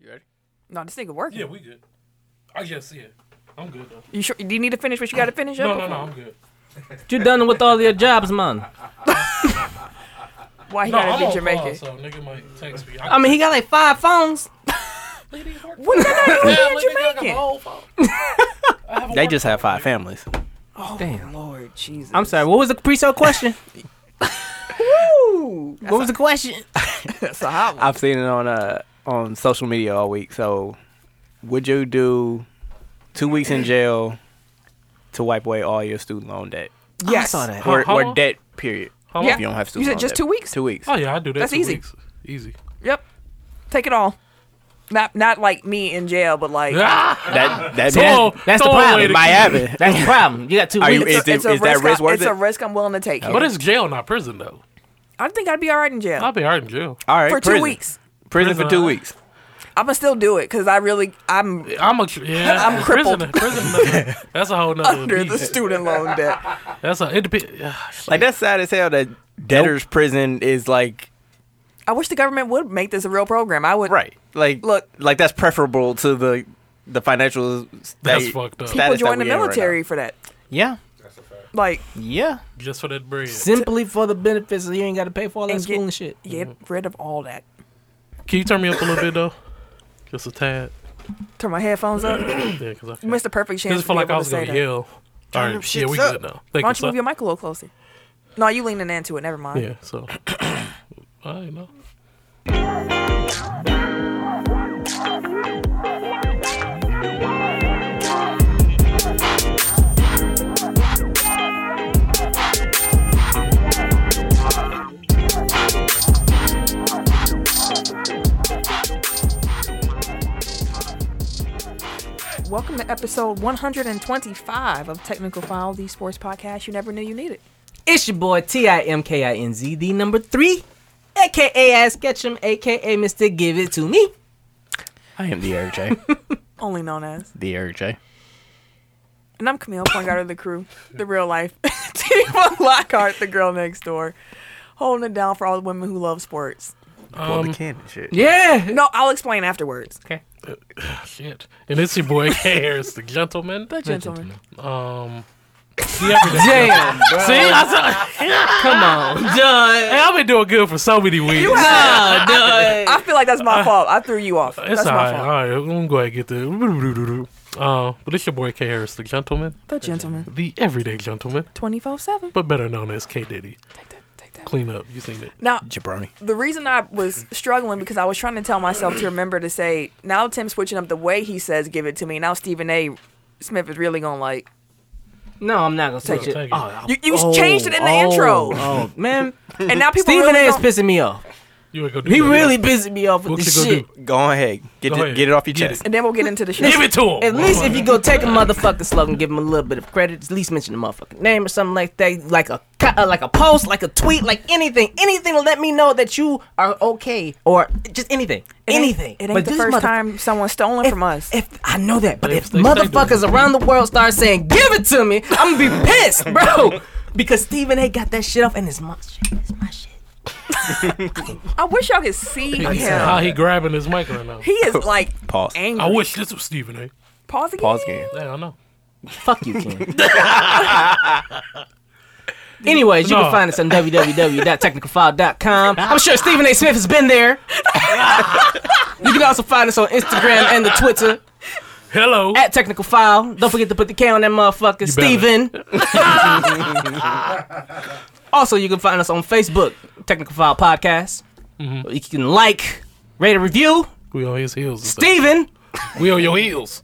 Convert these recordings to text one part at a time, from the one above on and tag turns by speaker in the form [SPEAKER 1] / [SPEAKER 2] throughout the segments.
[SPEAKER 1] You ready?
[SPEAKER 2] No, this nigga working.
[SPEAKER 3] Yeah, we good. I just see it. I'm good though.
[SPEAKER 2] You sure? Do you need to finish what you got to finish?
[SPEAKER 3] No,
[SPEAKER 2] up
[SPEAKER 3] no, no,
[SPEAKER 2] before-
[SPEAKER 3] I'm good.
[SPEAKER 4] You done with all your jobs, man.
[SPEAKER 2] Why he
[SPEAKER 3] No,
[SPEAKER 2] gotta
[SPEAKER 3] I'm
[SPEAKER 2] be
[SPEAKER 3] on
[SPEAKER 2] Jamaican?
[SPEAKER 3] call, so nigga might text me.
[SPEAKER 4] I mean, he got like five phones.
[SPEAKER 2] What did that have
[SPEAKER 3] Yeah,
[SPEAKER 2] to do with
[SPEAKER 3] look, nigga, I got my
[SPEAKER 2] Jamaican?
[SPEAKER 3] whole phone. I have a
[SPEAKER 1] They
[SPEAKER 3] work
[SPEAKER 1] just have
[SPEAKER 3] phone,
[SPEAKER 1] five families.
[SPEAKER 2] Oh,
[SPEAKER 4] Damn.
[SPEAKER 2] Lord Jesus.
[SPEAKER 4] I'm sorry. What was the pre-show question?
[SPEAKER 2] Woo!
[SPEAKER 4] What was the question?
[SPEAKER 2] That's a hot one.
[SPEAKER 1] I've seen it on uh on social media all week. So, would you do two weeks in jail to wipe away all your student loan debt
[SPEAKER 2] Yes.
[SPEAKER 4] I saw that.
[SPEAKER 1] or,
[SPEAKER 3] how
[SPEAKER 1] or
[SPEAKER 3] long?
[SPEAKER 1] debt? Period.
[SPEAKER 3] How
[SPEAKER 2] Yeah.
[SPEAKER 1] If you don't have
[SPEAKER 2] You
[SPEAKER 1] student
[SPEAKER 2] said
[SPEAKER 1] loan
[SPEAKER 2] just
[SPEAKER 1] debt.
[SPEAKER 2] two weeks?
[SPEAKER 1] Two weeks.
[SPEAKER 3] Oh yeah, I do that.
[SPEAKER 2] That's
[SPEAKER 3] two
[SPEAKER 2] easy.
[SPEAKER 3] Weeks. Easy.
[SPEAKER 2] Yep. Take it all. Not not like me in jail, but like
[SPEAKER 3] Ah!
[SPEAKER 1] That that
[SPEAKER 3] Throw-
[SPEAKER 1] that-
[SPEAKER 4] that's the
[SPEAKER 3] throw away
[SPEAKER 4] problem.
[SPEAKER 3] the
[SPEAKER 1] might
[SPEAKER 3] key.
[SPEAKER 1] happen.
[SPEAKER 4] That's the problem. You got two
[SPEAKER 1] Are you-
[SPEAKER 4] weeks.
[SPEAKER 1] is it- is that
[SPEAKER 2] risk
[SPEAKER 1] risk
[SPEAKER 2] I,
[SPEAKER 1] worth
[SPEAKER 2] it's
[SPEAKER 1] it?
[SPEAKER 2] a risk I'm willing to take.
[SPEAKER 3] But it's jail, not prison though.
[SPEAKER 2] I think I'd be all right in jail
[SPEAKER 3] I'll be hard in jail.
[SPEAKER 1] All right,
[SPEAKER 2] for two
[SPEAKER 1] prison.
[SPEAKER 2] weeks.
[SPEAKER 1] Prison for
[SPEAKER 3] Prison,
[SPEAKER 1] two
[SPEAKER 3] huh?
[SPEAKER 1] weeks.
[SPEAKER 2] I'm gonna still do it because I really I'm
[SPEAKER 3] I'm a yeah.
[SPEAKER 2] I'm
[SPEAKER 3] prison,
[SPEAKER 2] crippled.
[SPEAKER 3] prison. That's a whole nother
[SPEAKER 2] under the
[SPEAKER 3] beast.
[SPEAKER 2] student loan debt.
[SPEAKER 3] That's a it depends.
[SPEAKER 1] Like that's sad as hell that debtors prison is like
[SPEAKER 2] I wish the government would make this a real program. I would.
[SPEAKER 1] right. Like
[SPEAKER 2] Look.
[SPEAKER 1] like that's preferable to the the financial state,
[SPEAKER 3] That's fucked up. People
[SPEAKER 2] People
[SPEAKER 1] status that
[SPEAKER 2] join the
[SPEAKER 1] we in right now.
[SPEAKER 2] military for that.
[SPEAKER 4] yeah.
[SPEAKER 2] Like,
[SPEAKER 4] Yeah.
[SPEAKER 3] Just for that bread.
[SPEAKER 4] Simply for the benefits of you ain't got to pay for all that
[SPEAKER 2] And
[SPEAKER 4] school
[SPEAKER 2] get-
[SPEAKER 4] and shit.
[SPEAKER 2] get rid of all that.
[SPEAKER 3] Can you turn me up a little bit though? Just a tad.
[SPEAKER 2] Turn my headphones up.
[SPEAKER 3] Yeah, because I
[SPEAKER 2] You
[SPEAKER 3] feel,
[SPEAKER 2] missed the perfect
[SPEAKER 3] cause I
[SPEAKER 2] chance to
[SPEAKER 3] Mm-hmm.
[SPEAKER 2] be
[SPEAKER 3] feel like I
[SPEAKER 2] able
[SPEAKER 3] was
[SPEAKER 2] to say
[SPEAKER 3] gonna
[SPEAKER 2] that.
[SPEAKER 3] yell. All
[SPEAKER 2] them
[SPEAKER 3] right, yeah,
[SPEAKER 2] shits
[SPEAKER 3] we
[SPEAKER 2] up.
[SPEAKER 3] good now. Thank
[SPEAKER 2] Why don't you
[SPEAKER 3] you,
[SPEAKER 2] move your mic a little closer? No, you leaning into it. Never mind.
[SPEAKER 3] Yeah, so I ain't know.
[SPEAKER 2] Welcome to episode 125 of Technical File, the sports podcast you never knew you needed.
[SPEAKER 4] It's your boy T I M K I N Z D number three, aka Ass Ketchum, aka Mister Give It To Me.
[SPEAKER 1] I am the RJ.
[SPEAKER 2] Only known as.
[SPEAKER 1] the RJ.
[SPEAKER 2] And I'm Camille, point guard of the crew, the real life. Tiva Lockhart, the girl next door. Holding it down for all the women who love sports.
[SPEAKER 1] Well, the can and shit.
[SPEAKER 4] Yeah.
[SPEAKER 2] No, I'll explain afterwards.
[SPEAKER 4] Okay.
[SPEAKER 3] Shit. And it's your boy K Harris, the gentleman.
[SPEAKER 2] The gentleman.
[SPEAKER 3] Um see, I've been-
[SPEAKER 4] Damn.
[SPEAKER 3] see, I saw,
[SPEAKER 4] Come on, John.
[SPEAKER 3] hey, I've been doing good for so many weeks.
[SPEAKER 2] You have-
[SPEAKER 4] Oh, dude.
[SPEAKER 2] I feel like that's my fault. I threw you off.
[SPEAKER 3] Uh, It's
[SPEAKER 2] that's
[SPEAKER 3] all
[SPEAKER 2] my
[SPEAKER 3] right.
[SPEAKER 2] fault.
[SPEAKER 3] All right, I'm gonna go ahead and get the. Uh, but it's your boy K Harris, the gentleman,
[SPEAKER 2] The gentleman.
[SPEAKER 3] the everyday gentleman,
[SPEAKER 2] 24 7.
[SPEAKER 3] but better known as K Diddy.
[SPEAKER 2] Take that. Take that.
[SPEAKER 3] Clean up, you seen it?
[SPEAKER 2] Now,
[SPEAKER 1] Jabroni.
[SPEAKER 2] the reason I was struggling because I was trying to tell myself to remember to say now Tim's switching up the way he says give it to me. Now Stephen A. Smith is really gonna like
[SPEAKER 4] No, I'm not gonna touch
[SPEAKER 3] Take
[SPEAKER 4] it.
[SPEAKER 3] it.
[SPEAKER 2] you. You changed it in the intro,
[SPEAKER 4] Oh, man.
[SPEAKER 2] and now people
[SPEAKER 4] Stephen
[SPEAKER 2] really
[SPEAKER 4] A is
[SPEAKER 2] don't-
[SPEAKER 4] pissing me off.
[SPEAKER 3] You ain't gonna do
[SPEAKER 4] He
[SPEAKER 3] that.
[SPEAKER 4] really pissing me off with
[SPEAKER 3] What you
[SPEAKER 4] this
[SPEAKER 3] gonna
[SPEAKER 4] shit.
[SPEAKER 3] do?
[SPEAKER 1] Go ahead. Get
[SPEAKER 3] Go
[SPEAKER 1] it,
[SPEAKER 3] ahead.
[SPEAKER 1] get it off your
[SPEAKER 3] Get
[SPEAKER 1] chest.
[SPEAKER 2] And then we'll get into the show.
[SPEAKER 3] Give it to him.
[SPEAKER 4] At least if you go take a motherfucker slogan, give him a little bit of credit, at least mention the motherfucking name or something like that, like a co- uh, like a post, like a tweet, like anything, anything to let me know that you are okay or just anything,
[SPEAKER 2] It ain't-
[SPEAKER 4] anything.
[SPEAKER 2] It ain't the
[SPEAKER 4] this
[SPEAKER 2] first
[SPEAKER 4] motherf-
[SPEAKER 2] time someone's stolen
[SPEAKER 4] if-
[SPEAKER 2] from us.
[SPEAKER 4] If I know that, but
[SPEAKER 3] They-
[SPEAKER 4] if
[SPEAKER 3] they- they
[SPEAKER 4] motherfuckers
[SPEAKER 3] do.
[SPEAKER 4] around the world start saying "Give it to me," I'm gonna be pissed, bro, because Stephen A. got that shit off, and it's my shit. It's my shit.
[SPEAKER 2] I wish y'all could see
[SPEAKER 3] He said,
[SPEAKER 2] him.
[SPEAKER 3] How he grabbing his mic right now?
[SPEAKER 2] He is like
[SPEAKER 1] Pause.
[SPEAKER 3] I
[SPEAKER 2] angry.
[SPEAKER 3] wish this was Stephen A.
[SPEAKER 2] Pause again.
[SPEAKER 1] Pause game.
[SPEAKER 3] Yeah, I know.
[SPEAKER 4] Fuck you, Ken. Anyways, you
[SPEAKER 3] No.
[SPEAKER 4] can find us on www.technicalfile.com. I'm sure Stephen A. Smith has been there. you can also find us on Instagram and the Twitter
[SPEAKER 3] Hello.
[SPEAKER 4] at Technical File. Don't forget to put the K on that motherfucker,
[SPEAKER 3] You
[SPEAKER 4] Steven. also, you can find us on Facebook, Technical File Podcast.
[SPEAKER 3] Mm-hmm.
[SPEAKER 4] You can like, rate, and review.
[SPEAKER 3] we on his heels. and stuff.
[SPEAKER 4] Steven.
[SPEAKER 3] We on your heels.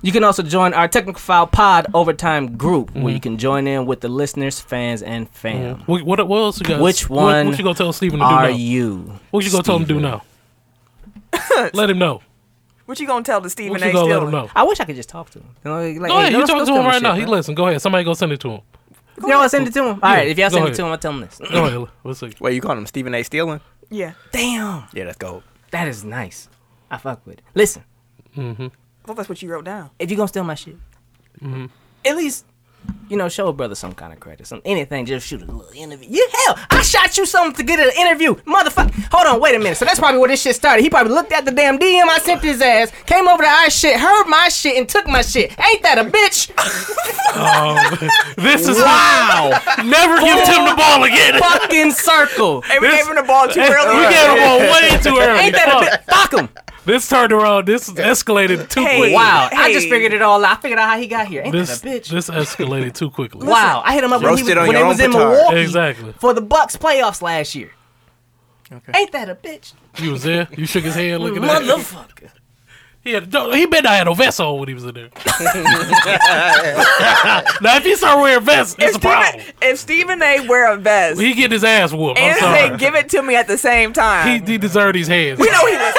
[SPEAKER 4] You can also join our Technical File Pod Overtime group where
[SPEAKER 3] Mm-hmm.
[SPEAKER 4] you can join in with the listeners, fans, and fam.
[SPEAKER 3] What, what, what else you got?
[SPEAKER 4] Which
[SPEAKER 3] What,
[SPEAKER 4] one
[SPEAKER 3] what you gonna tell Stephen to Mm-hmm. do now?
[SPEAKER 4] Are you?
[SPEAKER 3] what you gonna tell him to do now? let him know.
[SPEAKER 2] What you gonna tell the Stephen
[SPEAKER 3] What
[SPEAKER 2] A.
[SPEAKER 3] you gonna let him
[SPEAKER 2] Still?
[SPEAKER 3] know?
[SPEAKER 4] I wish I could just talk to him. You know, like,
[SPEAKER 3] Go ahead. You
[SPEAKER 4] hey, don't-
[SPEAKER 3] talking to
[SPEAKER 4] don't
[SPEAKER 3] him
[SPEAKER 4] tell
[SPEAKER 3] right now.
[SPEAKER 4] shit,
[SPEAKER 3] He
[SPEAKER 4] bro.
[SPEAKER 3] listen. Go ahead. Somebody go send it to him.
[SPEAKER 4] You know, I send it to him. All right, if y'all
[SPEAKER 3] go
[SPEAKER 4] send it
[SPEAKER 3] ahead.
[SPEAKER 4] to him, I tell him this.
[SPEAKER 3] Go ahead. Let's see.
[SPEAKER 1] Wait, you calling him Stephen A. Stealing?
[SPEAKER 2] Yeah.
[SPEAKER 4] Damn,
[SPEAKER 1] Yeah, that's gold.
[SPEAKER 4] that is nice. I fuck with it. Listen,
[SPEAKER 2] I thought that's what you wrote down.
[SPEAKER 1] Mm-hmm.
[SPEAKER 4] if you gonna steal my shit, at least You know, show a brother some kind of credit, some anything. Just shoot a little interview. You hell, I shot you something to get an interview, motherfucker. Hold on, wait a minute. So that's probably where this shit started. He probably looked at the damn DM I sent his ass, came over to our shit, heard my shit, and took my shit. Ain't that a bitch?
[SPEAKER 3] This is wow. Never give Tim the ball again.
[SPEAKER 4] Fucking circle.
[SPEAKER 2] Hey, we
[SPEAKER 3] This-
[SPEAKER 2] gave him the ball too
[SPEAKER 3] We
[SPEAKER 2] early.
[SPEAKER 3] gave the ball way too early.
[SPEAKER 4] Ain't that
[SPEAKER 3] Fuck.
[SPEAKER 4] a bitch? Fuck him.
[SPEAKER 3] This turned around. This escalated too
[SPEAKER 2] Hey.
[SPEAKER 3] quick.
[SPEAKER 4] Wow, I just
[SPEAKER 2] Hey.
[SPEAKER 4] figured it all out. I figured out how he got here. Ain't
[SPEAKER 3] This
[SPEAKER 4] that a bitch?
[SPEAKER 3] this escalated too quickly.
[SPEAKER 4] wow, I hit him up when he was,
[SPEAKER 1] Roasted on
[SPEAKER 4] when
[SPEAKER 1] your
[SPEAKER 4] he
[SPEAKER 1] own
[SPEAKER 4] was in
[SPEAKER 1] petard.
[SPEAKER 4] Milwaukee
[SPEAKER 3] Exactly.
[SPEAKER 4] for the Bucks playoffs last year.
[SPEAKER 1] Okay.
[SPEAKER 4] Ain't that a bitch?
[SPEAKER 3] You was there. You shook his hand. Looking at him.
[SPEAKER 4] Motherfucker.
[SPEAKER 3] He had no, he better not had no vest on when he was in there. now if he start wearing vests, it's a problem.
[SPEAKER 2] Stephen, if Stephen A. wear a vest
[SPEAKER 3] He getting his ass whooped. I'm
[SPEAKER 2] and say
[SPEAKER 3] sorry.
[SPEAKER 2] give it to me at the same time,
[SPEAKER 3] He, he deserved his hands.
[SPEAKER 2] we know he was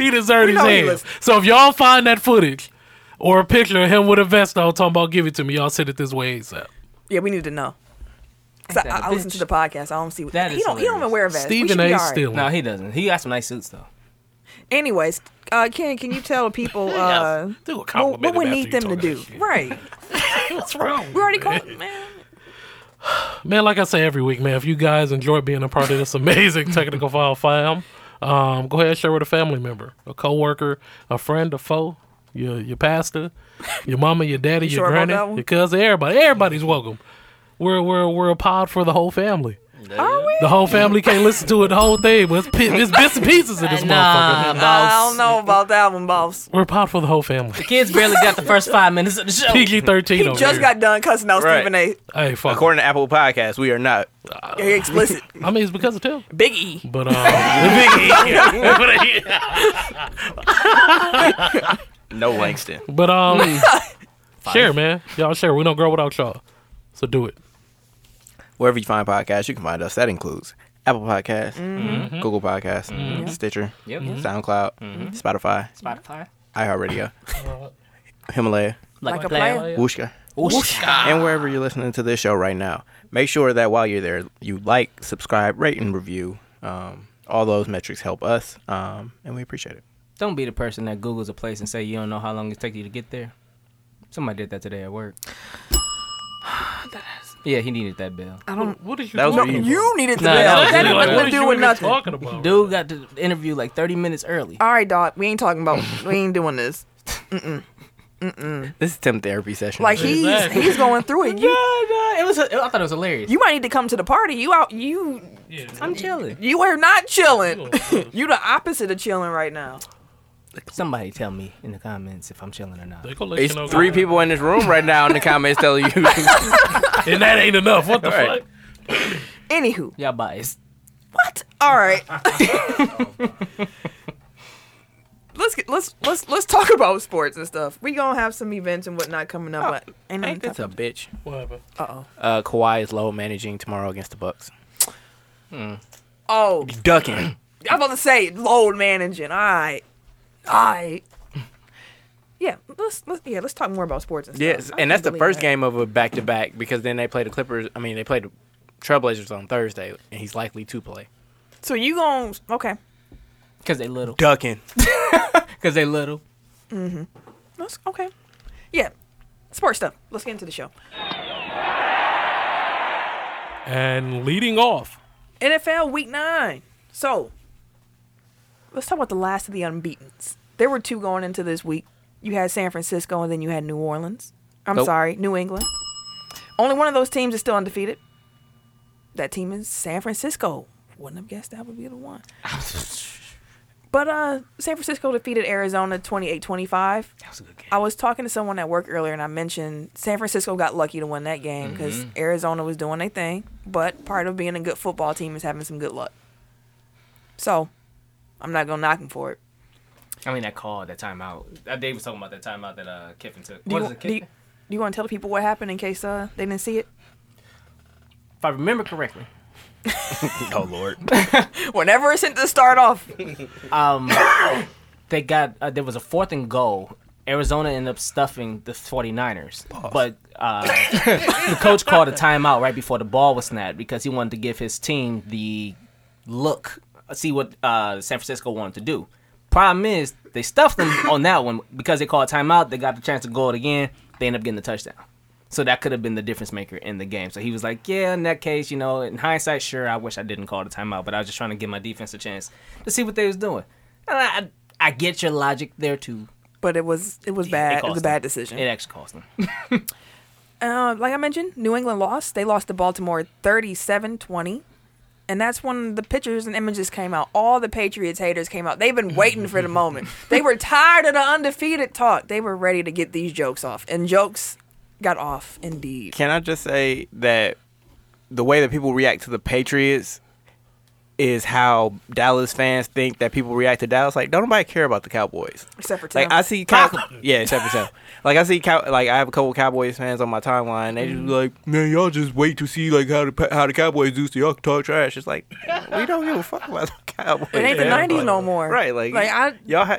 [SPEAKER 3] He deserved his
[SPEAKER 2] know he
[SPEAKER 3] hands.
[SPEAKER 2] was-
[SPEAKER 3] So if y'all find that footage or a picture of him with a vest on, talking about give it to me, y'all send it this way ASAP.
[SPEAKER 2] Yeah, we need to know. 'Cause
[SPEAKER 4] Ain't
[SPEAKER 2] I,
[SPEAKER 4] that a
[SPEAKER 2] I listen to
[SPEAKER 4] bitch?
[SPEAKER 2] the podcast. I don't see what
[SPEAKER 4] That
[SPEAKER 2] he
[SPEAKER 4] is
[SPEAKER 2] don't. He don't even wear a vest. We should
[SPEAKER 3] Stephen
[SPEAKER 2] be
[SPEAKER 3] A.
[SPEAKER 2] all right.
[SPEAKER 3] still.
[SPEAKER 4] No, he doesn't. He got some nice suits though.
[SPEAKER 2] Anyways, uh, Ken, can you tell people uh,
[SPEAKER 3] do a
[SPEAKER 2] what,
[SPEAKER 3] compliment.
[SPEAKER 2] what we
[SPEAKER 3] him
[SPEAKER 2] need
[SPEAKER 3] after you
[SPEAKER 2] them to do?
[SPEAKER 3] talk that shit.
[SPEAKER 2] Right.
[SPEAKER 3] What's wrong?
[SPEAKER 2] We already
[SPEAKER 3] man?
[SPEAKER 2] called man.
[SPEAKER 3] Man, like I say every week, man, if you guys enjoy being a part of this amazing technical file fam, um, go ahead and share with a family member, a coworker, a friend, a foe, your your pastor, your mama, your daddy, your
[SPEAKER 2] sure about
[SPEAKER 3] granny,
[SPEAKER 2] that one?
[SPEAKER 3] your cousin, everybody. Everybody's welcome. We're we're we're a pod for the whole family.
[SPEAKER 2] Are we?
[SPEAKER 3] The whole family can't listen to it, the whole thing, but it's, pi- it's bits and pieces of this motherfucker.
[SPEAKER 2] I don't know about that one, boss.
[SPEAKER 3] We're a pod for the whole family.
[SPEAKER 4] Kids barely got the first five minutes of the show.
[SPEAKER 3] PG thirteen over
[SPEAKER 2] Just
[SPEAKER 3] here.
[SPEAKER 2] got done cussing out
[SPEAKER 1] Right.
[SPEAKER 2] Stephen A.
[SPEAKER 3] hey, fuck.
[SPEAKER 1] According to Apple Podcasts, we are not.
[SPEAKER 2] Very explicit.
[SPEAKER 3] I mean, it's because of Tim.
[SPEAKER 2] Big E.
[SPEAKER 3] But um, the big E.
[SPEAKER 1] No Langston.
[SPEAKER 3] But um, share, man. Y'all share. We don't grow without y'all. So do it.
[SPEAKER 1] Wherever you find podcasts, you can find us. That includes Apple Podcasts, Google Podcasts, Stitcher,
[SPEAKER 4] Yep.
[SPEAKER 1] SoundCloud, Spotify,
[SPEAKER 4] Spotify.
[SPEAKER 1] iHeartRadio, Himalaya,
[SPEAKER 4] Like,
[SPEAKER 2] Like a player.
[SPEAKER 1] Wooshka,
[SPEAKER 4] Whoosh.
[SPEAKER 1] and wherever you're listening to this show right now. Make sure that while you're there, you like, subscribe, rate, and review. Um, all those metrics help us, um, and we appreciate it.
[SPEAKER 4] Don't be the person that Googles a place and say you don't know how long it takes you to get there. Somebody did that today at work. Yeah, he needed that bill.
[SPEAKER 2] I don't.
[SPEAKER 3] Um, What did you?
[SPEAKER 1] That was
[SPEAKER 3] talking
[SPEAKER 1] me.
[SPEAKER 3] about?
[SPEAKER 2] You needed to
[SPEAKER 4] Nah,
[SPEAKER 2] bail.
[SPEAKER 4] that was
[SPEAKER 2] That
[SPEAKER 4] really
[SPEAKER 2] ain't
[SPEAKER 4] like-
[SPEAKER 2] nothing
[SPEAKER 4] what
[SPEAKER 2] to
[SPEAKER 3] did
[SPEAKER 2] do
[SPEAKER 3] you
[SPEAKER 2] with
[SPEAKER 3] even
[SPEAKER 2] nothing.
[SPEAKER 3] Talking about
[SPEAKER 4] Dude got the interview like 30 minutes early.
[SPEAKER 2] All right, dog. We ain't talking about. We ain't doing this.
[SPEAKER 1] This is Tim therapy session.
[SPEAKER 2] Like he's
[SPEAKER 3] Exactly.
[SPEAKER 2] he's going through it. You
[SPEAKER 4] it was. I thought it was hilarious.
[SPEAKER 2] you might need to come to the party. You out. You
[SPEAKER 4] I'm chilling.
[SPEAKER 2] you are not chilling. you the opposite of chilling right now.
[SPEAKER 4] Somebody tell me in the comments if I'm chilling or not.
[SPEAKER 3] They gonna let
[SPEAKER 1] it's
[SPEAKER 3] you know,
[SPEAKER 1] three
[SPEAKER 3] guys.
[SPEAKER 1] people in this room right now in the comments telling you.
[SPEAKER 3] and that ain't enough. What the
[SPEAKER 1] Right.
[SPEAKER 3] fuck?
[SPEAKER 2] Anywho,
[SPEAKER 4] Y'all biased.
[SPEAKER 2] what? All right. let's get let's let's let's talk about sports and stuff. We gonna have some events and whatnot coming up. but ain't
[SPEAKER 1] Oh, Ain't
[SPEAKER 2] nothing
[SPEAKER 1] this a bitch?
[SPEAKER 3] What happened?
[SPEAKER 2] Uh
[SPEAKER 1] Uh, Kawhi is low managing tomorrow against the Bucks.
[SPEAKER 2] oh. Oh,
[SPEAKER 1] Ducking.
[SPEAKER 2] I'm about to say load managing. All right, all right. Yeah, let's let's yeah let's talk more about sports and stuff.
[SPEAKER 1] Yes,
[SPEAKER 2] I
[SPEAKER 1] and
[SPEAKER 2] can't
[SPEAKER 1] that's the
[SPEAKER 2] believe
[SPEAKER 1] first
[SPEAKER 2] that.
[SPEAKER 1] game of a back to back because then they play the Clippers. I mean, they play the Trailblazers on Thursday, and he's likely to play.
[SPEAKER 2] So you gon' okay?
[SPEAKER 4] Because they little.
[SPEAKER 1] Ducking.
[SPEAKER 4] Because they little.
[SPEAKER 2] That's okay. Yeah, sports stuff. Let's get into the show.
[SPEAKER 3] And leading off,
[SPEAKER 2] NFL Week Nine. So let's talk about the last of the unbeaten's. There were two going into this week. You had San Francisco, and then you had New Orleans. I'm
[SPEAKER 1] Nope.
[SPEAKER 2] sorry, New England. Only one of those teams is still undefeated. That team is San Francisco. Wouldn't have guessed that would be the one. But uh, San Francisco defeated Arizona 28-25.
[SPEAKER 4] That was a good game.
[SPEAKER 2] I was talking to someone at work earlier, and I mentioned San Francisco got lucky to win that game because
[SPEAKER 4] Mm-hmm.
[SPEAKER 2] Arizona was doing their thing. But part of being a good football team is having some good luck. So, I'm not gonna knock him for it.
[SPEAKER 4] I mean, that call, that timeout. Uh, Dave was talking about that timeout that uh, Kiffin took.
[SPEAKER 2] Do
[SPEAKER 4] What
[SPEAKER 2] you,
[SPEAKER 4] is it,
[SPEAKER 2] do, you,
[SPEAKER 4] Kiffin?
[SPEAKER 2] do you want to tell the people what happened in case uh, they didn't see it?
[SPEAKER 4] If I remember correctly,
[SPEAKER 1] Oh Lord.
[SPEAKER 2] Whenever it's sent to start off,
[SPEAKER 4] um, they got uh, there was a fourth and goal. Arizona ended up stuffing the 49ers, but uh, the coach called a timeout right before the ball was snapped because he wanted to give his team the look, see what uh, San Francisco wanted to do. Problem is, they stuffed them on that one because they called a timeout. They got the chance to go it again. They end up getting the touchdown. So that could have been the difference maker in the game. So he was like, yeah, in that case, you know, in hindsight, sure, I wish I didn't call the timeout, but I was just trying to give my defense a chance to see what they was doing. And I, I, I get your logic there too.
[SPEAKER 2] But it was it was
[SPEAKER 4] It
[SPEAKER 2] bad. It,
[SPEAKER 4] cost
[SPEAKER 2] was a
[SPEAKER 4] them.
[SPEAKER 2] bad decision.
[SPEAKER 4] It actually cost them.
[SPEAKER 2] Uh, like I mentioned, New England lost. They lost to Baltimore 37 20. And that's when the pictures and images came out. All the Patriots haters came out. They've been waiting for the moment. They were tired of the undefeated talk. They were ready to get these jokes off. And jokes got off indeed.
[SPEAKER 1] Can I just say that the way that people react to the Patriots is how Dallas fans think that people react to Dallas. Like, don't nobody care about the Cowboys.
[SPEAKER 2] Except for Tim.
[SPEAKER 1] Like I see, cow- yeah, except for Tim. Like I see, cow- like I have a couple Cowboys fans on my timeline. They just like, man, y'all just wait to see like how the pa- how the Cowboys do, so y'all can talk trash. It's like we don't give a fuck about the Cowboys.
[SPEAKER 2] it ain't the
[SPEAKER 1] man.
[SPEAKER 2] 90s
[SPEAKER 1] Like,
[SPEAKER 2] no more.
[SPEAKER 1] Right? Like,
[SPEAKER 2] like I,
[SPEAKER 1] y'all ha-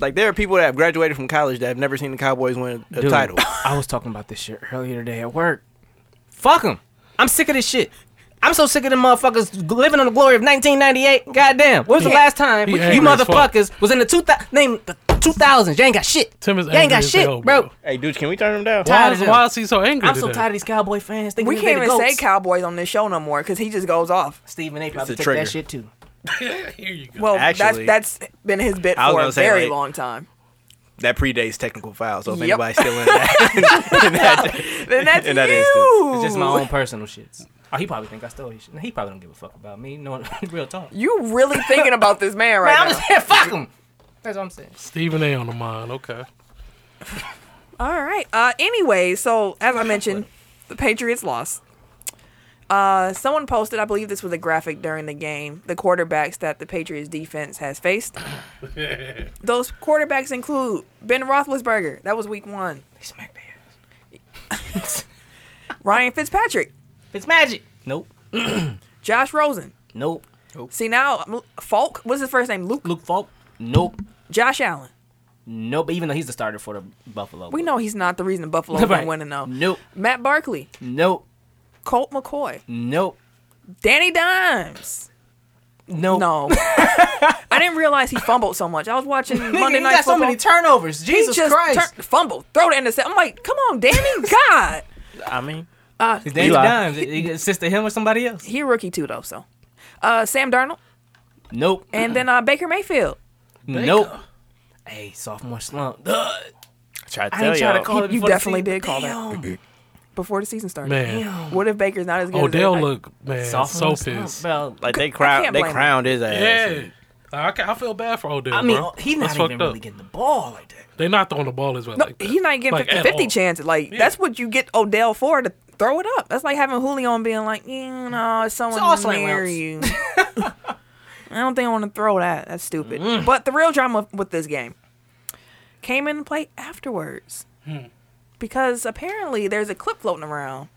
[SPEAKER 1] like there are people that have graduated from college that have never seen the Cowboys win a
[SPEAKER 4] Dude,
[SPEAKER 1] title.
[SPEAKER 4] I was talking about this shit earlier today at work. Fuck them. I'm sick of this shit. I'm so sick of them motherfuckers living on the glory of 1998. Goddamn. When was the
[SPEAKER 3] He-
[SPEAKER 4] last time
[SPEAKER 3] he
[SPEAKER 4] you
[SPEAKER 3] angry as fuck.
[SPEAKER 4] motherfuckers was in the 2000 name the 2000s? You ain't got shit.
[SPEAKER 3] Tim is
[SPEAKER 4] you ain't
[SPEAKER 3] angry
[SPEAKER 4] got
[SPEAKER 3] as
[SPEAKER 4] shit,
[SPEAKER 3] hell,
[SPEAKER 4] bro.
[SPEAKER 3] bro.
[SPEAKER 1] hey, dude, can we turn them down?
[SPEAKER 3] Why
[SPEAKER 4] Tired
[SPEAKER 3] is,
[SPEAKER 4] of
[SPEAKER 3] why
[SPEAKER 4] them.
[SPEAKER 3] is he so angry?
[SPEAKER 4] I'm so
[SPEAKER 3] today?
[SPEAKER 4] tired of these cowboy fans. Thinking
[SPEAKER 2] we
[SPEAKER 4] that
[SPEAKER 2] can't
[SPEAKER 4] they
[SPEAKER 2] even
[SPEAKER 4] the
[SPEAKER 2] say
[SPEAKER 4] goats.
[SPEAKER 2] Cowboys on this show no more because he just goes off.
[SPEAKER 4] Stephen A. probably
[SPEAKER 1] a
[SPEAKER 4] took
[SPEAKER 1] trigger.
[SPEAKER 4] that shit too.
[SPEAKER 3] Here you go.
[SPEAKER 2] Well,
[SPEAKER 1] Actually-
[SPEAKER 2] that's that's been his bit
[SPEAKER 1] I was
[SPEAKER 2] for a
[SPEAKER 1] gonna say,
[SPEAKER 2] very
[SPEAKER 1] like-
[SPEAKER 2] long time.
[SPEAKER 1] That predates technical foul. So if
[SPEAKER 2] Yep.
[SPEAKER 1] anybody's still in that, in that,
[SPEAKER 2] And that's
[SPEAKER 1] in that
[SPEAKER 2] you.
[SPEAKER 1] instance,
[SPEAKER 4] It's just my own personal shits. Oh, he probably think I stole his shit. He probably don't give a fuck about me. No one, real talk.
[SPEAKER 2] You really thinking about this man right
[SPEAKER 4] Man,
[SPEAKER 2] now?
[SPEAKER 4] I'm just saying, fuck him. That's what I'm saying.
[SPEAKER 3] Stephen A. on the mind. Okay.
[SPEAKER 2] All right. Uh, anyway, so as I mentioned, the Patriots lost. Uh, someone posted, I believe this was a graphic during the game, the quarterbacks that the Patriots defense has faced. Those quarterbacks include Ben Roethlisberger. That was week one.
[SPEAKER 4] They smacked their ass.
[SPEAKER 2] Ryan Fitzpatrick.
[SPEAKER 4] It's magic. Nope.
[SPEAKER 2] Josh Rosen.
[SPEAKER 4] Nope.
[SPEAKER 2] See now, M- Falk. What's his first name? Luke.
[SPEAKER 4] Luke Falk? Nope.
[SPEAKER 2] Josh Allen.
[SPEAKER 4] Nope. Even though he's the starter for the Buffalo.
[SPEAKER 2] We know he's not the reason Buffalo
[SPEAKER 4] Right.
[SPEAKER 2] right. winning though.
[SPEAKER 4] Nope.
[SPEAKER 2] Matt Barkley.
[SPEAKER 4] Nope.
[SPEAKER 2] Colt McCoy.
[SPEAKER 4] Nope.
[SPEAKER 2] Danny Dimes.
[SPEAKER 4] Nope.
[SPEAKER 2] No. I didn't realize he fumbled so much. I was watching
[SPEAKER 4] Nigga,
[SPEAKER 2] Monday
[SPEAKER 4] you
[SPEAKER 2] Night
[SPEAKER 4] got
[SPEAKER 2] Football.
[SPEAKER 4] so many turnovers.
[SPEAKER 2] he
[SPEAKER 4] Jesus
[SPEAKER 2] just
[SPEAKER 4] Christ.
[SPEAKER 2] turned- fumbled, throw the intercept. I'm like, come on, Danny, God.
[SPEAKER 1] I mean,
[SPEAKER 2] Uh,
[SPEAKER 4] Is Danny
[SPEAKER 1] Eli.
[SPEAKER 4] Dimes. He he assisted him or somebody else?
[SPEAKER 2] he a rookie too though, so. Uh, Sam Darnold,
[SPEAKER 4] Nope.
[SPEAKER 2] and then uh, Baker Mayfield.
[SPEAKER 4] nope. Hey, sophomore slump. Ugh.
[SPEAKER 1] I tried to
[SPEAKER 4] I ain't trying to call
[SPEAKER 2] You-
[SPEAKER 4] it
[SPEAKER 2] you
[SPEAKER 4] before the
[SPEAKER 2] definitely
[SPEAKER 4] season.
[SPEAKER 2] did call that.
[SPEAKER 4] Damn.
[SPEAKER 2] Before the season started,
[SPEAKER 3] Man.
[SPEAKER 2] what if Baker's not as good?
[SPEAKER 3] Odell
[SPEAKER 2] as everybody?
[SPEAKER 3] look man
[SPEAKER 4] Sophomore
[SPEAKER 3] so pissed.
[SPEAKER 4] slump, bro.
[SPEAKER 1] like they
[SPEAKER 2] I
[SPEAKER 1] crowned
[SPEAKER 2] can't
[SPEAKER 1] they
[SPEAKER 2] blame
[SPEAKER 1] crowned his ass.
[SPEAKER 3] Yeah. I, ca- I feel bad for Odell.
[SPEAKER 4] I mean,
[SPEAKER 3] bro.
[SPEAKER 4] he's
[SPEAKER 3] That's
[SPEAKER 4] not
[SPEAKER 3] fucked
[SPEAKER 4] even really
[SPEAKER 3] up.
[SPEAKER 4] getting the ball like that.
[SPEAKER 3] They not throwing the ball as well.
[SPEAKER 2] No,
[SPEAKER 3] like that.
[SPEAKER 2] he's not getting
[SPEAKER 3] Like,
[SPEAKER 2] fifty
[SPEAKER 3] at
[SPEAKER 2] 50
[SPEAKER 3] all.
[SPEAKER 2] chances. Like that's what you get Odell for to throw it up. That's like having Julio and being like, yeah, no, it's someone
[SPEAKER 4] It's all slant
[SPEAKER 2] near
[SPEAKER 4] routes.
[SPEAKER 2] you. I don't think I want to throw that. That's stupid.
[SPEAKER 3] Mm.
[SPEAKER 2] But the real drama with this game came into play afterwards
[SPEAKER 3] Hmm.
[SPEAKER 2] because apparently there's a clip floating around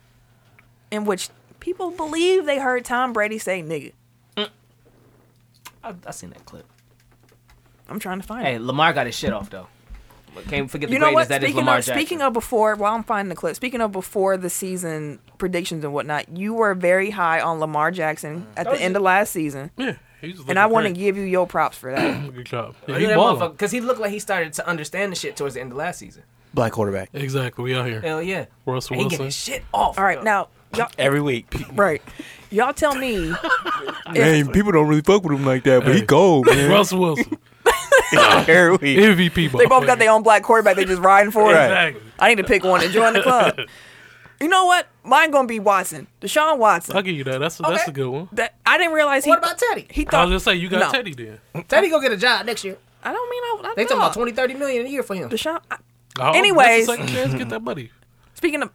[SPEAKER 2] in which people believe they heard Tom Brady say "nigga."
[SPEAKER 4] I, I seen that clip.
[SPEAKER 2] I'm trying to find it.
[SPEAKER 4] Hey, Lamar got his shit off though. But Can't forget the
[SPEAKER 2] you know what?
[SPEAKER 4] greatness that is
[SPEAKER 2] Speaking
[SPEAKER 4] Lamar
[SPEAKER 2] of
[SPEAKER 4] Jackson.
[SPEAKER 2] speaking of before, while I'm finding the clip, speaking of before the season predictions and whatnot, you were very high on Lamar Jackson at the
[SPEAKER 4] was
[SPEAKER 2] end of last season,
[SPEAKER 3] Yeah, he's looking
[SPEAKER 2] and I want to
[SPEAKER 3] great.
[SPEAKER 2] give you your props for that.
[SPEAKER 3] good job. Yeah, he balling.
[SPEAKER 4] because he looked like he started to understand the shit towards the end of last season.
[SPEAKER 1] Black quarterback
[SPEAKER 3] Exactly, we out here.
[SPEAKER 4] Hell yeah,
[SPEAKER 3] Russell
[SPEAKER 4] And he
[SPEAKER 3] Wilson.
[SPEAKER 4] getting his shit off.
[SPEAKER 2] All right, now y'all,
[SPEAKER 1] every week.
[SPEAKER 2] right, y'all tell me.
[SPEAKER 5] Hey, people don't really fuck with him like that, but he
[SPEAKER 3] Hey.
[SPEAKER 5] cold, man.
[SPEAKER 3] Russell Wilson,
[SPEAKER 1] every week.
[SPEAKER 3] MVP.
[SPEAKER 2] They both got their own black quarterback. They just riding for it.
[SPEAKER 3] Exactly.
[SPEAKER 2] I need to pick one and join the club. You know what? Mine gonna be Watson, Deshaun
[SPEAKER 3] I'll
[SPEAKER 2] Watson.
[SPEAKER 3] give you that. That's a,
[SPEAKER 2] Okay.
[SPEAKER 3] that's a good one.
[SPEAKER 2] That I didn't realize. He,
[SPEAKER 4] What about Teddy?
[SPEAKER 2] He
[SPEAKER 3] I
[SPEAKER 2] thought.
[SPEAKER 3] was gonna say you got
[SPEAKER 2] No.
[SPEAKER 3] Teddy then.
[SPEAKER 4] Teddy go get a job next year.
[SPEAKER 2] I don't mean I. I
[SPEAKER 4] They talking about
[SPEAKER 2] no.
[SPEAKER 4] 20, 30 million a year for him.
[SPEAKER 2] Deshaun. I,
[SPEAKER 3] Oh, that's the
[SPEAKER 2] Anyways.
[SPEAKER 3] second chance, get that buddy.
[SPEAKER 2] Speaking of,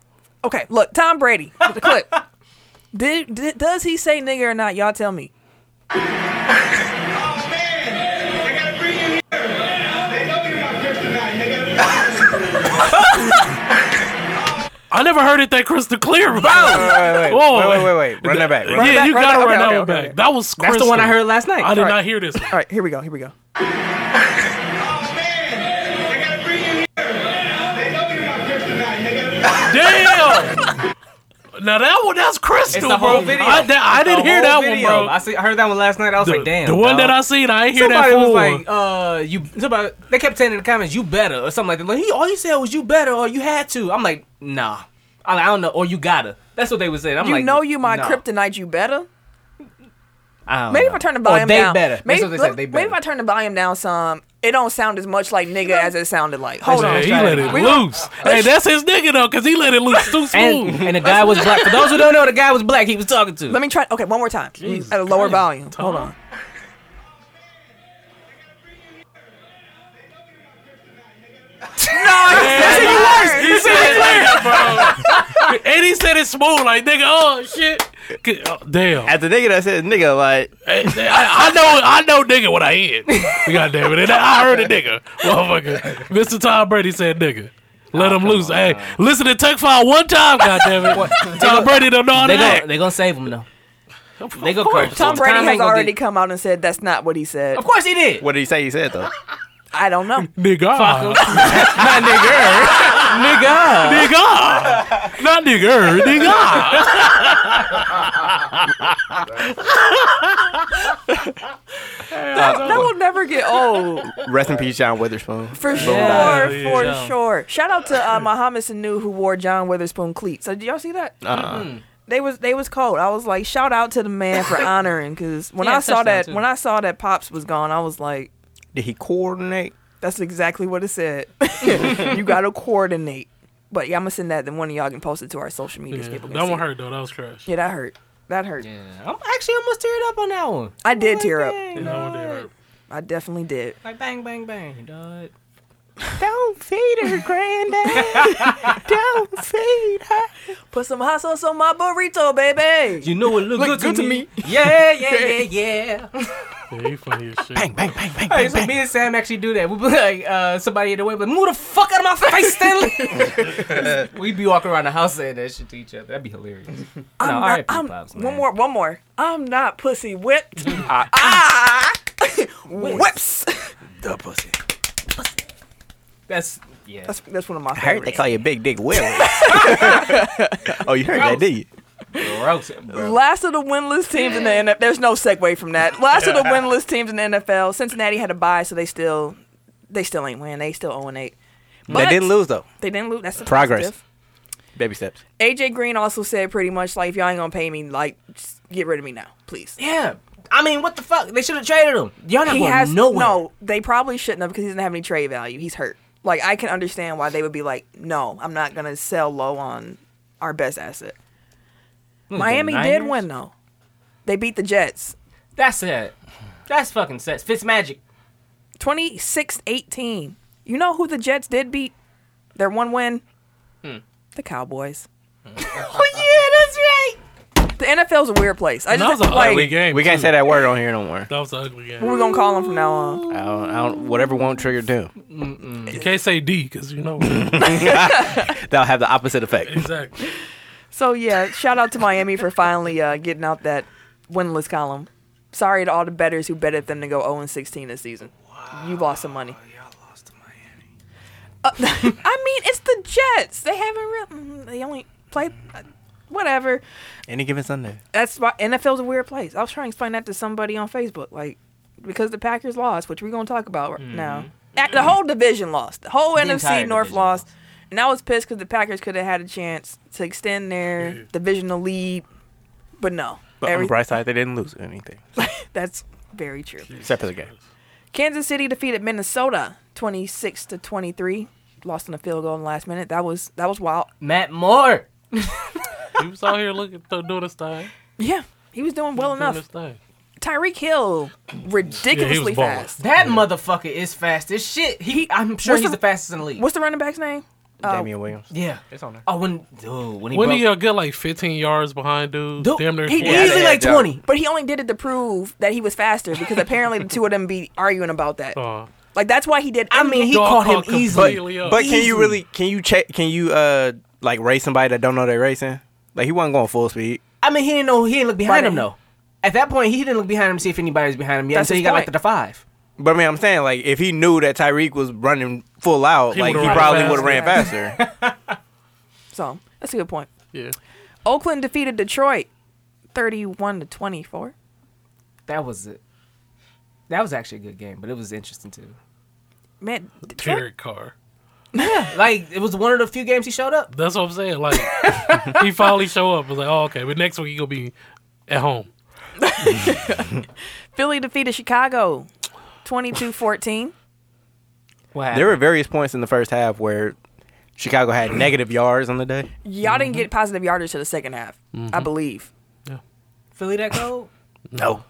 [SPEAKER 2] okay, look, Tom Brady with the clip. Did, did, does he say nigga or not? Y'all tell me.
[SPEAKER 3] I never heard it that crystal clear, bro.
[SPEAKER 1] Wait, wait,
[SPEAKER 3] Whoa.
[SPEAKER 1] wait, wait, wait, wait. Run that back. Run
[SPEAKER 3] yeah,
[SPEAKER 1] that back.
[SPEAKER 3] you
[SPEAKER 2] run
[SPEAKER 3] gotta
[SPEAKER 2] that-
[SPEAKER 3] run
[SPEAKER 2] okay,
[SPEAKER 3] that
[SPEAKER 2] okay,
[SPEAKER 3] one
[SPEAKER 2] okay,
[SPEAKER 3] back.
[SPEAKER 2] okay.
[SPEAKER 3] That was
[SPEAKER 4] That's the one I
[SPEAKER 3] crystal.
[SPEAKER 4] heard last night.
[SPEAKER 3] I did
[SPEAKER 2] All right.
[SPEAKER 3] not hear this.
[SPEAKER 2] All right, here we go. Here we go.
[SPEAKER 3] Damn. Now that one, that's crystal,
[SPEAKER 4] It's the whole
[SPEAKER 3] bro.
[SPEAKER 4] video.
[SPEAKER 3] I, that- I
[SPEAKER 4] It's the
[SPEAKER 3] didn't hear
[SPEAKER 4] whole
[SPEAKER 3] that
[SPEAKER 4] video.
[SPEAKER 3] one, bro.
[SPEAKER 4] I see. I heard that one last night. I was
[SPEAKER 3] the,
[SPEAKER 4] like, damn.
[SPEAKER 3] the one
[SPEAKER 4] dog.
[SPEAKER 3] that I seen, I ain't hear
[SPEAKER 4] Somebody
[SPEAKER 3] that
[SPEAKER 4] was
[SPEAKER 3] full one.
[SPEAKER 4] like, uh, you. Somebody they kept saying in the comments, "You better" or something like that. Like, he all he said was "you better" or "you had to." I'm like, nah. I, I don't know, or you gotta. That's what they was saying. I'm
[SPEAKER 2] you
[SPEAKER 4] like,
[SPEAKER 2] know you my
[SPEAKER 4] nah.
[SPEAKER 2] kryptonite. You better.
[SPEAKER 4] I don't
[SPEAKER 2] Maybe if
[SPEAKER 4] know.
[SPEAKER 2] I turn the
[SPEAKER 4] Or
[SPEAKER 2] volume
[SPEAKER 4] Oh, they
[SPEAKER 2] down.
[SPEAKER 4] better.
[SPEAKER 2] Maybe,
[SPEAKER 4] That's what they said.
[SPEAKER 2] look,
[SPEAKER 4] They
[SPEAKER 2] maybe
[SPEAKER 4] better.
[SPEAKER 2] if I turn the volume down some, it don't sound as much like nigga as it sounded like.
[SPEAKER 4] "Oh,
[SPEAKER 2] Hold
[SPEAKER 3] Yeah,
[SPEAKER 2] on.
[SPEAKER 3] he let it
[SPEAKER 2] We gon-
[SPEAKER 3] loose. Hey, that's his nigga though, cause he let it loose too smooth.
[SPEAKER 4] and, and the guy was black. For those who don't know, the guy was black. He was talking to.
[SPEAKER 2] Let me try. Okay, one more time
[SPEAKER 3] Jesus
[SPEAKER 2] at a lower
[SPEAKER 3] Christ,
[SPEAKER 2] volume.
[SPEAKER 3] Tom.
[SPEAKER 2] Hold on.
[SPEAKER 3] he said it later, bro. and he said it smooth, like nigga. Oh shit. Good- oh, damn.
[SPEAKER 1] At the nigga that said nigga, like
[SPEAKER 3] Hey, I, I know, I know, nigga, what I hear. God damn it! And I heard a nigga, motherfucker. Mr. Tom Brady said, "Nigga,
[SPEAKER 1] Oh,
[SPEAKER 3] let him loose." Hey, listen to Tech File one time, God damn it! Tom Brady don't know how to
[SPEAKER 4] They
[SPEAKER 3] act.
[SPEAKER 4] gonna, they gonna save him though. They gonna
[SPEAKER 2] Tom,
[SPEAKER 4] curse. him.
[SPEAKER 2] Brady
[SPEAKER 4] ain't
[SPEAKER 2] has
[SPEAKER 4] gonna
[SPEAKER 2] already
[SPEAKER 4] do-
[SPEAKER 2] come out and said that's not what he said.
[SPEAKER 4] Of course he did.
[SPEAKER 1] what did he say he said though?
[SPEAKER 2] I don't know.
[SPEAKER 3] Nigga,
[SPEAKER 1] Not nigga.
[SPEAKER 4] Nigga.
[SPEAKER 3] nigga, not nigga, nigga.
[SPEAKER 2] That will never get old.
[SPEAKER 1] Uh, Rest in peace, John Witherspoon.
[SPEAKER 2] For sure,
[SPEAKER 4] Yeah.
[SPEAKER 2] for
[SPEAKER 4] Yeah.
[SPEAKER 2] sure. Shout out to uh, Muhammad Sanu who wore John Witherspoon cleats. So, did y'all see that?
[SPEAKER 1] Uh,
[SPEAKER 2] They was they was cold. I was like, shout out to the man for honoring. Because when
[SPEAKER 4] Yeah,
[SPEAKER 2] I saw
[SPEAKER 4] touchdown,
[SPEAKER 2] that
[SPEAKER 4] too.
[SPEAKER 2] when I saw that pops was gone, I was like,
[SPEAKER 1] did he coordinate?
[SPEAKER 2] that's exactly what it said. you got to coordinate. But yeah, I'm gonna send that. Then one of y'all can post it to our social media.
[SPEAKER 3] Yeah, that one hurt though. That was trash.
[SPEAKER 2] Yeah, that hurt. That hurt.
[SPEAKER 4] Yeah, I'm actually almost teared up on that one.
[SPEAKER 2] I did tear up.
[SPEAKER 4] Dang,
[SPEAKER 3] That one did
[SPEAKER 4] dog.
[SPEAKER 3] hurt.
[SPEAKER 2] I definitely did.
[SPEAKER 4] Like bang, bang, bang, dog.
[SPEAKER 1] Don't feed her, granddad. Don't feed her.
[SPEAKER 2] Put some hot sauce on my burrito, baby.
[SPEAKER 4] You know it look,
[SPEAKER 1] Look good to me.
[SPEAKER 4] Yeah, yeah, yeah, yeah.
[SPEAKER 3] Yeah, he funny as shit.
[SPEAKER 1] Bang, bang, bang,
[SPEAKER 4] Alright,
[SPEAKER 1] bang,
[SPEAKER 4] so
[SPEAKER 1] bang.
[SPEAKER 4] me and Sam actually do that. We be like, uh, somebody in the way, but move the fuck out of my face, Stanley. We'd be walking around the house saying that shit to each other. That'd be hilarious. No,
[SPEAKER 2] I'm not-
[SPEAKER 4] R.I.P.
[SPEAKER 2] I'm-
[SPEAKER 4] Pops, man.
[SPEAKER 2] one more, one more. I'm not pussy whipped. ah, whips.
[SPEAKER 1] The pussy.
[SPEAKER 4] That's yeah.
[SPEAKER 2] That's that's one of my
[SPEAKER 1] I heard
[SPEAKER 2] favorites.
[SPEAKER 1] they call you Big Dick Willie. oh, you heard that, did you?
[SPEAKER 4] gross, bro.
[SPEAKER 2] Last of the winless teams in the NFL. There's no segue from that. Last of the winless teams in the NFL. Cincinnati had a bye, so they still they still ain't win. They still 0 and 8.
[SPEAKER 1] They didn't lose though.
[SPEAKER 2] They didn't lose. That's a
[SPEAKER 1] Progress.
[SPEAKER 2] positive.
[SPEAKER 1] Baby steps.
[SPEAKER 2] AJ Green also said pretty much like, if y'all ain't gonna pay me, like, just get rid of me now, please.
[SPEAKER 4] Yeah. I mean, what the fuck? They should have traded him. Y'all not
[SPEAKER 2] He
[SPEAKER 4] going
[SPEAKER 2] has
[SPEAKER 4] nowhere.
[SPEAKER 2] no. They probably shouldn't have because he doesn't have any trade value. He's hurt. Like I can understand why they would be like, no, I'm not gonna sell low on our best asset. Miami did
[SPEAKER 4] Niners?
[SPEAKER 2] win though. They beat the Jets.
[SPEAKER 4] That's sad. That's fucking sad. Fitz magic.
[SPEAKER 2] 26-18. You know who the Jets did beat? Their one win?
[SPEAKER 3] Hmm.
[SPEAKER 2] The Cowboys.
[SPEAKER 4] Oh
[SPEAKER 2] The NFL's a weird place. I
[SPEAKER 3] That
[SPEAKER 2] just
[SPEAKER 3] was an
[SPEAKER 2] like
[SPEAKER 3] ugly game.
[SPEAKER 1] We can't
[SPEAKER 3] too.
[SPEAKER 1] say that word on here no more.
[SPEAKER 3] That was an ugly
[SPEAKER 2] we're
[SPEAKER 3] game.
[SPEAKER 2] gonna call them from now on.
[SPEAKER 1] I don't, I don't, whatever won't trigger do.
[SPEAKER 3] You can't say D because you know
[SPEAKER 1] That'll have the opposite effect.
[SPEAKER 3] exactly.
[SPEAKER 2] So yeah, shout out to Miami for finally uh, getting out that winless column. Sorry to all the betters who betted them to go 0 16 this season. You lost some
[SPEAKER 3] Oh,
[SPEAKER 2] money. Uh, I mean, it's the Jets. They haven't really. mm, They only played. Uh, whatever.
[SPEAKER 1] Any given Sunday.
[SPEAKER 2] That's why NFL's a weird place. I was trying to explain that to somebody on Facebook, like because the Packers lost, which we're gonna talk about right now. Ac- The whole division lost. The whole NFC
[SPEAKER 4] entire
[SPEAKER 2] North
[SPEAKER 4] division
[SPEAKER 2] lost, and I was pissed because the Packers could have had a chance to extend their divisional lead, but no.
[SPEAKER 1] But on
[SPEAKER 2] Every-
[SPEAKER 1] the bright side, they didn't lose anything.
[SPEAKER 2] that's very true.
[SPEAKER 1] Except for the game.
[SPEAKER 2] Kansas City defeated Minnesota twenty six to twenty three. Lost in a field goal in the last minute. That was that was wild.
[SPEAKER 4] Matt Moore.
[SPEAKER 3] He was out here looking, doing his thing.
[SPEAKER 2] Yeah, he was doing well
[SPEAKER 3] Doing his
[SPEAKER 2] enough.
[SPEAKER 3] thing.
[SPEAKER 2] Tyreek Hill ridiculously
[SPEAKER 3] balling.
[SPEAKER 2] fast.
[SPEAKER 4] That motherfucker is fast as shit. He, I'm sure
[SPEAKER 2] What's
[SPEAKER 4] he's
[SPEAKER 2] the-
[SPEAKER 4] the fastest in the league.
[SPEAKER 2] What's the running back's name? Uh,
[SPEAKER 1] Damian Williams.
[SPEAKER 4] Yeah.
[SPEAKER 1] It's on there.
[SPEAKER 4] Oh, when dude, when he
[SPEAKER 3] When
[SPEAKER 4] broke,
[SPEAKER 3] he uh, get like 15 yards behind dude,
[SPEAKER 4] dude,
[SPEAKER 3] damn near
[SPEAKER 4] he
[SPEAKER 3] 40.
[SPEAKER 1] Yeah,
[SPEAKER 4] easily
[SPEAKER 1] they
[SPEAKER 4] like
[SPEAKER 1] had y'all.
[SPEAKER 4] twenty.
[SPEAKER 2] But he only did it to prove that he was faster because apparently the two of them be arguing about that.
[SPEAKER 3] Uh,
[SPEAKER 2] Like that's why he did.
[SPEAKER 4] I mean, he
[SPEAKER 3] Dog
[SPEAKER 4] caught him
[SPEAKER 3] caught
[SPEAKER 4] easily.
[SPEAKER 3] completely up.
[SPEAKER 1] But can you
[SPEAKER 4] Easily.
[SPEAKER 1] really, can you check, can you, uh, like race somebody that don't know they're racing? Like he wasn't going full speed.
[SPEAKER 4] I mean, he didn't know he didn't look
[SPEAKER 2] Right.
[SPEAKER 4] behind him though. At that point, he didn't look behind him to see if anybody was behind him yet
[SPEAKER 2] That's
[SPEAKER 4] until
[SPEAKER 2] his
[SPEAKER 4] he got like
[SPEAKER 2] point.
[SPEAKER 4] to the five.
[SPEAKER 1] But I mean, I'm saying like if he knew that Tyreek was running full out,
[SPEAKER 3] He
[SPEAKER 1] like
[SPEAKER 3] would've
[SPEAKER 1] he
[SPEAKER 3] run
[SPEAKER 1] probably
[SPEAKER 3] faster.
[SPEAKER 1] would have ran faster.
[SPEAKER 2] so that's a good point.
[SPEAKER 3] yeah.
[SPEAKER 2] Oakland defeated Detroit 31 to 24.
[SPEAKER 4] That was it. That was actually a good game, but it was interesting too.
[SPEAKER 2] Man, Detroit,
[SPEAKER 3] Derek Carr.
[SPEAKER 4] Like it was one of the few games he showed up.
[SPEAKER 3] That's what I'm saying. Like he finally show up. I was like, oh okay, but next week he gonna be at home.
[SPEAKER 2] Philly defeated Chicago 22 14.
[SPEAKER 4] What
[SPEAKER 1] There were various points in the first half where Chicago had negative yards on the day.
[SPEAKER 2] Y'all didn't
[SPEAKER 3] Mm-hmm.
[SPEAKER 2] get positive yardage to the second half, I believe.
[SPEAKER 4] Philly that cold?
[SPEAKER 1] No.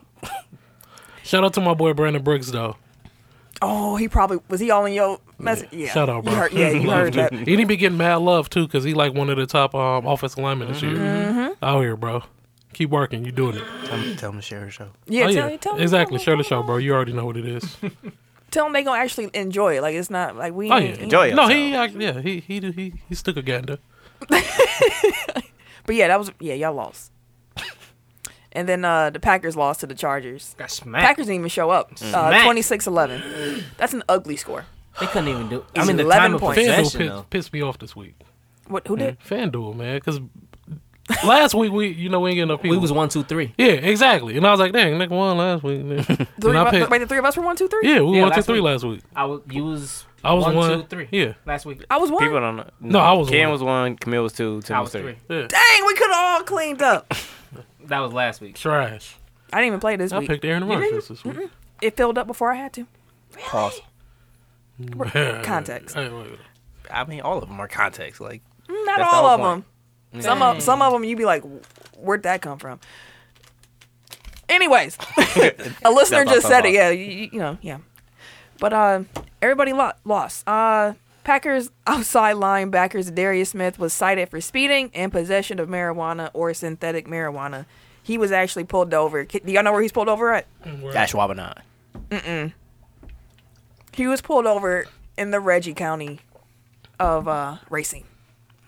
[SPEAKER 3] Shout out to my boy Brandon Brooks though.
[SPEAKER 2] Oh, he probably was he all in your message? Yeah.
[SPEAKER 3] Shout out, bro.
[SPEAKER 2] You heard, yeah, you heard that.
[SPEAKER 3] He didn't be getting mad love too, cause he like one of the top um, offensive linemen this year.
[SPEAKER 2] Mm-hmm.
[SPEAKER 3] Out here, bro. Keep working. You doing it.
[SPEAKER 1] Tell him, tell him to share his show.
[SPEAKER 2] Yeah,
[SPEAKER 3] Oh,
[SPEAKER 2] tell,
[SPEAKER 3] yeah.
[SPEAKER 2] tell, tell
[SPEAKER 3] exactly.
[SPEAKER 2] them-
[SPEAKER 3] Share the show, bro. You already know what it is.
[SPEAKER 2] Tell them they gonna actually enjoy it. Like it's not like we
[SPEAKER 3] Oh yeah,
[SPEAKER 2] ain't-
[SPEAKER 1] Enjoy it.
[SPEAKER 3] No, he act- yeah he he he he stuck a gander.
[SPEAKER 2] But yeah, that was yeah, y'all lost. and then uh the Packers lost to the Chargers.
[SPEAKER 4] Got smacked.
[SPEAKER 2] Packers didn't even show up. Uh,
[SPEAKER 4] Smack.
[SPEAKER 2] 26-11. That's an ugly score.
[SPEAKER 4] They couldn't even do.
[SPEAKER 2] It's
[SPEAKER 4] I mean, the
[SPEAKER 2] 11
[SPEAKER 4] time of
[SPEAKER 2] points.
[SPEAKER 3] FanDuel
[SPEAKER 4] possession
[SPEAKER 3] pissed,
[SPEAKER 4] though.
[SPEAKER 3] pissed me off this week.
[SPEAKER 2] What? Who
[SPEAKER 3] Mm.
[SPEAKER 2] did?
[SPEAKER 3] FanDuel, man, because last week we you know we ain't getting enough people.
[SPEAKER 4] We was one, two, three.
[SPEAKER 3] yeah, exactly. And I was like, dang, Nick won last week. man.
[SPEAKER 2] Three
[SPEAKER 3] and
[SPEAKER 2] of
[SPEAKER 3] I
[SPEAKER 2] us,
[SPEAKER 3] picked,
[SPEAKER 2] wait, the three of us were one, two, three.
[SPEAKER 3] yeah, we
[SPEAKER 4] Yeah,
[SPEAKER 3] won two
[SPEAKER 4] last
[SPEAKER 3] three
[SPEAKER 4] week.
[SPEAKER 3] last week.
[SPEAKER 4] I was. You was.
[SPEAKER 3] I was
[SPEAKER 4] one,
[SPEAKER 3] one.
[SPEAKER 4] two, three.
[SPEAKER 3] Yeah.
[SPEAKER 4] Last week.
[SPEAKER 2] I was one.
[SPEAKER 1] People don't know.
[SPEAKER 3] No, I was
[SPEAKER 1] Ken
[SPEAKER 3] one.
[SPEAKER 1] was one, Camille was two, Tim
[SPEAKER 4] I
[SPEAKER 1] was
[SPEAKER 4] was
[SPEAKER 1] three.
[SPEAKER 4] three.
[SPEAKER 3] Yeah,
[SPEAKER 2] Dang, we could have all cleaned up.
[SPEAKER 4] That was last week.
[SPEAKER 3] trash.
[SPEAKER 2] I didn't even play this
[SPEAKER 3] I
[SPEAKER 2] week.
[SPEAKER 3] picked Aaron Rodgers this week.
[SPEAKER 2] It filled up before I had to.
[SPEAKER 1] Pause.
[SPEAKER 2] Context.
[SPEAKER 3] Hey, wait, wait.
[SPEAKER 1] I mean, all of them are context. Like,
[SPEAKER 2] Not
[SPEAKER 1] That's
[SPEAKER 2] all
[SPEAKER 1] the
[SPEAKER 2] of
[SPEAKER 1] whole
[SPEAKER 2] them. Some of some of them you be like, where'd that come from? Anyways, a listener
[SPEAKER 1] That's
[SPEAKER 2] just
[SPEAKER 1] my
[SPEAKER 2] said it. Yeah, you, you- you know, yeah. But uh, everybody lo- lost. Uh, Packers outside linebackers Darius Smith was cited for speeding and possession of marijuana or synthetic marijuana. He was actually pulled over. K- Do y'all know where he's pulled over at?
[SPEAKER 1] that's Wabanai.
[SPEAKER 2] He was pulled over in the Reggie County of uh, Racine.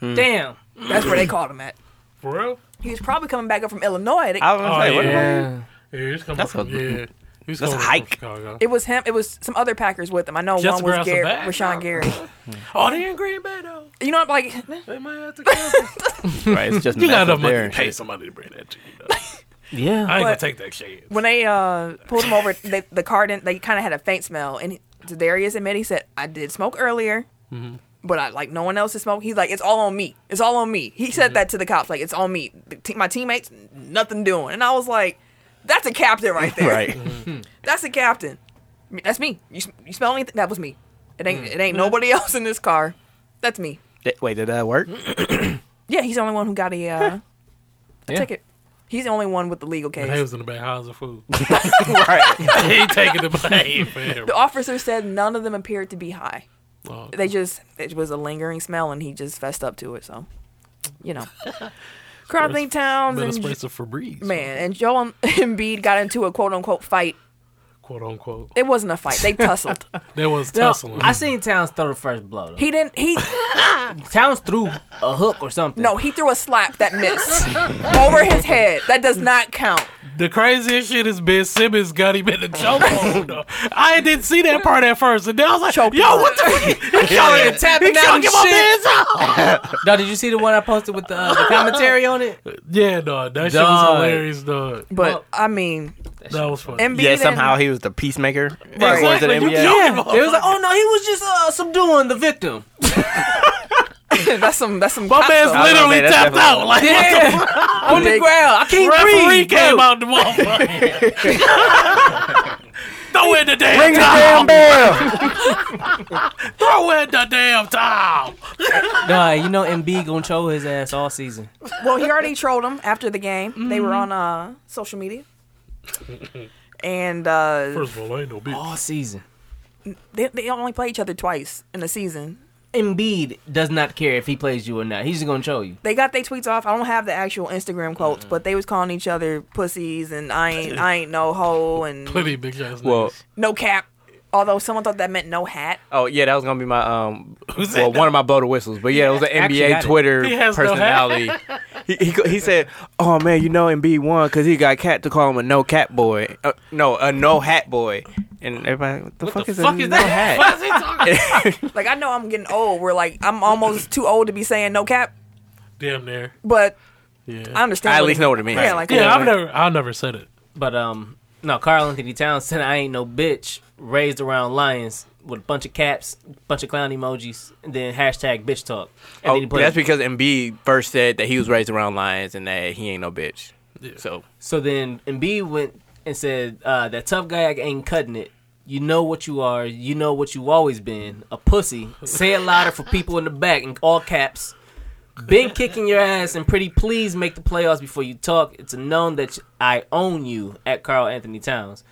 [SPEAKER 4] Damn.
[SPEAKER 2] That's where they called him at.
[SPEAKER 3] For real?
[SPEAKER 2] He was probably coming back up from Illinois. They-
[SPEAKER 1] I was
[SPEAKER 3] Oh,
[SPEAKER 1] gonna say, what
[SPEAKER 3] yeah.
[SPEAKER 1] yeah.
[SPEAKER 3] Yeah, he's coming
[SPEAKER 1] That's
[SPEAKER 3] from,
[SPEAKER 1] a-
[SPEAKER 3] yeah. He's
[SPEAKER 1] that's a
[SPEAKER 3] coming from
[SPEAKER 1] hike.
[SPEAKER 3] Chicago.
[SPEAKER 2] It was him. It was some other Packers with him. I know
[SPEAKER 3] Just
[SPEAKER 2] one was
[SPEAKER 3] grab some
[SPEAKER 2] Gar-
[SPEAKER 3] bags.
[SPEAKER 2] Rashawn Gary.
[SPEAKER 3] Oh, they in Green Bay though.
[SPEAKER 2] You know, I'm like,
[SPEAKER 3] They might have to. Go.
[SPEAKER 1] right? It's just
[SPEAKER 3] you got enough
[SPEAKER 1] messed up
[SPEAKER 3] money
[SPEAKER 1] there
[SPEAKER 3] to
[SPEAKER 1] and
[SPEAKER 3] pay
[SPEAKER 1] shit.
[SPEAKER 3] somebody to bring that to you. Though.
[SPEAKER 4] Yeah.
[SPEAKER 3] I ain't gonna
[SPEAKER 2] But-
[SPEAKER 3] take that shit.
[SPEAKER 2] when they uh, pulled him over, they, the car didn't. They kind of had a faint smell, and Darius admitted he said, "I did smoke earlier." But I like no one else is smoking. He's like, it's all on me. It's all on me. He said that to the cops, like it's on me. The te- my teammates, nothing doing. And I was like, that's a captain right there.
[SPEAKER 1] Right.
[SPEAKER 2] That's the captain. I mean, That's me. You, sm- you smell anything? That was me. It ain't it ain't nobody else in this car. That's me.
[SPEAKER 1] Th- Wait, did that work?
[SPEAKER 2] Yeah, he's the only one who got a, uh, a
[SPEAKER 4] Yeah.
[SPEAKER 2] ticket. He's the only one with the legal
[SPEAKER 3] And he
[SPEAKER 2] case.
[SPEAKER 3] was in the back house of food.
[SPEAKER 1] right.
[SPEAKER 3] he taking the blame, fam.
[SPEAKER 2] The officer said none of them appeared to be high.
[SPEAKER 3] Oh,
[SPEAKER 2] They just it was a lingering smell, and he just fessed up to it. So, you know, Crosby Towns
[SPEAKER 3] better
[SPEAKER 2] and
[SPEAKER 3] spray some Febreze,
[SPEAKER 2] man and Joel Embiid got into a quote unquote fight.
[SPEAKER 3] quote unquote.
[SPEAKER 2] It wasn't a fight. They tussled.
[SPEAKER 3] There was
[SPEAKER 4] No,
[SPEAKER 3] tussling.
[SPEAKER 4] I seen Towns throw the first blow. Though.
[SPEAKER 2] he didn't. He
[SPEAKER 4] Towns threw a hook or something.
[SPEAKER 2] no. He threw a slap that missed over his head. That does not count.
[SPEAKER 3] The craziest shit is Ben Simmons got him in the chokehold. though. I didn't see that part at first, and then I was like,
[SPEAKER 2] Choke
[SPEAKER 3] "Yo,
[SPEAKER 2] him.
[SPEAKER 3] what the? Fuck? He
[SPEAKER 4] Y'all
[SPEAKER 3] choking,
[SPEAKER 4] ain't tapping
[SPEAKER 3] he
[SPEAKER 4] out
[SPEAKER 3] choking
[SPEAKER 4] and
[SPEAKER 3] my man's out."
[SPEAKER 4] Dog, did you see the one I posted with the, uh, the commentary on it?
[SPEAKER 3] Yeah, dog, that shit was
[SPEAKER 4] Dog.
[SPEAKER 3] hilarious, dog.
[SPEAKER 2] But
[SPEAKER 4] Well-
[SPEAKER 2] I mean,
[SPEAKER 3] That was funny.
[SPEAKER 2] Embiid.
[SPEAKER 1] Yeah,
[SPEAKER 2] and-
[SPEAKER 1] somehow he was the peacemaker.
[SPEAKER 2] Right.
[SPEAKER 1] according to the
[SPEAKER 3] Exactly, you
[SPEAKER 1] NBA.
[SPEAKER 3] can't-
[SPEAKER 4] Yeah. It was like, oh no, he was just uh, subduing the victim.
[SPEAKER 2] that's some. That's some.
[SPEAKER 3] my
[SPEAKER 2] cop
[SPEAKER 3] man's
[SPEAKER 2] stuff.
[SPEAKER 1] was gonna
[SPEAKER 3] literally
[SPEAKER 1] say, that's
[SPEAKER 3] tapped
[SPEAKER 1] definitely-
[SPEAKER 3] out. Like,
[SPEAKER 4] Yeah. on the
[SPEAKER 2] Big-
[SPEAKER 4] ground. I can't
[SPEAKER 3] referee
[SPEAKER 4] breathe. bro.
[SPEAKER 3] came out the motherfucker. Throw in the damn
[SPEAKER 1] Ring the
[SPEAKER 3] towel.
[SPEAKER 1] damn bell.
[SPEAKER 3] Throw in the damn towel.
[SPEAKER 4] Nah, you know Embiid gonna troll his ass all season.
[SPEAKER 2] Well, he already trolled them after the game. They were
[SPEAKER 3] Mm-hmm.
[SPEAKER 2] on uh, social media. And uh,
[SPEAKER 3] First of all, I ain't no bitch.
[SPEAKER 4] All season.
[SPEAKER 2] they, they only play each other twice in the season.
[SPEAKER 4] Embiid does not care if he plays you or not. He's just gonna troll you.
[SPEAKER 2] They got their tweets off. I don't have the actual Instagram
[SPEAKER 3] Mm-hmm.
[SPEAKER 2] quotes, but they was calling each other pussies and I ain't I ain't no hoe and
[SPEAKER 3] Plenty of big ass.
[SPEAKER 1] Well,
[SPEAKER 3] niggas.
[SPEAKER 2] no cap. Although someone thought that meant no hat.
[SPEAKER 1] oh yeah, that was gonna be my um,
[SPEAKER 3] Who's
[SPEAKER 1] well,
[SPEAKER 3] that?
[SPEAKER 1] one of my blow to whistles. But yeah, it was an
[SPEAKER 4] Actually
[SPEAKER 1] NBA
[SPEAKER 4] got it.
[SPEAKER 1] Twitter
[SPEAKER 3] He has no
[SPEAKER 1] personality. he, he go- he said, "Oh man, you know Embiid won because he got cat to call him a no cat boy. Uh, no, a no hat boy." And everybody, what the fuck is a no hat?
[SPEAKER 4] he talking?
[SPEAKER 2] Like I know I'm getting old. We're like I'm almost too old to be saying no cap,
[SPEAKER 3] damn near.
[SPEAKER 2] but
[SPEAKER 3] Yeah.
[SPEAKER 2] I understand.
[SPEAKER 1] I at
[SPEAKER 2] what
[SPEAKER 1] least
[SPEAKER 2] it-
[SPEAKER 1] know what it means.
[SPEAKER 2] Yeah, like
[SPEAKER 3] yeah, I've never I never said it.
[SPEAKER 4] But um, no, Carl Anthony Towns said I ain't no bitch. Raised around lions with a bunch of caps, bunch of clown emojis, and then hashtag bitch talk. And then
[SPEAKER 1] Oh,
[SPEAKER 4] he put-
[SPEAKER 1] that's because Embiid first said that he was raised around lions and that he ain't no bitch. So
[SPEAKER 4] so then Embiid went and said uh, that tough guy ain't cutting it. You know what you are. You know what you always been. A pussy. Say it louder for people in the back in all caps. Been kicking your ass and pretty please make the playoffs before you talk. It's a known that I own you at Carl Anthony Towns.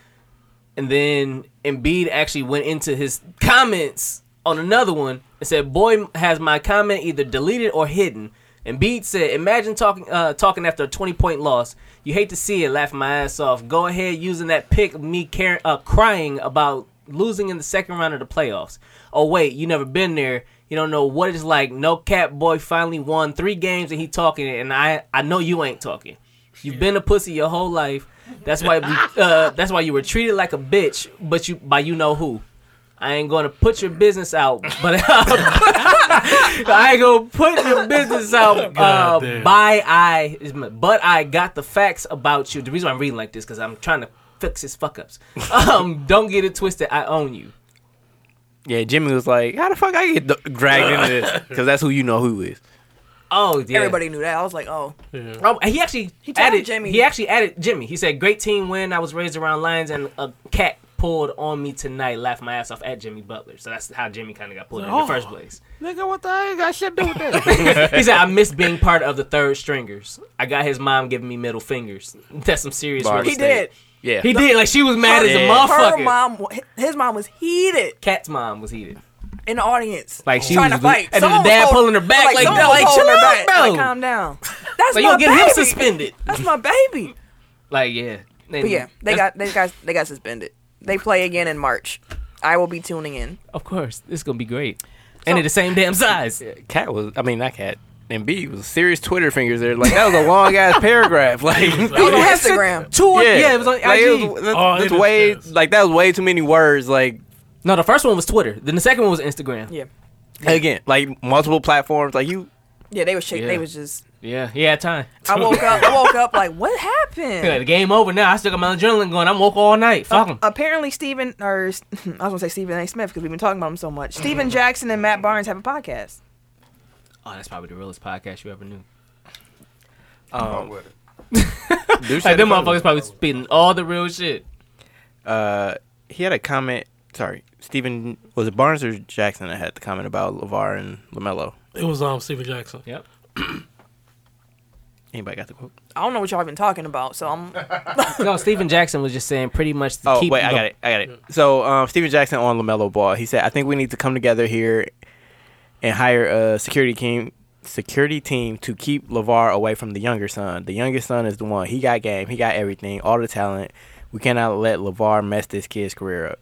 [SPEAKER 4] And then Embiid actually went into his comments on another one and said, "Boy has my comment either deleted or hidden." Embiid said, "Imagine talking uh, talking after a 20 point loss. You hate to see it. Laughing my ass off. Go ahead using that pick of me car- uh, crying about losing in the second round of the playoffs. Oh wait, you never been there. You don't know what it's like. No cap boy finally won three games and he talking it, and I I know you ain't talking." You've been a pussy your whole life. That's why we, uh, that's why you were treated like a bitch, but you by you know who. I ain't gonna put your business out, but I ain't gonna put your business out. Uh,
[SPEAKER 3] God damn.
[SPEAKER 4] by I, but I got the facts about you. The reason why I'm reading like this because I'm trying to fix his fuck ups. Um, don't get it twisted. I own you.
[SPEAKER 1] yeah, Jimmy was like, "How the fuck I get d- dragged into this?" Because that's who you know who is.
[SPEAKER 4] Oh, yeah.
[SPEAKER 2] Everybody knew that. I was like, oh,
[SPEAKER 3] Yeah.
[SPEAKER 4] Oh, he actually
[SPEAKER 2] He told
[SPEAKER 4] added
[SPEAKER 2] Jimmy.
[SPEAKER 4] He actually added Jimmy. He said, "Great team win. I was raised around lions, and a cat pulled on me tonight. Laughed my ass off at Jimmy Butler. So that's how Jimmy kind of got pulled in
[SPEAKER 2] Oh.
[SPEAKER 4] the first place.
[SPEAKER 1] Nigga, what the I ain't got shit to do with that.
[SPEAKER 4] He said, "I miss being part of the third stringers. I got his mom giving me middle fingers. That's some serious.
[SPEAKER 1] Bars.
[SPEAKER 4] real
[SPEAKER 2] he did.
[SPEAKER 4] estate.
[SPEAKER 1] yeah,
[SPEAKER 4] He did. Like she was mad as a
[SPEAKER 1] Yeah.
[SPEAKER 2] Her
[SPEAKER 4] motherfucker.
[SPEAKER 2] mom, wa- his mom was heated
[SPEAKER 4] Cat's mom was heated.
[SPEAKER 2] in the audience,
[SPEAKER 4] Like, she
[SPEAKER 2] trying
[SPEAKER 4] was
[SPEAKER 2] to fight,
[SPEAKER 4] and then the
[SPEAKER 2] Someone
[SPEAKER 4] dad
[SPEAKER 2] was
[SPEAKER 4] pulling her back, like,
[SPEAKER 2] someone
[SPEAKER 4] no,
[SPEAKER 2] was
[SPEAKER 4] like,
[SPEAKER 2] holding
[SPEAKER 4] chill
[SPEAKER 2] her
[SPEAKER 4] out, bro.
[SPEAKER 2] Like, calm down. That's my
[SPEAKER 4] So you'll get him
[SPEAKER 2] baby.
[SPEAKER 4] suspended.
[SPEAKER 2] That's my baby.
[SPEAKER 4] Like yeah. And
[SPEAKER 2] But yeah, they
[SPEAKER 4] that's-
[SPEAKER 2] got they got they got suspended. They play again in March. I will be tuning in.
[SPEAKER 4] Of course, this is gonna be great. and they're the same damn size.
[SPEAKER 1] Cat was. I mean, not Cat. And B was serious Twitter fingers there. Like that was a long ass paragraph. Like
[SPEAKER 2] On Instagram.
[SPEAKER 4] Two. Yeah.
[SPEAKER 1] Yeah,
[SPEAKER 4] yeah, it was on IG.
[SPEAKER 1] Like, it was- that's,
[SPEAKER 3] Oh,
[SPEAKER 1] that's
[SPEAKER 3] it is
[SPEAKER 1] way
[SPEAKER 3] this.
[SPEAKER 1] like that was way too many words. Like
[SPEAKER 4] No, the first one was Twitter. Then the second one was Instagram.
[SPEAKER 2] Yeah,
[SPEAKER 1] again, like multiple platforms. Like you,
[SPEAKER 2] yeah, they was shaking.
[SPEAKER 4] Yeah.
[SPEAKER 2] They was just.
[SPEAKER 4] Yeah, he had time.
[SPEAKER 2] I woke up. I woke up like, what happened?
[SPEAKER 4] Yeah, the game over now. I still got my adrenaline going. I'm woke all night. Fuck
[SPEAKER 1] Uh,
[SPEAKER 4] him.
[SPEAKER 2] Apparently, Stephen or I was gonna say Stephen A. Smith because we've been talking about him so much. Stephen Jackson and Matt Barnes have a podcast.
[SPEAKER 4] Oh, that's probably the realest podcast you ever knew.
[SPEAKER 1] um,
[SPEAKER 4] Like them motherfuckers probably spitting all the real shit.
[SPEAKER 1] uh, he had a comment. Sorry, Stephen was it Barnes or Jackson that had the comment about Levar and Lamelo?
[SPEAKER 3] It was um Steven Jackson.
[SPEAKER 4] Yep.
[SPEAKER 1] Anybody got the quote?
[SPEAKER 2] I don't know what y'all been talking about, so I'm
[SPEAKER 4] No, Steven Jackson was just saying pretty much. To
[SPEAKER 1] Oh
[SPEAKER 4] keep
[SPEAKER 1] wait, I got it. I got it. So um, Steven Jackson on Lamelo Ball. He said, "I think we need to come together here and hire a security team, security team to keep Lavar away from the younger son. The younger son is the one. He got game. He got everything. All the talent. We cannot let Lavar mess this kid's career up.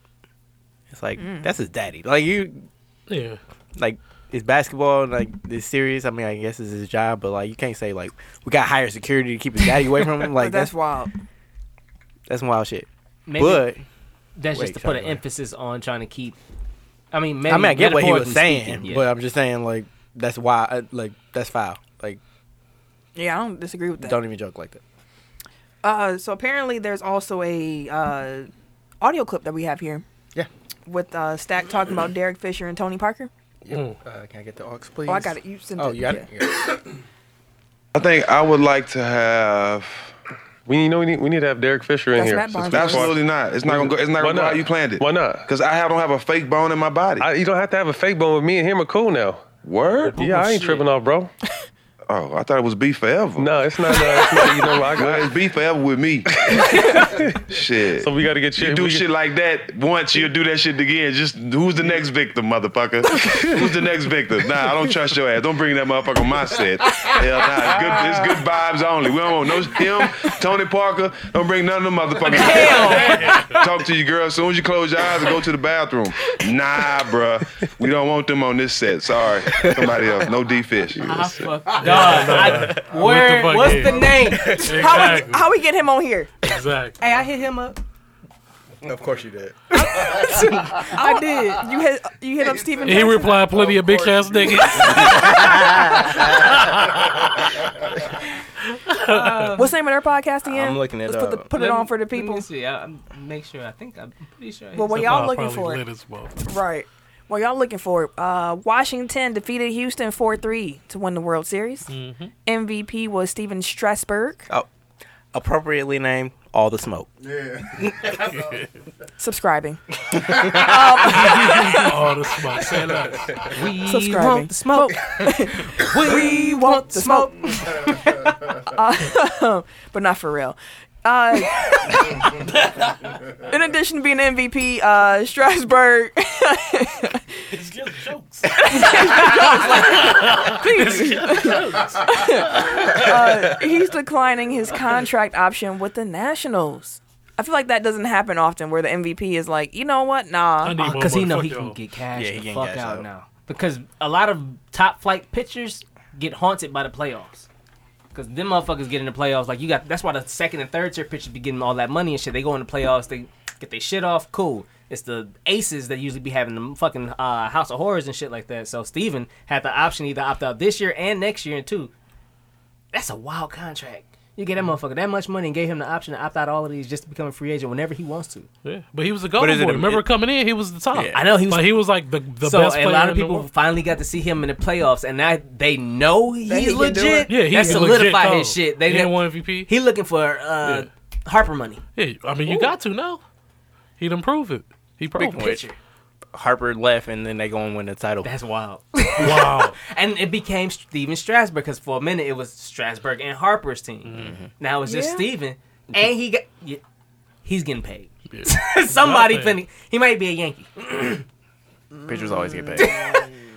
[SPEAKER 1] It's like that's his daddy. Like you,
[SPEAKER 3] Yeah.
[SPEAKER 1] like." It's basketball and like it's serious. I mean, I guess it's his job, but like you can't say like we got higher security to keep his daddy away from him. Like
[SPEAKER 2] that's
[SPEAKER 1] that's
[SPEAKER 2] wild.
[SPEAKER 1] that's wild shit.
[SPEAKER 4] Maybe
[SPEAKER 1] but
[SPEAKER 4] that's
[SPEAKER 1] wait,
[SPEAKER 4] just to put
[SPEAKER 1] sorry,
[SPEAKER 4] an
[SPEAKER 1] go ahead.
[SPEAKER 4] emphasis on trying to keep. I mean, maybe
[SPEAKER 1] I mean, I get what he was
[SPEAKER 4] metaphorically
[SPEAKER 1] saying,
[SPEAKER 4] speaking, yeah.
[SPEAKER 1] but I'm just saying like that's why, I, like that's foul. Like
[SPEAKER 2] Yeah, I don't disagree with that.
[SPEAKER 1] don't even joke like that.
[SPEAKER 2] Uh, so apparently, there's also a uh, audio clip that we have here.
[SPEAKER 6] Yeah.
[SPEAKER 2] With uh, Stack talking about Derek Fisher and Tony Parker.
[SPEAKER 6] Uh, can I get the aux, please?
[SPEAKER 2] Oh, I got it. You sent
[SPEAKER 1] Oh,
[SPEAKER 2] it.
[SPEAKER 1] you got
[SPEAKER 2] Yeah.
[SPEAKER 1] it.
[SPEAKER 7] I think I would like to have.
[SPEAKER 8] We need, no, we need we need to have Derek Fisher in
[SPEAKER 2] That's
[SPEAKER 8] here.
[SPEAKER 2] Matt Barnes.
[SPEAKER 8] That's why-
[SPEAKER 7] Absolutely not. It's not gonna go. It's not
[SPEAKER 8] Why
[SPEAKER 7] gonna go
[SPEAKER 8] not?
[SPEAKER 7] how you planned it.
[SPEAKER 8] Why not?
[SPEAKER 7] Because I have- don't have a fake bone in my body.
[SPEAKER 8] I, you don't have to have a fake bone with me and him are cool now.
[SPEAKER 7] Word.
[SPEAKER 8] yeah, I
[SPEAKER 4] shit.
[SPEAKER 8] ain't tripping off, bro.
[SPEAKER 7] Oh, I thought it was beef forever.
[SPEAKER 8] No, it's not. Uh, it's not you know, I,
[SPEAKER 7] Well,
[SPEAKER 8] I,
[SPEAKER 7] it's beef forever with me. shit.
[SPEAKER 8] so we got to get
[SPEAKER 7] you
[SPEAKER 8] shit.
[SPEAKER 7] do
[SPEAKER 8] we,
[SPEAKER 7] shit like that once, you'll do that shit again. Just who's the next victim, motherfucker? who's the next victim? Nah, I don't trust your ass. Don't bring that motherfucker on my set. Hell nah, it's good, it's good vibes only. We don't want no him, Tony Parker. Don't bring none of them motherfuckers. Talk to your girl as soon as you close your eyes and go to the bathroom. Nah, bruh. We don't want them on this set. Sorry. Somebody else. No D fish.
[SPEAKER 4] I fuck, dog. I, where?
[SPEAKER 3] fuck
[SPEAKER 4] What's
[SPEAKER 3] is?
[SPEAKER 4] the name?
[SPEAKER 2] How we,
[SPEAKER 3] Exactly.
[SPEAKER 2] how we get him on here?
[SPEAKER 3] exactly.
[SPEAKER 4] hey, I hit him up.
[SPEAKER 6] Of course you did.
[SPEAKER 2] I did. You hit you hit up Stephen.
[SPEAKER 3] He
[SPEAKER 2] Jackson?
[SPEAKER 3] replied plenty of, bitch ass niggas.
[SPEAKER 2] What's the name of their podcast again?
[SPEAKER 6] I'm looking it
[SPEAKER 2] Let's put, the,
[SPEAKER 6] up.
[SPEAKER 2] put it on for the people.
[SPEAKER 4] Let me see. I, I make sure. I think I'm pretty sure. I
[SPEAKER 2] Well,
[SPEAKER 4] hit
[SPEAKER 2] when y'all
[SPEAKER 3] I'll
[SPEAKER 2] looking
[SPEAKER 3] probably
[SPEAKER 2] for it,
[SPEAKER 3] lit as well.
[SPEAKER 2] Right. Well, y'all looking for it. Uh, Washington defeated Houston 4 3 to win the World Series. MVP was Steven Strasburg.
[SPEAKER 1] Appropriately named All the Smoke.
[SPEAKER 2] Subscribing.
[SPEAKER 3] Oh, this is my say less.
[SPEAKER 4] something. We
[SPEAKER 2] Subscribing.
[SPEAKER 4] want the smoke.
[SPEAKER 2] we want the smoke. Uh, but not for real. Uh, in addition to being MVP, uh, Strasburg.
[SPEAKER 3] It's just jokes.
[SPEAKER 2] uh, he's declining his contract option with the Nationals. I feel like that doesn't happen often where the MVP is like, you know what? Nah.
[SPEAKER 4] Because Uh, he know he can get cash
[SPEAKER 1] Yeah, he
[SPEAKER 4] the
[SPEAKER 1] can
[SPEAKER 4] fuck
[SPEAKER 1] cash
[SPEAKER 4] out
[SPEAKER 1] out.
[SPEAKER 4] now. Because a lot of top flight pitchers get haunted by the playoffs. Because them motherfuckers get in the playoffs. Like you got that's why the second and third tier pitchers be getting all that money and shit. They go in the playoffs, they get their shit off, cool. It's the aces that usually be having the fucking uh, House of Horrors and shit like that. So Steven had the option to either opt out this year and next year and two. That's a wild contract. You get that motherfucker that much money and gave him the option to opt out all of these just to become a free agent whenever he wants to.
[SPEAKER 3] Yeah, but he was a golden
[SPEAKER 1] But is it
[SPEAKER 3] boy.
[SPEAKER 1] a-
[SPEAKER 3] Remember
[SPEAKER 1] it-
[SPEAKER 3] coming in, he was the top.
[SPEAKER 1] Yeah.
[SPEAKER 4] I know, he was-
[SPEAKER 3] Like, he was like the the
[SPEAKER 4] so
[SPEAKER 3] best
[SPEAKER 4] a
[SPEAKER 3] player.
[SPEAKER 4] lot of
[SPEAKER 3] in the
[SPEAKER 4] people
[SPEAKER 3] world.
[SPEAKER 4] finally got to see him in the playoffs, and now they know he's
[SPEAKER 6] he can do
[SPEAKER 4] legit.
[SPEAKER 6] it.
[SPEAKER 3] Yeah, he
[SPEAKER 4] that
[SPEAKER 3] was legit
[SPEAKER 4] solidified
[SPEAKER 3] cold.
[SPEAKER 4] his shit. They
[SPEAKER 3] he
[SPEAKER 4] didn't
[SPEAKER 3] done won MVP.
[SPEAKER 4] He looking for uh, Harper money.
[SPEAKER 3] yeah, I mean, you got to now. He done prove it. He
[SPEAKER 1] Big
[SPEAKER 3] proved it.
[SPEAKER 1] which Harper left, and then they go and win the title.
[SPEAKER 4] That's wild.
[SPEAKER 3] Wow.
[SPEAKER 4] and it became Steven Strasburg because for a minute it was Strasburg and Harper's team.
[SPEAKER 3] Mm-hmm.
[SPEAKER 4] Now it's just
[SPEAKER 2] Yeah.
[SPEAKER 4] Steven, and he got yeah, he's getting paid.
[SPEAKER 3] Yeah.
[SPEAKER 4] Somebody
[SPEAKER 3] Nothing.
[SPEAKER 4] finna he might be a Yankee.
[SPEAKER 1] Pitchers always get paid.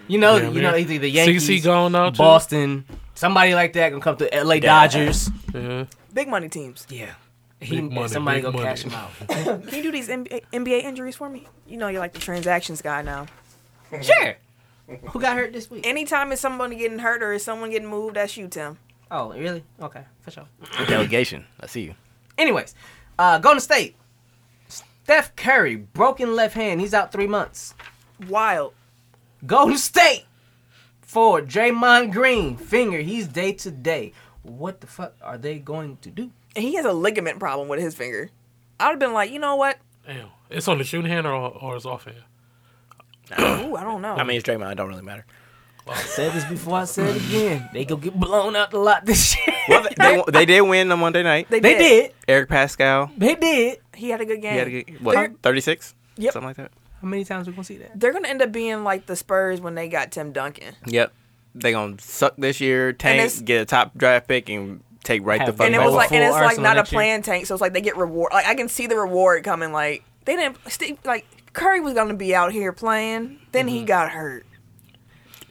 [SPEAKER 4] You know,
[SPEAKER 3] Yeah,
[SPEAKER 4] you
[SPEAKER 3] man.
[SPEAKER 4] know either the Yankees,
[SPEAKER 3] CC gone now too.
[SPEAKER 4] Boston, somebody like that can come to L.A. Dodgers.
[SPEAKER 3] Yeah.
[SPEAKER 2] Big money teams.
[SPEAKER 4] Yeah. He,
[SPEAKER 3] Big money,
[SPEAKER 4] somebody
[SPEAKER 3] big
[SPEAKER 4] go
[SPEAKER 3] money.
[SPEAKER 4] cash him out.
[SPEAKER 2] Can you do these NBA, NBA injuries for me? You know, you're like the transactions guy now.
[SPEAKER 4] sure. Who got hurt this week?
[SPEAKER 2] Anytime it's somebody getting hurt or is someone getting moved, that's you, Tim.
[SPEAKER 4] Oh, really? Okay, for sure.
[SPEAKER 1] Delegation. I see you.
[SPEAKER 4] Anyways, uh, Golden State. Steph Curry, broken left hand. He's out three months.
[SPEAKER 2] Wild.
[SPEAKER 4] Golden State. For Draymond Green, finger. He's day to day. What the fuck are they going to do?
[SPEAKER 2] And he has a ligament problem with his finger. I'd have been like, you know what?
[SPEAKER 3] Damn. It's on the shooting hand or, or it's offhand?
[SPEAKER 2] Ooh, I don't know.
[SPEAKER 1] I mean, it's Draymond. It don't really matter.
[SPEAKER 4] I said this before. I said it again. They go get blown out the lot this year.
[SPEAKER 1] Well, they, they did win on Monday night.
[SPEAKER 4] They did.
[SPEAKER 1] Eric Pascal.
[SPEAKER 4] They did.
[SPEAKER 2] He had a good game.
[SPEAKER 1] He had a good, what, 36?
[SPEAKER 2] Yep.
[SPEAKER 1] Something like that.
[SPEAKER 4] How many times we gonna see that?
[SPEAKER 2] They're gonna end up being like the Spurs when they got Tim Duncan,
[SPEAKER 1] Yep. They gonna suck this year,
[SPEAKER 2] it's-
[SPEAKER 1] tank, get a top draft pick, and take right the
[SPEAKER 4] Have-
[SPEAKER 1] fuck
[SPEAKER 2] and it
[SPEAKER 4] Like,
[SPEAKER 2] was
[SPEAKER 1] over.
[SPEAKER 2] like, and
[SPEAKER 4] full
[SPEAKER 2] it's like
[SPEAKER 4] Arsenal
[SPEAKER 2] not a
[SPEAKER 4] next year.
[SPEAKER 2] plan tank, so it's like they get reward. Like I can see the reward coming. Like they didn't. Steve, like Curry was gonna be out here playing, then he got hurt.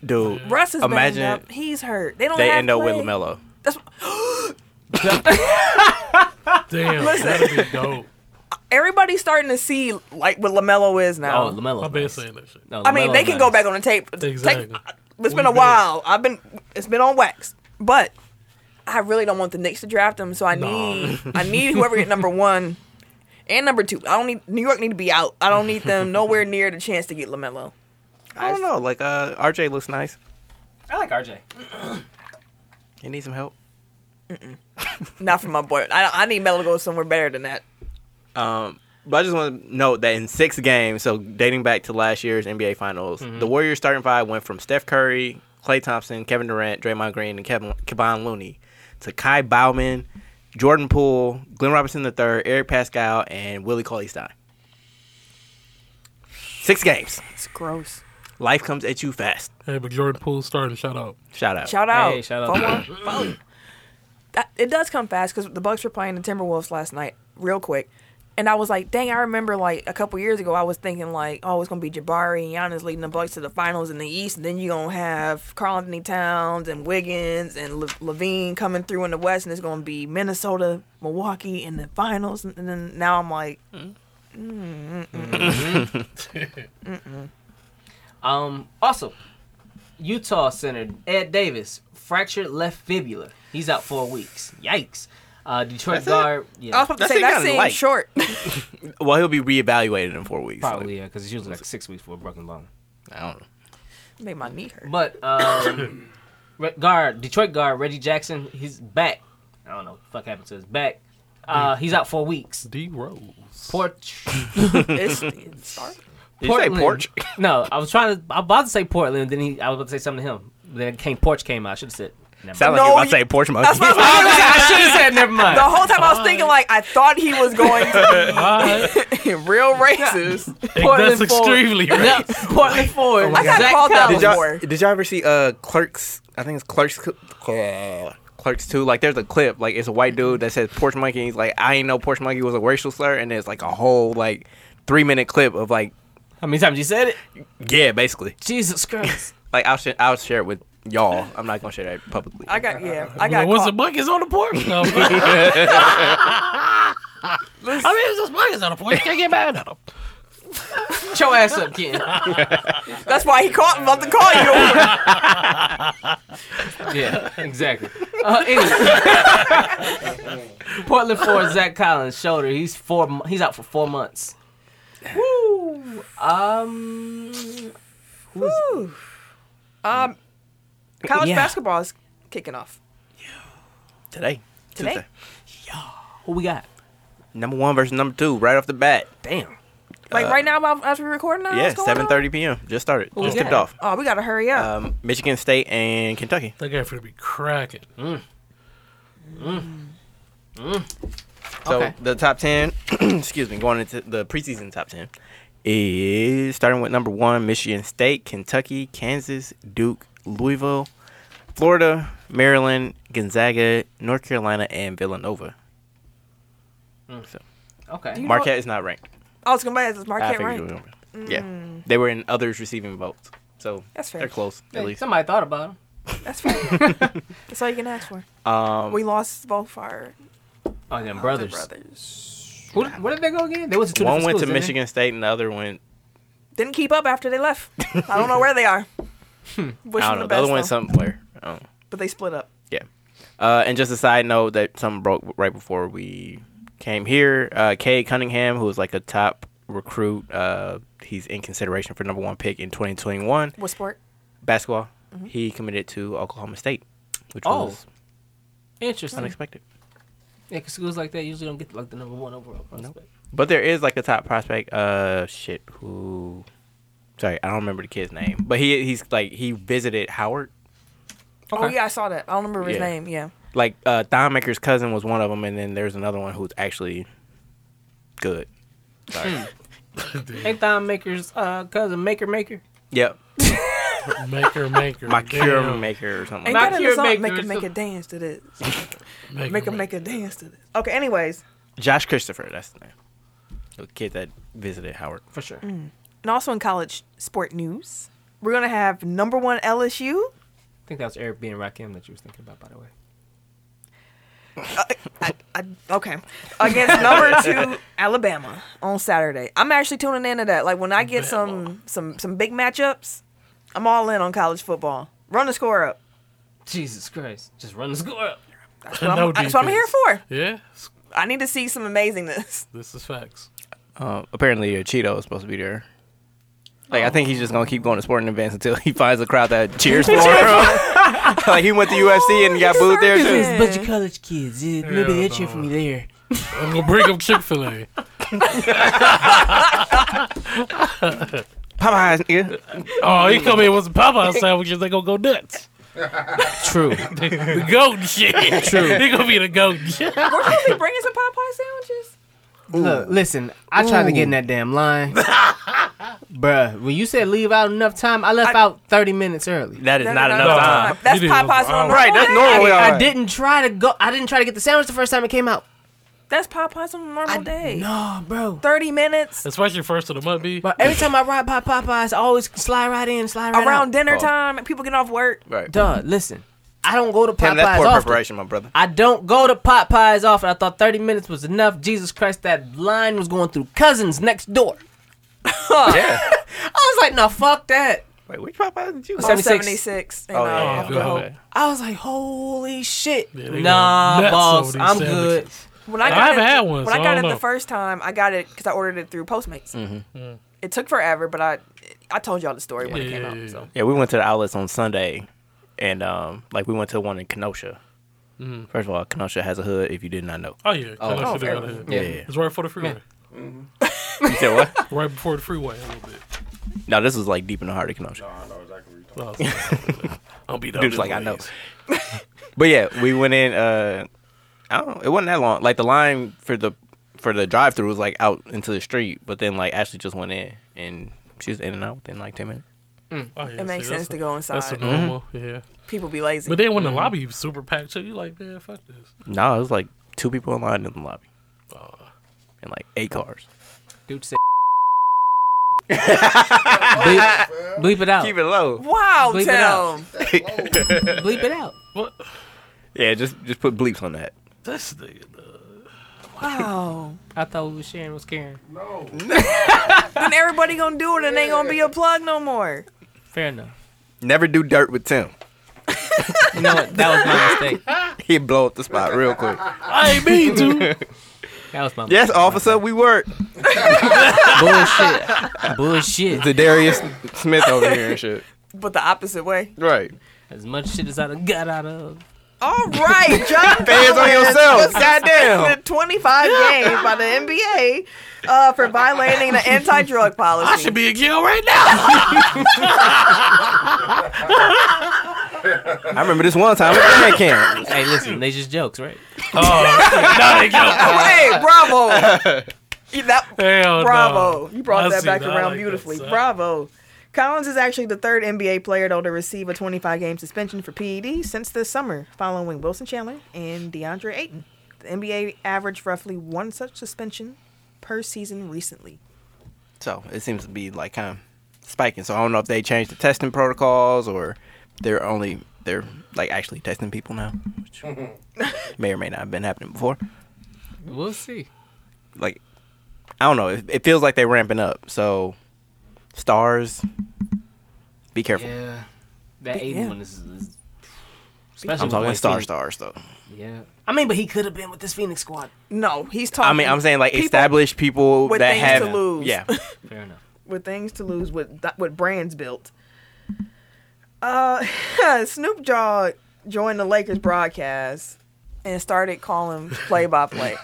[SPEAKER 1] dude.
[SPEAKER 2] Russ is
[SPEAKER 1] Mm-hmm. Imagine
[SPEAKER 2] Imagine up. He's hurt. They don't.
[SPEAKER 1] they
[SPEAKER 2] have
[SPEAKER 1] end up with
[SPEAKER 2] play.
[SPEAKER 1] Lamelo.
[SPEAKER 2] That's
[SPEAKER 3] Damn. That'd be dope.
[SPEAKER 2] everybody's starting to see like what Lamelo is now.
[SPEAKER 4] Oh, Lamelo.
[SPEAKER 3] I've been saying that shit.
[SPEAKER 2] I mean, they can go back on the tape. Take-
[SPEAKER 3] Exactly.
[SPEAKER 2] It's
[SPEAKER 3] We
[SPEAKER 2] been a
[SPEAKER 3] been-
[SPEAKER 2] while. I've been it's been on wax, but I really don't want the Knicks to draft him. So I
[SPEAKER 3] No.
[SPEAKER 2] need I need whoever get number one and number two. I don't need New York need to be out. I don't need them nowhere near the chance to get Lamelo.
[SPEAKER 1] I don't know. Like uh, RJ looks nice.
[SPEAKER 4] I like RJ.
[SPEAKER 1] He needs some help.
[SPEAKER 2] Not for my boy. I I need Melo to go somewhere better than that.
[SPEAKER 1] Um, but I just want to note that in six games, so dating back to last year's NBA Finals, the Warriors starting five went from Steph Curry, Klay Thompson, Kevin Durant, Draymond Green, and Kevin Kevon Looney to Kai Bauman, Jordan Poole, Glenn Robinson III, Eric Pascal, and Willie Cauley Stein. Six games.
[SPEAKER 2] It's gross.
[SPEAKER 1] Life comes at you fast.
[SPEAKER 3] Hey, but Jordan Poole starting. Shout out.
[SPEAKER 1] Shout out.
[SPEAKER 2] Shout out.
[SPEAKER 4] Hey, shout out.
[SPEAKER 2] Fomo. Foley. That- it does come fast because the Bucks were playing the Timberwolves last night, real quick. And I was like, dang, I remember like a couple years ago, I was thinking like, oh, it's gonna be Jabari and Giannis leading the Bucks to the finals in the East, and then you are gonna have Carl Anthony Towns and Wiggins and Le- Levine coming through in the West, and it's gonna be Minnesota, Milwaukee in the finals. And then now I'm like,
[SPEAKER 4] Hmm. Um, also, Utah center Ed Davis fractured left fibula. He's out four weeks. Yikes. Uh, Detroit guard.
[SPEAKER 2] I
[SPEAKER 4] Yeah,
[SPEAKER 2] was supposed to say
[SPEAKER 1] That seemed
[SPEAKER 2] that
[SPEAKER 1] kinda
[SPEAKER 2] seems
[SPEAKER 1] light.
[SPEAKER 2] short.
[SPEAKER 1] Well, he'll be reevaluated in four weeks.
[SPEAKER 4] probably yeah, because it's usually like six weeks for a broken bone.
[SPEAKER 1] I don't know.
[SPEAKER 2] Made my knee hurt.
[SPEAKER 4] But um, re- guard Detroit guard Reggie Jackson. He's back. I don't know what the fuck happened to his back. Uh, he's out four weeks.
[SPEAKER 3] D Rose.
[SPEAKER 4] Porch.
[SPEAKER 2] It's, it's start.
[SPEAKER 1] Did you say porch?
[SPEAKER 4] no, I was trying to. I was about to say Portland. Then he, I was about to say something to him. Then it came porch came out. I should have said. Never
[SPEAKER 1] Sound
[SPEAKER 4] mind.
[SPEAKER 1] like you
[SPEAKER 2] No, you-
[SPEAKER 1] about to say porch
[SPEAKER 2] That's
[SPEAKER 1] monkey.
[SPEAKER 2] what I was
[SPEAKER 4] I,
[SPEAKER 1] Oh
[SPEAKER 2] gonna say.
[SPEAKER 4] should have said never mind.
[SPEAKER 2] The whole time I was thinking, like, I thought he was going to
[SPEAKER 3] Alright.
[SPEAKER 2] be real racist.
[SPEAKER 3] That's
[SPEAKER 4] Portland
[SPEAKER 3] extremely right.
[SPEAKER 4] Yeah, Portland Ford.
[SPEAKER 2] I got called out
[SPEAKER 1] did y'all,
[SPEAKER 2] More.
[SPEAKER 1] did y'all ever see uh Clerks? I think it's Clerks. uh, Clerks two. Like there's a clip. Like it's a white dude that says porch monkey. And he's like, I ain't know porch monkey was a racial slur. And there's like a whole like three minute clip of like,
[SPEAKER 4] How many times you said it?
[SPEAKER 1] yeah, basically.
[SPEAKER 4] Jesus Christ.
[SPEAKER 1] Like I'll share, I'll share it with y'all. I'm not gonna share that publicly.
[SPEAKER 2] I got yeah. I got
[SPEAKER 3] What's the
[SPEAKER 2] called.
[SPEAKER 3] monkeys on the porch? No, I mean, it's just monkeys on the porch. You can't get mad at them.
[SPEAKER 4] Put your ass up, kid.
[SPEAKER 2] That's why he called. I'm about to call you. over.
[SPEAKER 4] Yeah, exactly. Uh, anyway. Portland Ford Zach Collins shoulder. He's four. mo- He's out for four months. Woo. Um.
[SPEAKER 2] Um, college
[SPEAKER 4] Yeah.
[SPEAKER 2] basketball is kicking off
[SPEAKER 1] Today,
[SPEAKER 2] today.
[SPEAKER 1] Tuesday.
[SPEAKER 4] Who we got?
[SPEAKER 1] number one versus number two, right off the bat.
[SPEAKER 4] Damn.
[SPEAKER 2] Like right now, while- as we're recording now.
[SPEAKER 1] Uh, Yeah,
[SPEAKER 2] what's going on?
[SPEAKER 1] seven thirty p.m. Just started.
[SPEAKER 4] Who
[SPEAKER 1] Just
[SPEAKER 4] we
[SPEAKER 1] tipped
[SPEAKER 4] got?
[SPEAKER 1] off.
[SPEAKER 2] Oh, we gotta hurry up.
[SPEAKER 1] Um, Michigan State and Kentucky.
[SPEAKER 3] That game for to be cracking.
[SPEAKER 1] So
[SPEAKER 4] Okay.
[SPEAKER 1] the top ten, excuse me, going into the preseason top ten is starting with number one: Michigan State, Kentucky, Kansas, Duke, Louisville, Florida, Maryland, Gonzaga, North Carolina, and Villanova.
[SPEAKER 4] Okay.
[SPEAKER 2] You know-
[SPEAKER 1] Marquette is not ranked.
[SPEAKER 2] I was gonna buy this
[SPEAKER 1] Uh, I
[SPEAKER 2] Marquette
[SPEAKER 1] figured it
[SPEAKER 2] rank.
[SPEAKER 1] was- Yeah, they were in others receiving votes, so
[SPEAKER 2] That's Mm. fair.
[SPEAKER 1] they're close at least.
[SPEAKER 4] Somebody thought about him.
[SPEAKER 2] That's fair. That's all you can ask for.
[SPEAKER 1] Um,
[SPEAKER 2] We lost both our
[SPEAKER 4] Oh, them
[SPEAKER 2] brothers.
[SPEAKER 4] brothers.
[SPEAKER 2] brothers.
[SPEAKER 4] Who, where did they go again? They went to two
[SPEAKER 1] one
[SPEAKER 4] different
[SPEAKER 1] went to
[SPEAKER 4] schools, didn't they?
[SPEAKER 1] Michigan State and the other went.
[SPEAKER 2] Didn't keep up after they left. I don't know where they are. Wish
[SPEAKER 1] I
[SPEAKER 2] them the
[SPEAKER 1] don't know. The other
[SPEAKER 2] best.
[SPEAKER 1] one
[SPEAKER 2] though.
[SPEAKER 1] went somewhere. I don't know.
[SPEAKER 2] but they split up.
[SPEAKER 1] Yeah. Uh, and just a side note that something broke right before we came here. Uh, Kay Cunningham, who was like a top recruit, uh, he's in consideration for number one pick in 2021
[SPEAKER 2] What sport?
[SPEAKER 1] basketball.
[SPEAKER 2] Mm-hmm.
[SPEAKER 1] He committed to Oklahoma State, which
[SPEAKER 4] Oh.
[SPEAKER 1] was
[SPEAKER 4] Interesting. Yeah,
[SPEAKER 1] unexpected.
[SPEAKER 4] 'cause schools like that usually don't get like the number one overall prospect.
[SPEAKER 1] But there is like a top prospect. Uh, shit, who? Sorry, I don't remember the kid's name. But he he's like he visited Howard.
[SPEAKER 2] Oh yeah, I saw that. I don't remember his
[SPEAKER 1] Yeah.
[SPEAKER 2] name. Yeah.
[SPEAKER 1] Like uh, Thonmaker's cousin was one of them, and then there's another one who's actually good. Sorry.
[SPEAKER 4] Ain't Thon Maker's uh, cousin Maker Maker?
[SPEAKER 1] yep.
[SPEAKER 3] Maker, maker.
[SPEAKER 1] my cure
[SPEAKER 3] damn.
[SPEAKER 1] maker or something.
[SPEAKER 2] Ain't
[SPEAKER 1] Like
[SPEAKER 4] Not
[SPEAKER 2] that in the
[SPEAKER 4] your
[SPEAKER 2] song?
[SPEAKER 4] maker,
[SPEAKER 2] Make her
[SPEAKER 4] it's
[SPEAKER 2] make
[SPEAKER 4] a-
[SPEAKER 2] a dance to this.
[SPEAKER 3] Maker,
[SPEAKER 2] Make her make a dance to this. Okay. Anyways,
[SPEAKER 1] that. Josh Christopher, that's the name. The kid that visited Howard.
[SPEAKER 4] For sure.
[SPEAKER 2] and also in college sport news, we're gonna have number one LSU.
[SPEAKER 4] I think that was Eric B and Rakim that you was thinking about, by the way.
[SPEAKER 2] uh, I, okay. Against number two Alabama on Saturday. I'm actually tuning into that. Like when I get some some some big matchups, I'm all in on college football. Run the score up.
[SPEAKER 4] Jesus Christ. Just run the score up.
[SPEAKER 2] That's what,
[SPEAKER 3] No
[SPEAKER 2] I'm, that's what I'm here
[SPEAKER 3] defense.
[SPEAKER 2] for.
[SPEAKER 3] Yeah, s-
[SPEAKER 2] I need to see some amazingness.
[SPEAKER 3] this is facts.
[SPEAKER 1] Uh, apparently, a Cheeto is supposed to be there. Like, I think he's just going to keep going to sporting events until he finds a crowd that cheers for him. like, he went to UFC and got booed there, too.
[SPEAKER 2] It's a bunch of
[SPEAKER 4] college kids.
[SPEAKER 3] maybe they'll cheer for me
[SPEAKER 4] there.
[SPEAKER 3] I'm gonna bring up Chick Fil A.
[SPEAKER 1] Popeyes, nigga.
[SPEAKER 3] Oh, he come in with some Popeye sandwiches. They gonna go nuts.
[SPEAKER 4] True.
[SPEAKER 3] The goat and shit. True. He gonna be the goat. and shit.
[SPEAKER 2] We're supposed to be bringing some Popeye sandwiches.
[SPEAKER 4] Look, listen, I tried to get in that damn line. Bruh, when you said leave out enough time, I left
[SPEAKER 2] I-
[SPEAKER 4] out 30 minutes early.
[SPEAKER 1] That is
[SPEAKER 2] No, no,
[SPEAKER 1] not
[SPEAKER 2] no,
[SPEAKER 1] enough
[SPEAKER 2] no, no, no.
[SPEAKER 1] time.
[SPEAKER 2] That's
[SPEAKER 3] You didn't-
[SPEAKER 2] Popeye's on the
[SPEAKER 1] Right,
[SPEAKER 2] normal
[SPEAKER 1] that's
[SPEAKER 2] day.
[SPEAKER 1] normally all
[SPEAKER 4] I
[SPEAKER 1] right.
[SPEAKER 4] didn't try to go, I didn't try to get the sandwich the first time it came out.
[SPEAKER 2] That's Popeye's on a normal day.
[SPEAKER 4] No, bro.
[SPEAKER 2] Thirty minutes
[SPEAKER 3] Especially first of the month, B.
[SPEAKER 4] But every time I ride by Popeyes, I always slide right in, slide right
[SPEAKER 2] around
[SPEAKER 4] out.
[SPEAKER 2] dinner
[SPEAKER 1] Oh.
[SPEAKER 2] time, and people get off work.
[SPEAKER 1] Right.
[SPEAKER 4] Duh, listen, I don't go to Popeyes
[SPEAKER 1] Damn, that's poor
[SPEAKER 4] often.
[SPEAKER 1] preparation, my brother.
[SPEAKER 4] I don't go to Popeyes often. I thought 30 minutes was enough. Jesus Christ, that line was going through cousins next door.
[SPEAKER 1] yeah.
[SPEAKER 4] I was like, no, fuck that.
[SPEAKER 1] Wait, which Popeyes did you
[SPEAKER 2] On
[SPEAKER 1] go?
[SPEAKER 4] 76.
[SPEAKER 2] 76 and,
[SPEAKER 1] Oh,
[SPEAKER 2] uh,
[SPEAKER 1] yeah.
[SPEAKER 2] off
[SPEAKER 3] Oh,
[SPEAKER 2] the whole-
[SPEAKER 3] God.
[SPEAKER 4] I was like, holy shit.
[SPEAKER 3] Yeah, they
[SPEAKER 4] nah,
[SPEAKER 3] going nuts
[SPEAKER 4] boss,
[SPEAKER 3] over these
[SPEAKER 4] I'm good.
[SPEAKER 3] sandwiches.
[SPEAKER 2] When I
[SPEAKER 3] I
[SPEAKER 2] got
[SPEAKER 3] haven't
[SPEAKER 2] it,
[SPEAKER 3] had one,
[SPEAKER 2] When
[SPEAKER 3] so
[SPEAKER 2] I
[SPEAKER 3] I
[SPEAKER 2] got
[SPEAKER 3] don't
[SPEAKER 2] it
[SPEAKER 3] know. Mm-hmm.
[SPEAKER 2] the first time, I got it because I ordered it through Postmates.
[SPEAKER 1] Mm-hmm.
[SPEAKER 2] It took forever, but I I told y'all the story when it
[SPEAKER 3] Yeah,
[SPEAKER 2] came
[SPEAKER 3] yeah,
[SPEAKER 2] out.
[SPEAKER 3] yeah,
[SPEAKER 2] So
[SPEAKER 1] Yeah, we went to the outlets on Sunday, and, um, like, we went to one in Kenosha. First of all, Kenosha has a hood. If you did not know,
[SPEAKER 3] Oh yeah, Kenosha
[SPEAKER 2] Oh,
[SPEAKER 3] they
[SPEAKER 2] fair.
[SPEAKER 3] got a hood.
[SPEAKER 1] yeah.
[SPEAKER 3] It's right before the freeway.
[SPEAKER 1] you said what?
[SPEAKER 3] Right before the freeway, a little bit.
[SPEAKER 1] No, this is like deep in the heart of Kenosha.
[SPEAKER 3] So I was like, I'll be
[SPEAKER 1] Dude's like, I know. but yeah, we went in. Uh, I don't. It wasn't that long. Like the line for the for the drive through was like out into the street, but then like Ashley just went in and she was in and out within like ten minutes.
[SPEAKER 3] Oh, yeah,
[SPEAKER 2] It makes
[SPEAKER 3] see, that's
[SPEAKER 2] sense
[SPEAKER 3] a-
[SPEAKER 2] to go Mm-hmm.
[SPEAKER 3] That's a
[SPEAKER 2] inside.
[SPEAKER 3] normal,
[SPEAKER 4] Mm-hmm.
[SPEAKER 3] yeah.
[SPEAKER 2] People be lazy.
[SPEAKER 3] But then when the lobby was super packed, too, you like, man, fuck this.
[SPEAKER 1] No, it was like two people in line in the lobby, and like eight cars.
[SPEAKER 4] Dude said. bleep, bleep it out.
[SPEAKER 1] it low.
[SPEAKER 2] wow,
[SPEAKER 4] Bleep it
[SPEAKER 2] tell 'em.
[SPEAKER 4] Bleep it out.
[SPEAKER 3] What?
[SPEAKER 1] Yeah, just just put bleeps on that.
[SPEAKER 3] This nigga. though.
[SPEAKER 2] Wow.
[SPEAKER 4] I thought we was sharing was Karen.
[SPEAKER 2] then everybody gonna do it and ain't gonna be a plug no more.
[SPEAKER 4] Fair enough.
[SPEAKER 1] Never do dirt with Tim.
[SPEAKER 4] You know what? That was my mistake.
[SPEAKER 1] He blow up the spot real quick.
[SPEAKER 3] I ain't mean to.
[SPEAKER 4] That was my
[SPEAKER 1] Yes,
[SPEAKER 4] mistake.
[SPEAKER 1] officer, we work.
[SPEAKER 4] Bullshit. Bullshit.
[SPEAKER 1] The Darius Smith over here and shit.
[SPEAKER 2] But the opposite way.
[SPEAKER 1] Right.
[SPEAKER 4] As much shit as I done got out of.
[SPEAKER 2] All right, John.
[SPEAKER 1] Fans on yourself. Goddamn.
[SPEAKER 2] The 25 games by the NBA uh, for violating the anti-drug policy.
[SPEAKER 3] I should be in jail right now.
[SPEAKER 1] I remember this one time at band camp.
[SPEAKER 4] Hey, listen, they just jokes, right?
[SPEAKER 2] Oh, hey, bravo. You- that-
[SPEAKER 3] Hell
[SPEAKER 2] bravo.
[SPEAKER 3] Oh, no.
[SPEAKER 2] You brought
[SPEAKER 3] I
[SPEAKER 2] that
[SPEAKER 3] see
[SPEAKER 2] back
[SPEAKER 3] that. I
[SPEAKER 2] around
[SPEAKER 3] like that
[SPEAKER 2] beautifully.
[SPEAKER 3] stuff.
[SPEAKER 2] bravo. Collins is actually the third NBA player, though, to receive a 25 game suspension for PED since this summer, following Wilson Chandler and DeAndre Ayton. The NBA averaged roughly one such suspension per season recently.
[SPEAKER 1] So it seems to be like kind of spiking. So I don't know if they changed the testing protocols or they're only they're like actually testing people now, which may or may not have been happening before.
[SPEAKER 4] We'll see.
[SPEAKER 1] Like I don't know. It, it feels like they're ramping up. So stars, be careful.
[SPEAKER 4] Yeah. That
[SPEAKER 2] But
[SPEAKER 4] Aiden
[SPEAKER 2] yeah.
[SPEAKER 4] one is. is especially
[SPEAKER 1] I'm talking
[SPEAKER 4] with
[SPEAKER 1] star
[SPEAKER 4] Phoenix.
[SPEAKER 1] stars though.
[SPEAKER 4] Yeah. I mean, but he could have been with this Phoenix squad.
[SPEAKER 2] No, he's talking.
[SPEAKER 1] I mean, I'm saying like
[SPEAKER 2] people
[SPEAKER 1] established people
[SPEAKER 2] with
[SPEAKER 1] that
[SPEAKER 2] things
[SPEAKER 1] have
[SPEAKER 2] to lose.
[SPEAKER 1] yeah.
[SPEAKER 4] Fair enough.
[SPEAKER 2] with things to lose with th- with brands built. Uh, Snoop Dogg joined the Lakers broadcast and started calling play by play.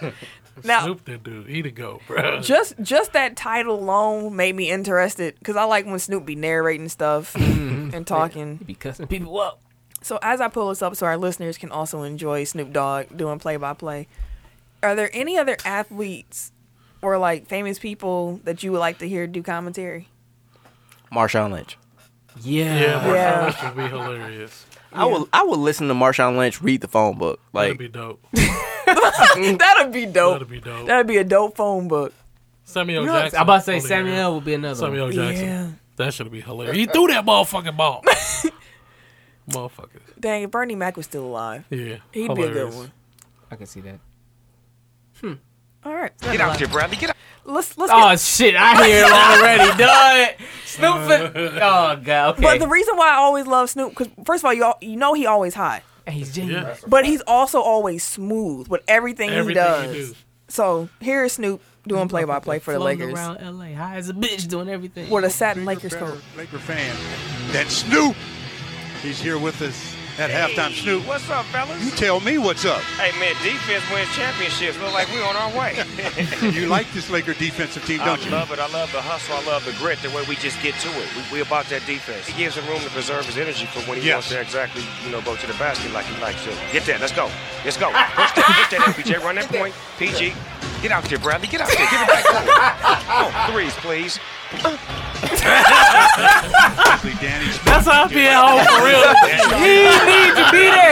[SPEAKER 2] Now,
[SPEAKER 3] Snoop that dude. He to go, bro.
[SPEAKER 2] just just that title alone made me interested because I like when Snoop be narrating stuff and talking.
[SPEAKER 4] He be cussing people up.
[SPEAKER 2] So as I pull this up, so our listeners can also enjoy Snoop Dogg doing play by play. Are there any other athletes or like famous people that you would like to hear do commentary?
[SPEAKER 1] Marshawn Lynch.
[SPEAKER 4] Yeah.
[SPEAKER 3] Yeah, Marshawn
[SPEAKER 2] Yeah.
[SPEAKER 3] Lynch would be hilarious.
[SPEAKER 1] I will I will listen to Marshawn Lynch read the phone book.
[SPEAKER 3] That'd
[SPEAKER 1] Like
[SPEAKER 3] be dope.
[SPEAKER 2] That'd be dope.
[SPEAKER 3] That'd be dope.
[SPEAKER 2] That'd be a dope phone book.
[SPEAKER 3] Samuel
[SPEAKER 2] You know,
[SPEAKER 3] Jackson.
[SPEAKER 4] I'm about to say
[SPEAKER 3] Oh, yeah.
[SPEAKER 4] Samuel would be another. one.
[SPEAKER 3] Samuel Jackson.
[SPEAKER 2] Yeah.
[SPEAKER 3] That should be hilarious. He threw that motherfucking ball. Motherfucker.
[SPEAKER 2] Dang, if Bernie Mac was still alive,
[SPEAKER 3] Yeah.
[SPEAKER 2] he'd be a good
[SPEAKER 3] hilarious.
[SPEAKER 2] one.
[SPEAKER 4] I can see that.
[SPEAKER 2] All right,
[SPEAKER 9] Get out here, Bradley. Get out.
[SPEAKER 2] let's let's.
[SPEAKER 4] Oh
[SPEAKER 2] get,
[SPEAKER 4] shit! I hear it already. Done. Snoop. fin- Oh god. Okay.
[SPEAKER 2] but the reason why I always love Snoop, because first of all, you al- you know he always hot,
[SPEAKER 4] And he's genuine.
[SPEAKER 3] Yeah.
[SPEAKER 2] but he's also always smooth with everything, he
[SPEAKER 3] Everything
[SPEAKER 2] does.
[SPEAKER 3] you do.
[SPEAKER 2] So here is Snoop doing play by play for the
[SPEAKER 4] Floating
[SPEAKER 2] Lakers
[SPEAKER 4] around LA, high as a bitch, doing everything.
[SPEAKER 2] with a satin Lakers coat.
[SPEAKER 10] Laker fan. That Snoop. He's here with us at halftime. Snoop,
[SPEAKER 9] What's up, fellas?
[SPEAKER 10] you tell me what's up.
[SPEAKER 9] Hey, man, defense wins championships. Look like we on our way.
[SPEAKER 10] You like this Laker defensive team, don't
[SPEAKER 9] I
[SPEAKER 10] you?
[SPEAKER 9] love it. I love the hustle. I love the grit. The way we just get to it. We, we about that defense. He gives him room to preserve his energy for when he
[SPEAKER 10] Yes.
[SPEAKER 9] wants to exactly, you know, go to the basket like he likes to. Get there. Let's go. Let's go. Push that, push that MPJ. Run that point. PG. Get out there, Bradley. Get out there. Give it back. Come on. Come on. Threes, please.
[SPEAKER 10] Danny Snoop.
[SPEAKER 3] That's how I feel at home for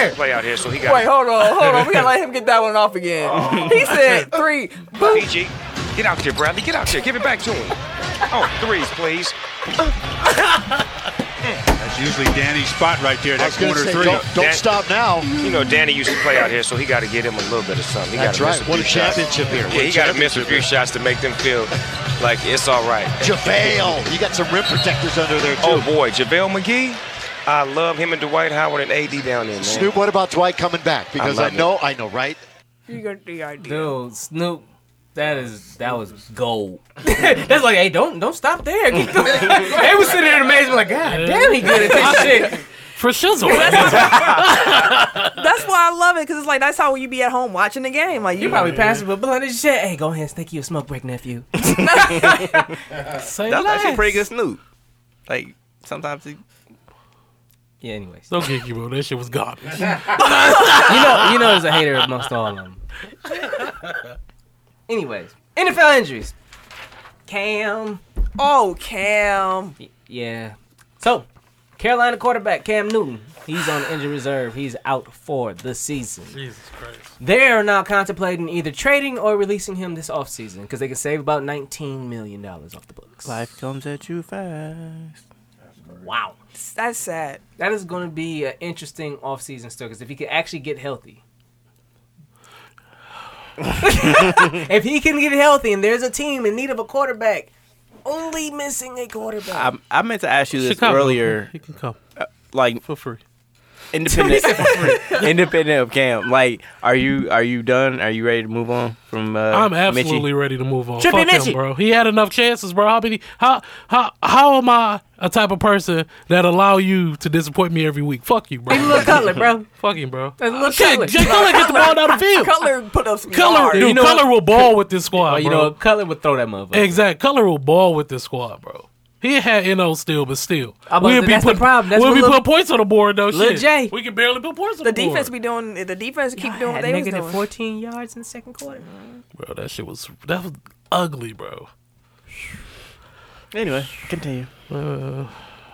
[SPEAKER 3] real.
[SPEAKER 9] Play out here, so he got
[SPEAKER 2] Wait, hold on, hold on. We gotta let him get that one off again. he said three. Boom.
[SPEAKER 9] PG. Get out there, Bradley. Get out there. Give it back to him. Oh, threes, please.
[SPEAKER 10] That's usually Danny's spot right there. That corner 3
[SPEAKER 9] That-
[SPEAKER 7] now.
[SPEAKER 9] You know, Danny used to play out here, so he got to get him a little bit of something. He
[SPEAKER 7] That's
[SPEAKER 9] gotta miss
[SPEAKER 7] right.
[SPEAKER 9] few
[SPEAKER 7] What a
[SPEAKER 9] shots.
[SPEAKER 7] championship here.
[SPEAKER 9] Yeah, he got to miss a few shots to make them feel like it's all right.
[SPEAKER 7] JaVale. You got some rim protectors under there, too.
[SPEAKER 9] Oh boy, JaVale McGee. I love him and Dwight Howard and AD down there, man.
[SPEAKER 7] Snoop, what about Dwight coming back? Because I,
[SPEAKER 9] love it.
[SPEAKER 7] know, I know, right?
[SPEAKER 2] You got the idea.
[SPEAKER 4] Dude, Snoop, that is that was gold. That's like, hey, don't don't stop there. Keep going. they was sitting there in amazement, like, God damn, he good at this shit.
[SPEAKER 3] for shizzle.
[SPEAKER 2] That's why I love it because it's like that's how you be at hhome watching the game. Like you
[SPEAKER 11] You
[SPEAKER 2] probably
[SPEAKER 11] probably passed it, but blended shit. Hey, go ahead and take you a smoke break, nephew.
[SPEAKER 3] Say
[SPEAKER 1] That's actually
[SPEAKER 3] less.
[SPEAKER 1] pretty good Snoop. Like sometimes he,
[SPEAKER 4] Yeah. Anyways,
[SPEAKER 3] Don't get you, bro. That shit was garbage.
[SPEAKER 4] you know, you know, there's a hater amongst all of them. Anyways,
[SPEAKER 11] NFL injuries. Cam.
[SPEAKER 2] oh Cam,
[SPEAKER 4] yeah. So, Carolina quarterback Cam Newton, he's on injury reserve. He's out for the season.
[SPEAKER 3] Jesus Christ.
[SPEAKER 4] They are now contemplating either trading or releasing him this offseason because they can save about $19 million off the books.
[SPEAKER 1] life comes at you fast.
[SPEAKER 4] wow.
[SPEAKER 2] that's sad.
[SPEAKER 4] That is going to be an interesting offseason still because if he can actually get healthy.
[SPEAKER 11] If he can get healthy and there's a team in need of a quarterback, only missing a quarterback.
[SPEAKER 1] I, I meant to ask you this
[SPEAKER 3] Chicago.
[SPEAKER 1] earlier,
[SPEAKER 3] He can come
[SPEAKER 1] like
[SPEAKER 3] for free.
[SPEAKER 1] independent, independent of Cam. Like, are you are you done? Are you ready to move on from? Uh,
[SPEAKER 3] I'm
[SPEAKER 1] Mitchie?
[SPEAKER 3] absolutely ready to move on.
[SPEAKER 11] Trippy
[SPEAKER 3] Fuck
[SPEAKER 11] Mitchie.
[SPEAKER 3] him, bro. He had enough chances, bro. How many? How how how am I a type of person that allow you to disappoint me every week? Fuck you, bro.
[SPEAKER 11] Look, Cutler, bro.
[SPEAKER 3] Fuck him, bro.
[SPEAKER 11] That's a little
[SPEAKER 3] Shit,
[SPEAKER 11] Cutler.
[SPEAKER 3] Jay Cutler get the ball down the field.
[SPEAKER 2] Color put up some
[SPEAKER 3] Oh, Cutler,
[SPEAKER 2] yards.
[SPEAKER 3] dude, Cutler will ball with this squad,
[SPEAKER 4] Oh, you
[SPEAKER 3] bro.
[SPEAKER 4] know, Cutler would throw that motherfucker.
[SPEAKER 3] Exact. Color will ball with this squad, bro. He had no still, but still,
[SPEAKER 4] I'm about to say, that's the
[SPEAKER 3] putting
[SPEAKER 4] problem. That's
[SPEAKER 3] we'll
[SPEAKER 4] what
[SPEAKER 3] be
[SPEAKER 4] Lil-
[SPEAKER 3] putting points on the board though.
[SPEAKER 4] Lil
[SPEAKER 3] Shit,
[SPEAKER 4] J.
[SPEAKER 3] we can barely put points on
[SPEAKER 2] The
[SPEAKER 3] the,
[SPEAKER 2] defense
[SPEAKER 3] board.
[SPEAKER 2] be doing. The defense keep doing what
[SPEAKER 4] Had
[SPEAKER 2] they was
[SPEAKER 4] negative
[SPEAKER 2] doing.
[SPEAKER 4] 14 yards in the second quarter.
[SPEAKER 3] bro. That shit was that was ugly, bro.
[SPEAKER 1] Anyway, continue.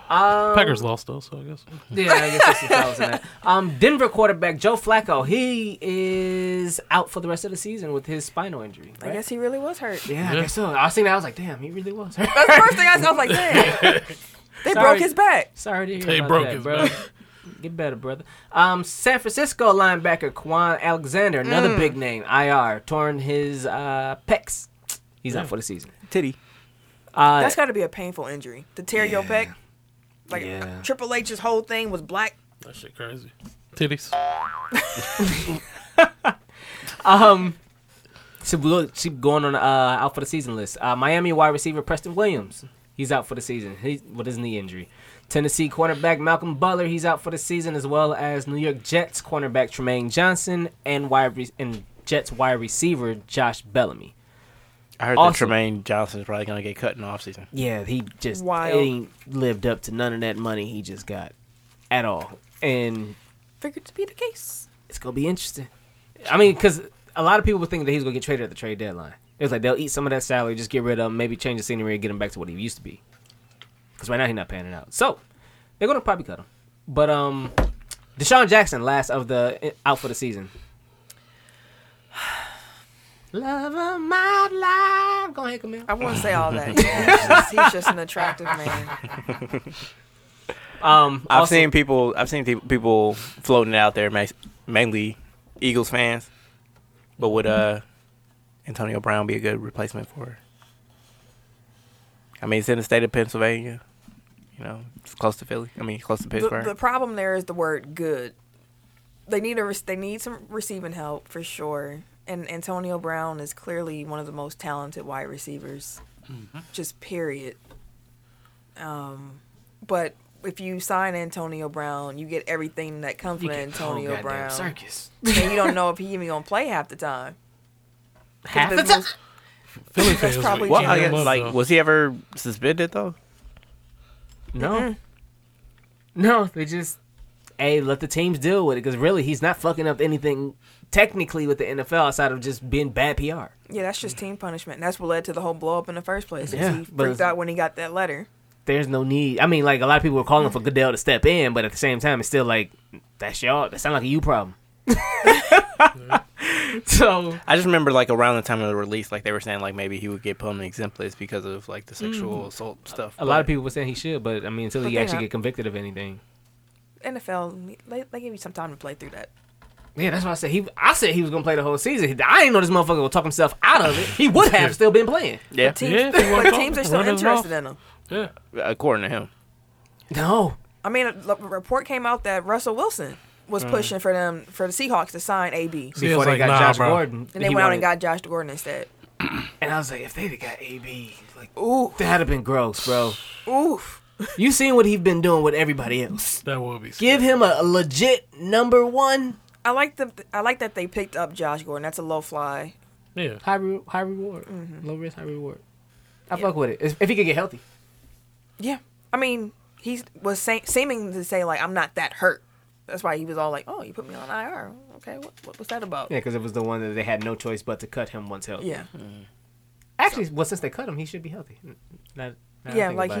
[SPEAKER 3] Packers lost though, so I guess
[SPEAKER 4] Yeah, I guess that's the problem with that. Um, Denver quarterback Joe Flacco, he is out for the rest of the season with his spinal injury.
[SPEAKER 2] I guess he really was hurt.
[SPEAKER 4] Yeah, I guess so. I seen that. I was like, damn, he really was.
[SPEAKER 2] That's the first thing I saw. I was like, damn, they
[SPEAKER 4] Sorry.
[SPEAKER 2] broke his back.
[SPEAKER 4] Sorry to hear
[SPEAKER 3] They
[SPEAKER 4] about
[SPEAKER 3] broke
[SPEAKER 4] that,
[SPEAKER 3] his
[SPEAKER 4] bro.
[SPEAKER 3] back.
[SPEAKER 4] Get better, brother. Um, San Francisco linebacker Quan Alexander, another big name, IR, torn his uh, pecs. He's
[SPEAKER 3] Mm.
[SPEAKER 4] out for the season.
[SPEAKER 1] Titty.
[SPEAKER 4] Uh,
[SPEAKER 2] That's got to be a painful injury to tear your pec. Like
[SPEAKER 4] Yeah.
[SPEAKER 2] Triple H's whole thing was black.
[SPEAKER 3] that shit crazy. Titties.
[SPEAKER 4] um, so we'll keep going on uh, out for the season list. Uh, Miami wide receiver Preston Williams, he's out for the season. He's with his knee injury. Tennessee cornerback Malcolm Butler, he's out for the season, as well as New York Jets cornerback Tremaine Johnson and wide re- and Jets wide receiver Josh Bellamy.
[SPEAKER 1] I heard
[SPEAKER 4] Awesome.
[SPEAKER 1] that Tremaine Johnson's probably gonna get cut in the offseason.
[SPEAKER 4] Yeah, he just
[SPEAKER 2] Wild.
[SPEAKER 4] ain't lived up to none of that money he just got at all. And
[SPEAKER 2] Figured to be the case.
[SPEAKER 4] it's going to be interesting. I mean, because a lot of people were thinking that he's going to get traded at the trade deadline. It was like they'll eat some of that salary, just get rid of him, maybe change the scenery, and get him back to what he used to be. Because right now he's not panning out. So they're going to probably cut him. But um, Deshaun Jackson, last of the uh, out for the season. Love of my life. Go ahead, Camille.
[SPEAKER 2] I wouldn't say all that. He's just- he's just an attractive man.
[SPEAKER 4] Um,
[SPEAKER 1] I've
[SPEAKER 4] also-
[SPEAKER 1] seen people. I've seen pe- people floating it out there, mas- mainly Eagles fans. But would uh, Antonio Brown be a good replacement for? her? I mean, it's in the state of Pennsylvania. You know, it's close to Philly. I mean, close to
[SPEAKER 2] The,
[SPEAKER 1] Pittsburgh.
[SPEAKER 2] the problem there is the word "good." They need a re- they need some receiving help for sure. And Antonio Brown is clearly one of the most talented wide receivers,
[SPEAKER 4] Mm-hmm.
[SPEAKER 2] just period. Um, but if you sign Antonio Brown, you get everything that comes
[SPEAKER 4] You
[SPEAKER 2] with
[SPEAKER 4] get- oh,
[SPEAKER 2] Antonio
[SPEAKER 4] goddamn
[SPEAKER 2] Brown,
[SPEAKER 4] Circus.
[SPEAKER 2] and you don't know if he even gonna play half the time. 'Cause
[SPEAKER 4] Half
[SPEAKER 2] if
[SPEAKER 4] the
[SPEAKER 2] it's
[SPEAKER 4] time.
[SPEAKER 2] most-
[SPEAKER 3] Philly
[SPEAKER 2] That's
[SPEAKER 3] fans.
[SPEAKER 2] probably
[SPEAKER 3] would
[SPEAKER 1] well,
[SPEAKER 3] eat
[SPEAKER 1] I
[SPEAKER 3] him
[SPEAKER 1] guess,
[SPEAKER 3] up,
[SPEAKER 1] like,
[SPEAKER 3] though.
[SPEAKER 1] was he ever suspended though?
[SPEAKER 4] No. No, they just hey, let the teams deal with it because really he's not fucking up anything technically with the NFL outside of just being bad PR.
[SPEAKER 2] Yeah, that's just team punishment. And that's what led to the whole blow up in the first place. is
[SPEAKER 4] Yeah,
[SPEAKER 2] he
[SPEAKER 4] but
[SPEAKER 2] freaked
[SPEAKER 4] it's-
[SPEAKER 2] out when he got that letter.
[SPEAKER 4] There's no need. I mean, like a lot of people were calling for Goodell to step in, but at the same time, it's still like that's y'all. That sounds like a you problem. so
[SPEAKER 1] I just remember like around the time of the release, like they were saying like maybe he would get put on the exempt list because of like the
[SPEAKER 2] Mm.
[SPEAKER 1] sexual assault stuff.
[SPEAKER 4] a lot
[SPEAKER 1] but-
[SPEAKER 4] of people were saying he should, but I mean, until
[SPEAKER 2] But
[SPEAKER 4] he
[SPEAKER 2] they're
[SPEAKER 4] actually
[SPEAKER 2] not.
[SPEAKER 4] get convicted of anything.
[SPEAKER 2] NFL, they, they give you some time to play through that.
[SPEAKER 4] Yeah, that's why I said he. I said he was gonna play the whole season. I ain't know this motherfucker would talk himself out of it. He would have still been playing.
[SPEAKER 1] yeah,
[SPEAKER 2] Teams,
[SPEAKER 3] Yeah, if you wanna
[SPEAKER 2] but
[SPEAKER 3] talk,
[SPEAKER 2] teams are
[SPEAKER 3] run
[SPEAKER 2] still
[SPEAKER 3] it off.
[SPEAKER 2] interested in him.
[SPEAKER 3] Yeah.
[SPEAKER 1] according to him.
[SPEAKER 4] No,
[SPEAKER 2] I mean, a, a report came out that Russell Wilson
[SPEAKER 3] Mm.
[SPEAKER 2] was pushing for them for the Seahawks to sign AB,
[SPEAKER 3] See,
[SPEAKER 4] before
[SPEAKER 3] it's
[SPEAKER 4] they
[SPEAKER 3] like,
[SPEAKER 4] got
[SPEAKER 3] nah,
[SPEAKER 4] Josh
[SPEAKER 3] bro.
[SPEAKER 4] Gordon,
[SPEAKER 2] and they
[SPEAKER 4] he
[SPEAKER 2] went out
[SPEAKER 4] wanted-
[SPEAKER 2] and got Josh Gordon instead.
[SPEAKER 4] And I was like, if they'd have got AB, like,
[SPEAKER 2] Ooh,
[SPEAKER 4] that'd have been gross, bro.
[SPEAKER 2] oof.
[SPEAKER 4] You seen what he's been doing with everybody else.
[SPEAKER 3] That would be. sick.
[SPEAKER 4] Give him a, a legit number one.
[SPEAKER 2] I like the I like that they picked up Josh Gordon. That's a low fly.
[SPEAKER 3] Yeah.
[SPEAKER 4] High, re- high reward. Low risk, high reward. Mm-hmm. I fuck with it. If if he could get healthy.
[SPEAKER 2] Yeah, I mean he was say, seeming to say like I'm not that hurt. That's why he was all like, "Oh, you put me on IR. Okay, what, what was that about?"
[SPEAKER 4] Yeah, Mm-hmm. because it was the one that they had no choice but to cut him once healthy.
[SPEAKER 2] Yeah,
[SPEAKER 4] Actually, well, since they cut him, he should be healthy. N- Not, now that I
[SPEAKER 2] yeah,
[SPEAKER 4] think
[SPEAKER 2] like
[SPEAKER 4] about it.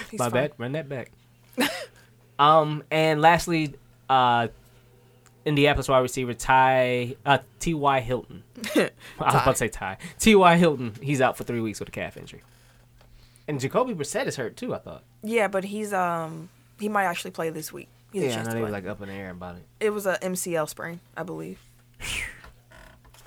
[SPEAKER 2] he's, he's
[SPEAKER 4] My
[SPEAKER 2] fine.
[SPEAKER 4] bad. Run that back. um, and lastly, uh, Indianapolis wide receiver Ty uh, T Y Hilton. I was about to say Ty T Y Hilton. He's out for three weeks with a calf injury. And Jacoby Brissett is hurt too. I thought.
[SPEAKER 2] Yeah, but he's um he might actually play this week. He has a
[SPEAKER 4] Yeah, I
[SPEAKER 2] chance
[SPEAKER 4] know
[SPEAKER 2] to
[SPEAKER 4] they were
[SPEAKER 2] play.
[SPEAKER 4] like up in the air about it.
[SPEAKER 2] it was a MCL sprain, I believe.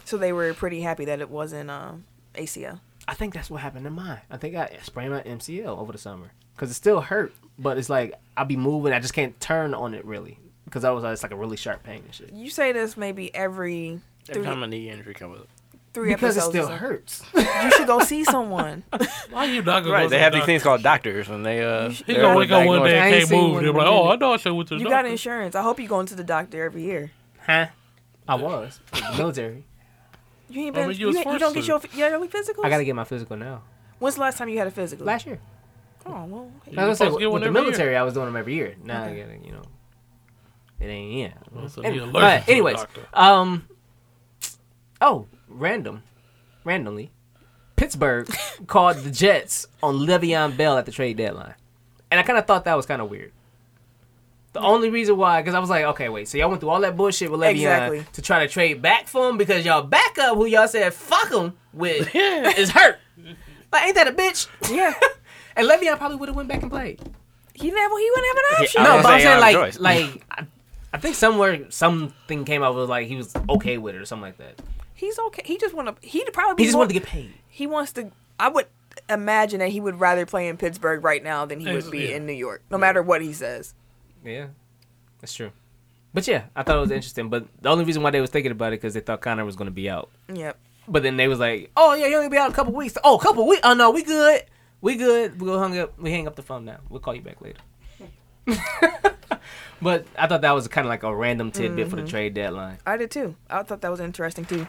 [SPEAKER 2] so they were pretty happy that it wasn't um ACL.
[SPEAKER 4] I think that's what happened to mine. I think I sprained my MCL over the summer because it still hurt, but it's like I'll be moving. I just can't turn on it really because I was it's like a really sharp pain and shit.
[SPEAKER 2] You say this maybe every
[SPEAKER 1] Every
[SPEAKER 2] three,
[SPEAKER 1] time a knee injury comes up.
[SPEAKER 2] three
[SPEAKER 4] Because it
[SPEAKER 2] episodes.
[SPEAKER 4] still
[SPEAKER 2] or so.
[SPEAKER 4] hurts.
[SPEAKER 2] You should go see someone.
[SPEAKER 3] Why you not gonna go
[SPEAKER 1] Right,
[SPEAKER 3] to
[SPEAKER 1] they
[SPEAKER 3] the
[SPEAKER 1] have these
[SPEAKER 3] doctor?
[SPEAKER 1] things called doctors, and they uh.
[SPEAKER 3] He
[SPEAKER 1] they're
[SPEAKER 3] gonna
[SPEAKER 1] all
[SPEAKER 3] wake up one
[SPEAKER 1] diagnosed-
[SPEAKER 3] day
[SPEAKER 4] I
[SPEAKER 3] and
[SPEAKER 4] ain't
[SPEAKER 3] can't
[SPEAKER 4] seen
[SPEAKER 3] move.
[SPEAKER 4] one
[SPEAKER 3] They're like,
[SPEAKER 4] in a
[SPEAKER 3] oh, I
[SPEAKER 4] minute.
[SPEAKER 3] know I should went to the
[SPEAKER 2] you got
[SPEAKER 3] doctor.
[SPEAKER 2] insurance. I hope you going to the doctor every year.
[SPEAKER 4] huh? I was in the military.
[SPEAKER 2] You ain't
[SPEAKER 3] I
[SPEAKER 2] been.
[SPEAKER 3] mean, you
[SPEAKER 2] you,
[SPEAKER 3] was
[SPEAKER 2] ain't- you
[SPEAKER 3] forced
[SPEAKER 2] don't get
[SPEAKER 3] to.
[SPEAKER 2] your yearly physicals.
[SPEAKER 4] I gotta get my physical now.
[SPEAKER 2] When's the last time you had a physical?
[SPEAKER 4] Last year.
[SPEAKER 2] Oh well. okay.
[SPEAKER 3] You're
[SPEAKER 4] I was gonna
[SPEAKER 3] supposed to
[SPEAKER 4] say,
[SPEAKER 3] get one
[SPEAKER 4] with the
[SPEAKER 3] every year.
[SPEAKER 4] military, I was doing them every year. Now I gotta, you know, it ain't yeah.
[SPEAKER 3] so
[SPEAKER 4] Any-
[SPEAKER 3] he allergic
[SPEAKER 4] Alright,
[SPEAKER 3] to the
[SPEAKER 4] anyways,
[SPEAKER 3] doctor.
[SPEAKER 4] um, oh, random, randomly, Pittsburgh called the Jets on Le'Veon Bell at the trade deadline, and I kind of thought that was kind of weird. The only reason why, because I was like, okay, wait, so y'all went through all that bullshit with Le'Veon
[SPEAKER 2] Exactly.
[SPEAKER 4] to try to trade back for him because y'all backup, who y'all said fuck him with, is hurt. Like, ain't that a bitch?
[SPEAKER 2] Yeah.
[SPEAKER 4] And Le'Veon probably would have went back and played.
[SPEAKER 2] He never. He wouldn't have an option.
[SPEAKER 1] I
[SPEAKER 4] No,
[SPEAKER 1] was
[SPEAKER 4] but I'm
[SPEAKER 1] gonna
[SPEAKER 4] saying
[SPEAKER 1] say,
[SPEAKER 4] like
[SPEAKER 1] um, Joyce.
[SPEAKER 4] like I, I think somewhere something came out with like he was okay with it or something like that.
[SPEAKER 2] He's okay. He just want to. He probably.
[SPEAKER 4] He just
[SPEAKER 2] want-
[SPEAKER 4] wanted to get paid.
[SPEAKER 2] He wants to. I would imagine that he would rather play in Pittsburgh right now than he would
[SPEAKER 3] Ex-
[SPEAKER 2] be
[SPEAKER 3] yeah.
[SPEAKER 2] in New York, no matter what he says.
[SPEAKER 4] Yeah, that's true. But yeah, I thought it was interesting. But the only reason why they was thinking about it because they thought Connor was gonna be out.
[SPEAKER 2] Yep.
[SPEAKER 4] But then they was like, oh yeah, he only be out a couple weeks. Oh, a couple weeks. Oh no, we good. We good. We go hung up. We hang up the phone now. We'll call you back later. but I thought that was kind of like a random tidbit for the
[SPEAKER 1] Mm-hmm.
[SPEAKER 4] trade deadline.
[SPEAKER 2] I did too. I thought that was interesting too.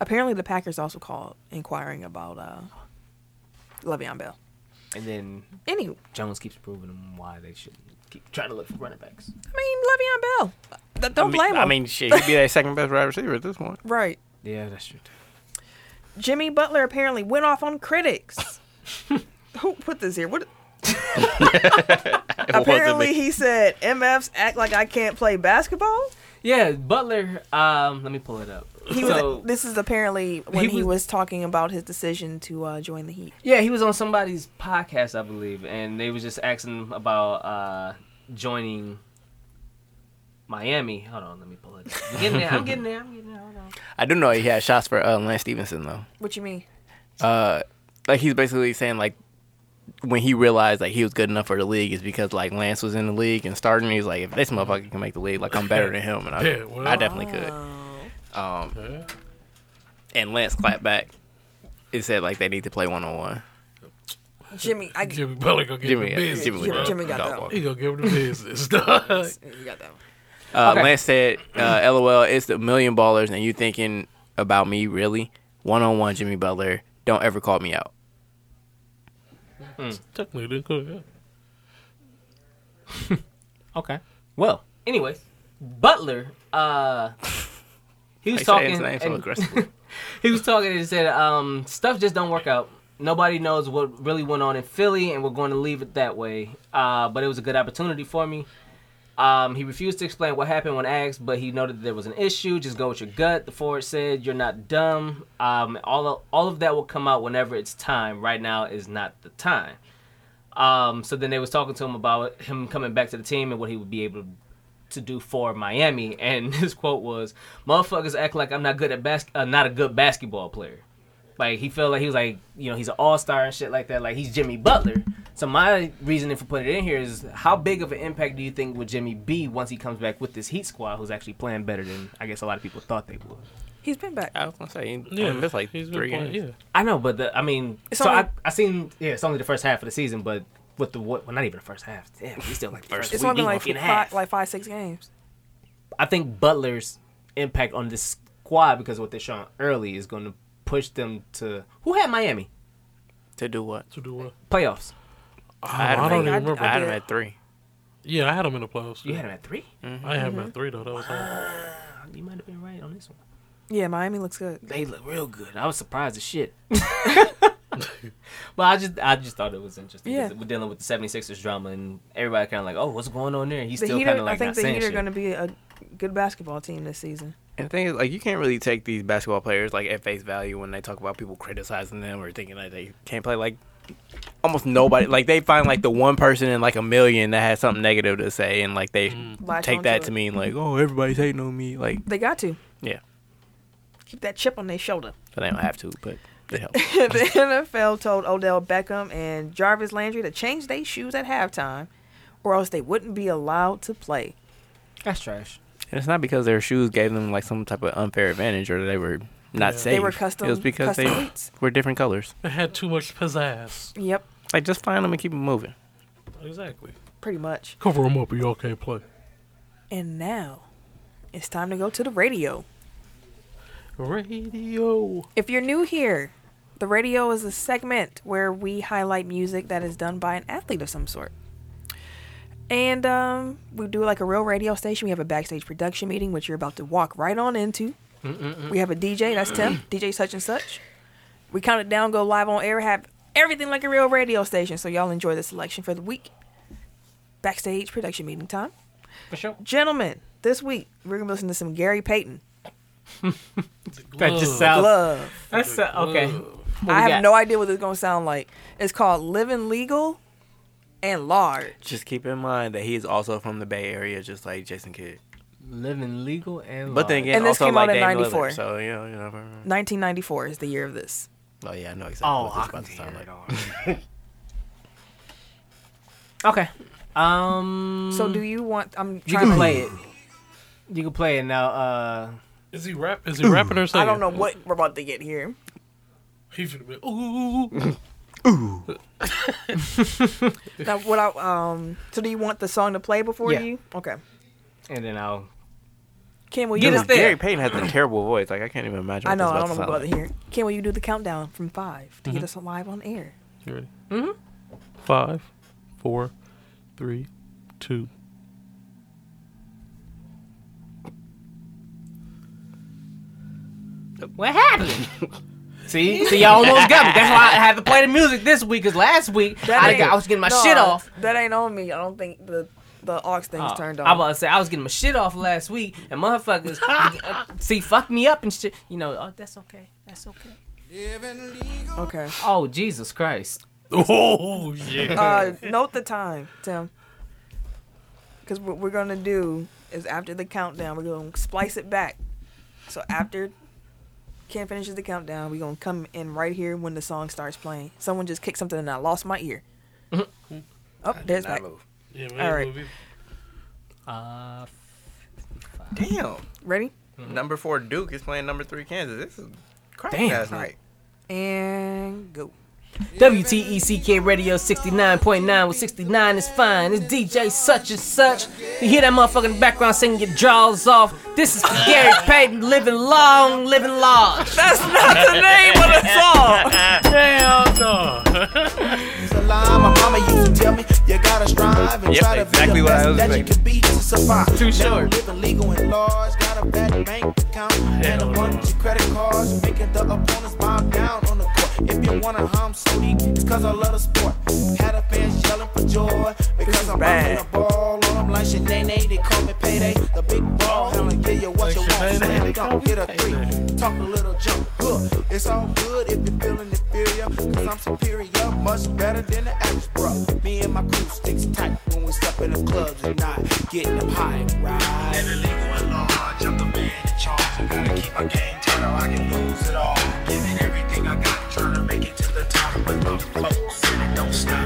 [SPEAKER 2] Apparently, the Packers also called inquiring about uh, Le'Veon Bell.
[SPEAKER 4] And then
[SPEAKER 2] Anywho,
[SPEAKER 4] Jones keeps proving them why they should keep trying to look for running backs.
[SPEAKER 2] I mean, Le'Veon Bell. Th-
[SPEAKER 1] I
[SPEAKER 2] Don't
[SPEAKER 1] mean-
[SPEAKER 2] blame him.
[SPEAKER 1] I mean, shit, he'd be their second best wide receiver at this point.
[SPEAKER 2] right.
[SPEAKER 4] Yeah, that's true.
[SPEAKER 2] Jimmy Butler apparently went off on critics. Who put this here? What? apparently, he said MFs act like I can't play basketball.
[SPEAKER 4] Yeah, Butler. Um, let me pull it up.
[SPEAKER 2] He was,
[SPEAKER 4] so
[SPEAKER 2] this is apparently when
[SPEAKER 4] He
[SPEAKER 2] he,
[SPEAKER 4] was-
[SPEAKER 2] was, talking about his decision to uh, join the Heat.
[SPEAKER 4] yeah, he was on somebody's podcast, I believe, and they was just asking him about uh joining Miami. Hold on, let me pull it. Up. I'm getting there. I'm getting there. I'm getting there. Hold on.
[SPEAKER 1] I do know he had shots for uh, Lance Stevenson though.
[SPEAKER 2] What you mean?
[SPEAKER 1] Uh, like he's basically saying like when he realized like he was good enough for the league is because like Lance was in the league and starting. He's like, if this motherfucker can make the league, like I'm better than him, and I,
[SPEAKER 3] Yeah, well.
[SPEAKER 1] I definitely could.
[SPEAKER 2] Oh.
[SPEAKER 1] Um,
[SPEAKER 3] Yeah.
[SPEAKER 1] and Lance clapped back. It said like they need to play one on one.
[SPEAKER 2] Jimmy, I
[SPEAKER 3] Jimmy Butler gonna get
[SPEAKER 1] Jimmy,
[SPEAKER 3] the
[SPEAKER 1] Jimmy,
[SPEAKER 3] business.
[SPEAKER 1] Jimmy,
[SPEAKER 3] bro.
[SPEAKER 2] Jimmy got
[SPEAKER 1] dog
[SPEAKER 2] that
[SPEAKER 1] walk.
[SPEAKER 2] one.
[SPEAKER 3] He gonna give him the business. dog.
[SPEAKER 2] you got that one.
[SPEAKER 1] Uh,
[SPEAKER 4] Okay.
[SPEAKER 1] Lance said, uh, "LOL, it's the million ballers, and you thinking about me really? One on one, Jimmy Butler. Don't ever call me out."
[SPEAKER 3] Technically, they could. Yeah.
[SPEAKER 4] Okay. Well, anyways, Butler. Uh, he was
[SPEAKER 1] He's
[SPEAKER 4] talking.
[SPEAKER 1] saying his name so
[SPEAKER 4] and-
[SPEAKER 1] aggressively.
[SPEAKER 4] he was talking and he said um, stuff just don't work out nobody knows what really went on in philly and we're going to leave it that way uh, but it was a good opportunity for me um, he refused to explain what happened when asked but he noted that there was an issue just go with your gut the forward said you're not dumb um, all, of, all of that will come out whenever it's time right now is not the time um, so then they was talking to him about him coming back to the team and what he would be able to to do for Miami, and his quote was, "Motherfuckers act like I'm not good at bas- uh, not a good basketball player." Like he felt like he was like, you know, he's an all star and shit like that. Like he's Jimmy Butler. So my reasoning for putting it in here is, how big of an impact do you think would Jimmy be once he comes back with this Heat squad, who's actually playing better than I guess a lot of people thought they would?
[SPEAKER 2] He's been back.
[SPEAKER 1] I was gonna say, he-
[SPEAKER 3] Yeah,
[SPEAKER 1] I mean, it's like
[SPEAKER 3] he's been
[SPEAKER 1] three
[SPEAKER 3] playing-
[SPEAKER 1] games.
[SPEAKER 3] Yeah.
[SPEAKER 4] I know, but the, I mean,
[SPEAKER 2] It's
[SPEAKER 4] so
[SPEAKER 2] only-
[SPEAKER 4] I I seen yeah, it's only the first half of the season, but with the what? Well, not even the first half. Damn, he's still like the first.
[SPEAKER 2] It's
[SPEAKER 4] week,
[SPEAKER 2] only been like
[SPEAKER 4] week and a
[SPEAKER 2] five,
[SPEAKER 4] half.
[SPEAKER 2] like five, six games.
[SPEAKER 4] I think Butler's impact on this squad because of what they're showing early is going to push them to who had Miami
[SPEAKER 1] To do what?
[SPEAKER 3] to do what?
[SPEAKER 4] playoffs.
[SPEAKER 1] I had
[SPEAKER 3] I
[SPEAKER 1] him
[SPEAKER 3] don't
[SPEAKER 1] at-
[SPEAKER 3] even remember.
[SPEAKER 1] I had him
[SPEAKER 2] did.
[SPEAKER 1] at three.
[SPEAKER 3] Yeah, I had him in the playoffs.
[SPEAKER 4] You had him at three.
[SPEAKER 3] I had him at three though. That was hard.
[SPEAKER 4] You might have been right on this one.
[SPEAKER 2] Yeah, Miami looks good.
[SPEAKER 4] They look real good. I was surprised as shit. but I just I just thought it was interesting. 'cause
[SPEAKER 2] Yeah.
[SPEAKER 4] We're dealing with the 76ers drama and everybody kind of like, oh, what's going on there? He's
[SPEAKER 2] The
[SPEAKER 4] still
[SPEAKER 2] Heat,
[SPEAKER 4] kind
[SPEAKER 2] are,
[SPEAKER 4] of like
[SPEAKER 2] I think
[SPEAKER 4] not
[SPEAKER 2] the
[SPEAKER 4] saying
[SPEAKER 2] Heat are
[SPEAKER 4] shit.
[SPEAKER 2] going to be a good basketball team this season.
[SPEAKER 1] And the thing is, like, you can't really take these basketball players like at face value when they talk about people criticizing them or thinking that they can't play. Like, almost nobody. Like, they find like the one person in like a million that has something negative to say, and like they
[SPEAKER 3] Mm.
[SPEAKER 2] Latch
[SPEAKER 1] take
[SPEAKER 2] onto
[SPEAKER 1] that
[SPEAKER 2] it. Mm-hmm.
[SPEAKER 1] to mean like, oh, everybody's hating on me. Like,
[SPEAKER 2] They got to
[SPEAKER 1] yeah,
[SPEAKER 2] keep that chip on their shoulder.
[SPEAKER 1] but they don't have to, but they help.
[SPEAKER 2] the NFL told Odell Beckham and Jarvis Landry to change their shoes at halftime, or else they wouldn't be allowed to play.
[SPEAKER 4] That's trash.
[SPEAKER 1] And it's not because their shoes gave them like some type of unfair advantage or they were not safe.
[SPEAKER 2] were custom-
[SPEAKER 1] It was because
[SPEAKER 2] custom
[SPEAKER 1] they
[SPEAKER 2] boots.
[SPEAKER 1] were different colors.
[SPEAKER 3] They had too much pizzazz.
[SPEAKER 2] Yep,
[SPEAKER 1] Like just find them and keep them moving.
[SPEAKER 3] Exactly.
[SPEAKER 2] pretty much.
[SPEAKER 3] Cover him up, or y'all can't play.
[SPEAKER 2] And now it's time to go to the radio.
[SPEAKER 3] Radio.
[SPEAKER 2] If you're new here, the radio is a segment where we highlight music that is done by an athlete of some sort. And um, we do like a real radio station. We have a backstage production meeting, which you're about to walk right on into. We have a DJ, that's Tim, DJ such and such. We count it down, go live on air, have everything like a real radio station. So y'all enjoy the selection for the week. Backstage production meeting time.
[SPEAKER 4] For sure.
[SPEAKER 2] Gentlemen, this week we're going to listen to some Gary Payton.
[SPEAKER 4] That just sounds.
[SPEAKER 2] Love.
[SPEAKER 4] That's so- okay. What
[SPEAKER 2] I
[SPEAKER 4] we
[SPEAKER 2] have
[SPEAKER 4] got?
[SPEAKER 2] no idea what it's gonna sound like. It's called Living Legal and Large.
[SPEAKER 1] Just keep in mind that he is also from the Bay Area, just like Jason Kidd.
[SPEAKER 4] living legal and.
[SPEAKER 1] But then
[SPEAKER 4] large.
[SPEAKER 1] again,
[SPEAKER 2] And this
[SPEAKER 1] also
[SPEAKER 2] came out
[SPEAKER 1] like
[SPEAKER 2] in
[SPEAKER 1] Damian
[SPEAKER 2] 94.
[SPEAKER 1] Lillard, so you know, you know.
[SPEAKER 2] 1994 is the year of this.
[SPEAKER 1] Oh yeah, I know exactly
[SPEAKER 4] Oh,
[SPEAKER 1] what
[SPEAKER 4] I
[SPEAKER 1] this
[SPEAKER 4] can
[SPEAKER 1] about to sound
[SPEAKER 4] hear it
[SPEAKER 1] like.
[SPEAKER 4] all. okay. Um.
[SPEAKER 2] So do you want? I'm
[SPEAKER 4] you
[SPEAKER 2] trying
[SPEAKER 4] can
[SPEAKER 2] to
[SPEAKER 4] play it. You can play it now. Uh.
[SPEAKER 3] Is he rap? Is he rapping or
[SPEAKER 2] I
[SPEAKER 3] singing?
[SPEAKER 2] don't know what we're about to get here.
[SPEAKER 3] He should be. Ooh.
[SPEAKER 2] Now, what I um. So do you want the song to play before
[SPEAKER 4] Yeah.
[SPEAKER 2] you? Okay.
[SPEAKER 4] And then I'll.
[SPEAKER 2] Ken, will
[SPEAKER 4] Get
[SPEAKER 2] you?
[SPEAKER 4] us there.
[SPEAKER 1] Gary Payton has a terrible voice. Like I can't even imagine. What
[SPEAKER 2] I know. I don't
[SPEAKER 1] This
[SPEAKER 2] know
[SPEAKER 1] is
[SPEAKER 2] what
[SPEAKER 1] about
[SPEAKER 2] we're about to
[SPEAKER 1] to sound
[SPEAKER 2] hear. Ken, will you do the countdown from five to
[SPEAKER 4] Mm-hmm.
[SPEAKER 2] get us live on air?
[SPEAKER 3] You ready? Mm-hmm. Five, four, three, two.
[SPEAKER 4] What happened? See, see, y'all almost got me. That's why I had to play the music this week. Cause last week I,
[SPEAKER 2] ain't-
[SPEAKER 4] got, I was getting my
[SPEAKER 2] no,
[SPEAKER 4] shit off.
[SPEAKER 2] That ain't on me. I don't think the the aux thing's
[SPEAKER 4] Uh,
[SPEAKER 2] turned
[SPEAKER 4] I
[SPEAKER 2] on.
[SPEAKER 4] was about to say I was getting my shit off last week, and motherfuckers, uh, see, fuck me up and shit. You know, oh, that's okay, that's okay.
[SPEAKER 2] okay.
[SPEAKER 4] Oh Jesus Christ!
[SPEAKER 3] Oh yeah.
[SPEAKER 2] uh, note the time, Tim. Because what we're gonna do is after the countdown, we're gonna splice it back. So after Ken finishes the countdown, we're gonna come in right here when the song starts playing. Someone just kicked something and I lost my ear. Oh, there's
[SPEAKER 1] Mm-hmm. Not
[SPEAKER 2] that.
[SPEAKER 1] move.
[SPEAKER 3] yeah man,
[SPEAKER 2] all right.
[SPEAKER 3] movie.
[SPEAKER 4] Uh,
[SPEAKER 1] Damn.
[SPEAKER 2] Ready?
[SPEAKER 1] Number four Duke is playing number three Kansas. This is crazy
[SPEAKER 4] Damn.
[SPEAKER 1] last night.
[SPEAKER 2] And go.
[SPEAKER 4] WTECK E Radio 69.9 with 69 is fine. It's DJ such and such. You hear that motherfucker in the background singing your jaws off. This is Gary Payton living long, living large.
[SPEAKER 2] That's not the name of the song.
[SPEAKER 3] Hell no.
[SPEAKER 12] My mama used to tell me you gotta strive and
[SPEAKER 1] Yep,
[SPEAKER 12] try to
[SPEAKER 1] exactly
[SPEAKER 12] be the
[SPEAKER 1] what I
[SPEAKER 12] best
[SPEAKER 1] was
[SPEAKER 12] that you
[SPEAKER 1] thinking.
[SPEAKER 12] can be to survive.
[SPEAKER 4] Too
[SPEAKER 12] Now
[SPEAKER 4] short.
[SPEAKER 12] Living legal and large, got a fat bank account and a
[SPEAKER 3] Hell
[SPEAKER 12] bunch of credit cards, making the opponents bomb down on the court. If you wanna harm Sony, it's 'cause I love the sport. Had a fans yelling for joy because I'm
[SPEAKER 2] bad.
[SPEAKER 12] banging the ball on them like Shanae. They call me payday, the big ball. Hell, and get you what you want.
[SPEAKER 3] Shanae, they
[SPEAKER 12] Slam
[SPEAKER 3] call me
[SPEAKER 12] dunk, hit a three. Talk a little junk, huh. It's all good if you're feeling inferior. Cause I'm superior, much better than the average bro. Me and my crew sticks tight when we step in the clubs and not getting them high and right.
[SPEAKER 8] I'm the man in charge. I gotta keep my game tight or I can lose it all. Giving everything I got, trying to make it to the top. But my folks and it don't stop.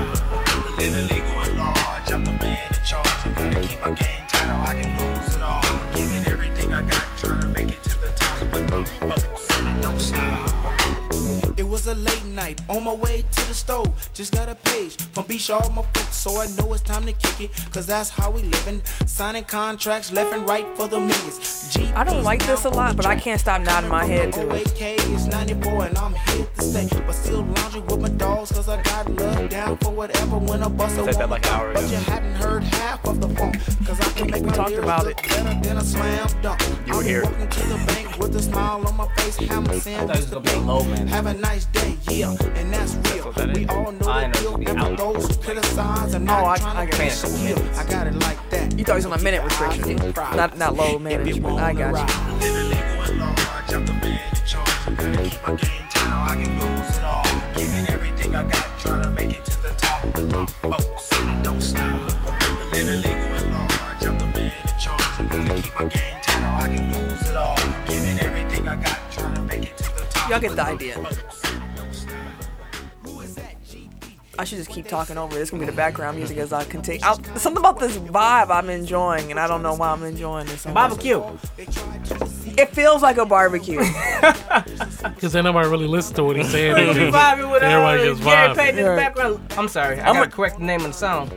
[SPEAKER 8] Living legal and large, I'm the man in charge. I gotta keep my game tight or I can lose it all. Giving everything I got, trying to make it to the top. But my folks and it don't stop.
[SPEAKER 12] It was a late night. night on my way to the stove. Just got a page from B Shaw, my foot, so I know it's time to kick it. Cause that's how we living. Signing contracts left and right for the millions. G-
[SPEAKER 2] I don't like this a lot, but I can't stop nodding my head to it.
[SPEAKER 12] AK is 94 and I'm here to stay. But still laundry with my dogs cause I got love down for whatever when I bust a
[SPEAKER 1] Said that like an hour
[SPEAKER 12] But you
[SPEAKER 1] ago.
[SPEAKER 12] hadn't heard half of the funk cause I can make my talked about it. better than a slam dunk. You were here. Walking to the bank with a smile on my face. How my sandwich to bake. Have a nice day, yeah, and that's real. we all know the deal. Never those who criticize and not trying to get so real. I got it like that.
[SPEAKER 2] You thought he was on a minute restriction, not not low minute. I got you.
[SPEAKER 8] Giving everything I got, trying to make it to the top. But my folks said it don't stop. Living legal and large, I'm the man in charge. I'm gonna keep my game tight, or I can lose it all. Giving everything I got, trying to make it to the top.
[SPEAKER 2] Y'all get the idea. I should just keep talking over. it. It's gonna be the background music as I continue. I'll, something about this vibe I'm enjoying, and I don't know why I'm enjoying this. so much.
[SPEAKER 11] Barbecue.
[SPEAKER 2] It feels like a barbecue.
[SPEAKER 3] Because ain't nobody really listen to what he's saying.
[SPEAKER 11] Vibing with
[SPEAKER 3] Everybody
[SPEAKER 11] uh,
[SPEAKER 3] just
[SPEAKER 11] Gary Payton
[SPEAKER 3] vibing.
[SPEAKER 11] in the background. I'm sorry, I
[SPEAKER 2] I'm
[SPEAKER 11] gotta
[SPEAKER 2] a-
[SPEAKER 11] correct the name of the song.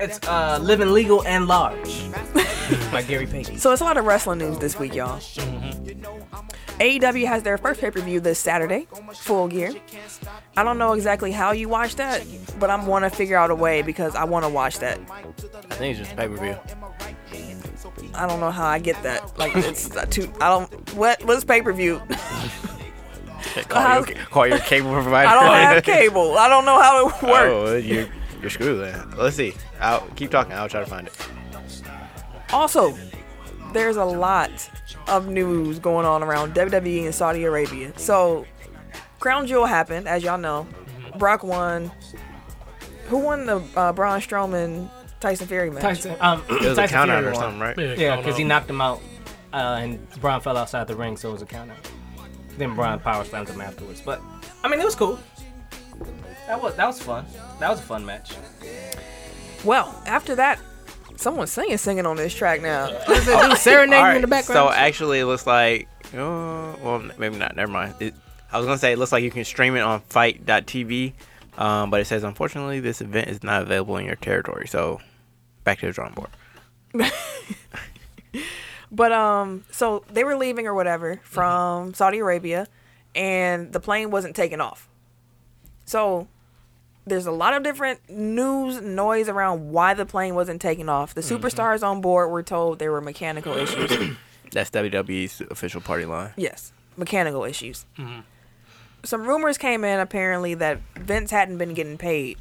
[SPEAKER 11] It's uh, Living Legal and Large by Gary Payton.
[SPEAKER 2] so it's a lot of wrestling news this week, y'all. AEW has their first pay per view this Saturday, Full Gear. I don't know exactly how you watch that, but I'm want to figure out a way because I want to watch that.
[SPEAKER 4] I think it's just pay per view.
[SPEAKER 2] I don't know how I get that. Like it's not too. I don't. What? What's pay per view?
[SPEAKER 1] Call your, call your cable provider.
[SPEAKER 2] I don't have cable. I don't know how it works.
[SPEAKER 1] Oh, you're, you're screwed then. Let's see. I'll keep talking. I'll try to find it.
[SPEAKER 2] Also, there's a lot of news going on around WWE in Saudi Arabia. So, Crown Jewel happened, as y'all know. Brock won. Who won the uh, Braun Strowman Tyson Fury match?
[SPEAKER 4] Tyson, um,
[SPEAKER 1] It was
[SPEAKER 4] Tyson
[SPEAKER 1] a count out
[SPEAKER 4] Fury
[SPEAKER 1] or
[SPEAKER 4] won.
[SPEAKER 1] something, right?
[SPEAKER 4] Yeah, because he knocked him out, uh, and Braun fell outside the ring, so it was a count out. Then Braun power slammed him afterwards. But I mean, it was cool. That was that was fun. That was a fun match.
[SPEAKER 2] Well, after that, someone's singing singing on this track now.
[SPEAKER 11] Dude, serenading
[SPEAKER 1] All
[SPEAKER 11] in the
[SPEAKER 1] right,
[SPEAKER 11] background.
[SPEAKER 1] So actually, it looks like. Uh, well, maybe not. Never mind. It, I was gonna say it looks like you can stream it on Fight.tv, um, but it says unfortunately this event is not available in your territory. So, back to the drawing board.
[SPEAKER 2] But um, so they were leaving or whatever from
[SPEAKER 3] Mm-hmm.
[SPEAKER 2] Saudi Arabia, and the plane wasn't taking off. So there's a lot of different news noise around why the plane wasn't taking off. The
[SPEAKER 3] Mm-hmm.
[SPEAKER 2] superstars on board were told there were mechanical issues.
[SPEAKER 1] That's WWE's official party line.
[SPEAKER 2] yes, mechanical issues.
[SPEAKER 3] Mm-hmm.
[SPEAKER 2] Some rumors came in apparently that Vince hadn't been getting paid,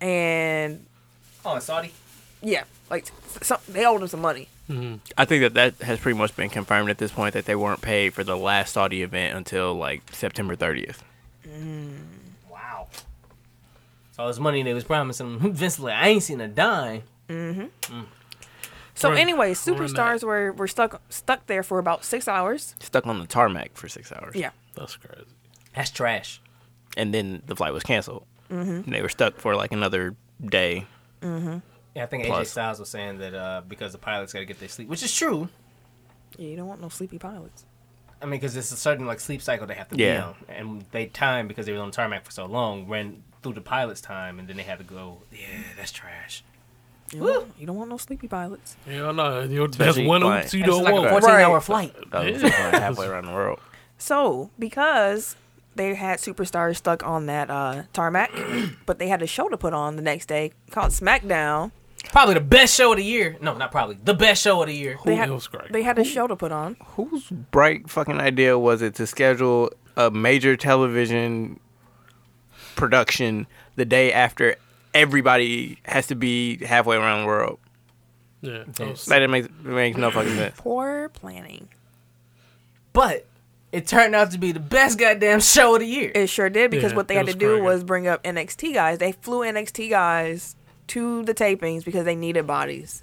[SPEAKER 2] and
[SPEAKER 4] Oh, and Saudi.
[SPEAKER 2] yeah, like some, they owed him some money.
[SPEAKER 1] I think that that has pretty much been confirmed at this point that they weren't paid for the last Saudi event until like September 30th.
[SPEAKER 4] Wow. So all this money they was promising him, Vince like, I ain't seen a dime.
[SPEAKER 2] So
[SPEAKER 3] Run-
[SPEAKER 2] anyway,
[SPEAKER 3] run that.
[SPEAKER 2] superstars were were stuck stuck there for about six hours.
[SPEAKER 1] Stuck on the tarmac for six hours.
[SPEAKER 2] Yeah.
[SPEAKER 3] That's crazy.
[SPEAKER 4] That's trash.
[SPEAKER 1] And then the flight was canceled.
[SPEAKER 2] Mm-hmm.
[SPEAKER 1] And they were stuck for like another day.
[SPEAKER 4] Yeah, I think AJ
[SPEAKER 1] Plus.
[SPEAKER 4] Styles was saying that uh, because the pilots got to get their sleep, which is true.
[SPEAKER 2] Yeah, you don't want no sleepy pilots.
[SPEAKER 4] I mean, because it's a certain like sleep cycle they have to
[SPEAKER 1] Yeah.
[SPEAKER 4] be on, and they time because they were on tarmac for so long ran through the pilot's time, and then they had to go. Yeah, that's trash.
[SPEAKER 2] You don't, want, you don't want no sleepy pilots.
[SPEAKER 3] Yeah, no, your that's
[SPEAKER 1] Especially
[SPEAKER 3] one
[SPEAKER 1] like-
[SPEAKER 3] oops you
[SPEAKER 4] It's
[SPEAKER 3] don't
[SPEAKER 4] like a
[SPEAKER 3] want.
[SPEAKER 4] fourteen hour
[SPEAKER 2] Right.
[SPEAKER 4] flight.
[SPEAKER 1] That was like halfway around the world.
[SPEAKER 2] So because they had superstars stuck on that uh, tarmac, but they had a show to put on the next day called SmackDown.
[SPEAKER 4] Probably the best show of the year. No, not probably the best show of the year.
[SPEAKER 2] They
[SPEAKER 3] Who
[SPEAKER 2] had,
[SPEAKER 3] else, Greg?
[SPEAKER 2] they had a show to put on.
[SPEAKER 1] Whose bright fucking idea was it to schedule a major television production the day after everybody has to be halfway around the world?
[SPEAKER 3] Yeah, that was-
[SPEAKER 1] That didn't make, it makes no fucking sense.
[SPEAKER 2] Poor planning.
[SPEAKER 4] But it turned out to be the best goddamn show of the year.
[SPEAKER 2] It sure did because
[SPEAKER 3] Yeah,
[SPEAKER 2] what they
[SPEAKER 3] it
[SPEAKER 2] had to
[SPEAKER 3] was
[SPEAKER 2] do
[SPEAKER 3] crazy.
[SPEAKER 2] was bring up NXT guys. They flew NXT guys to the tapings because they needed bodies.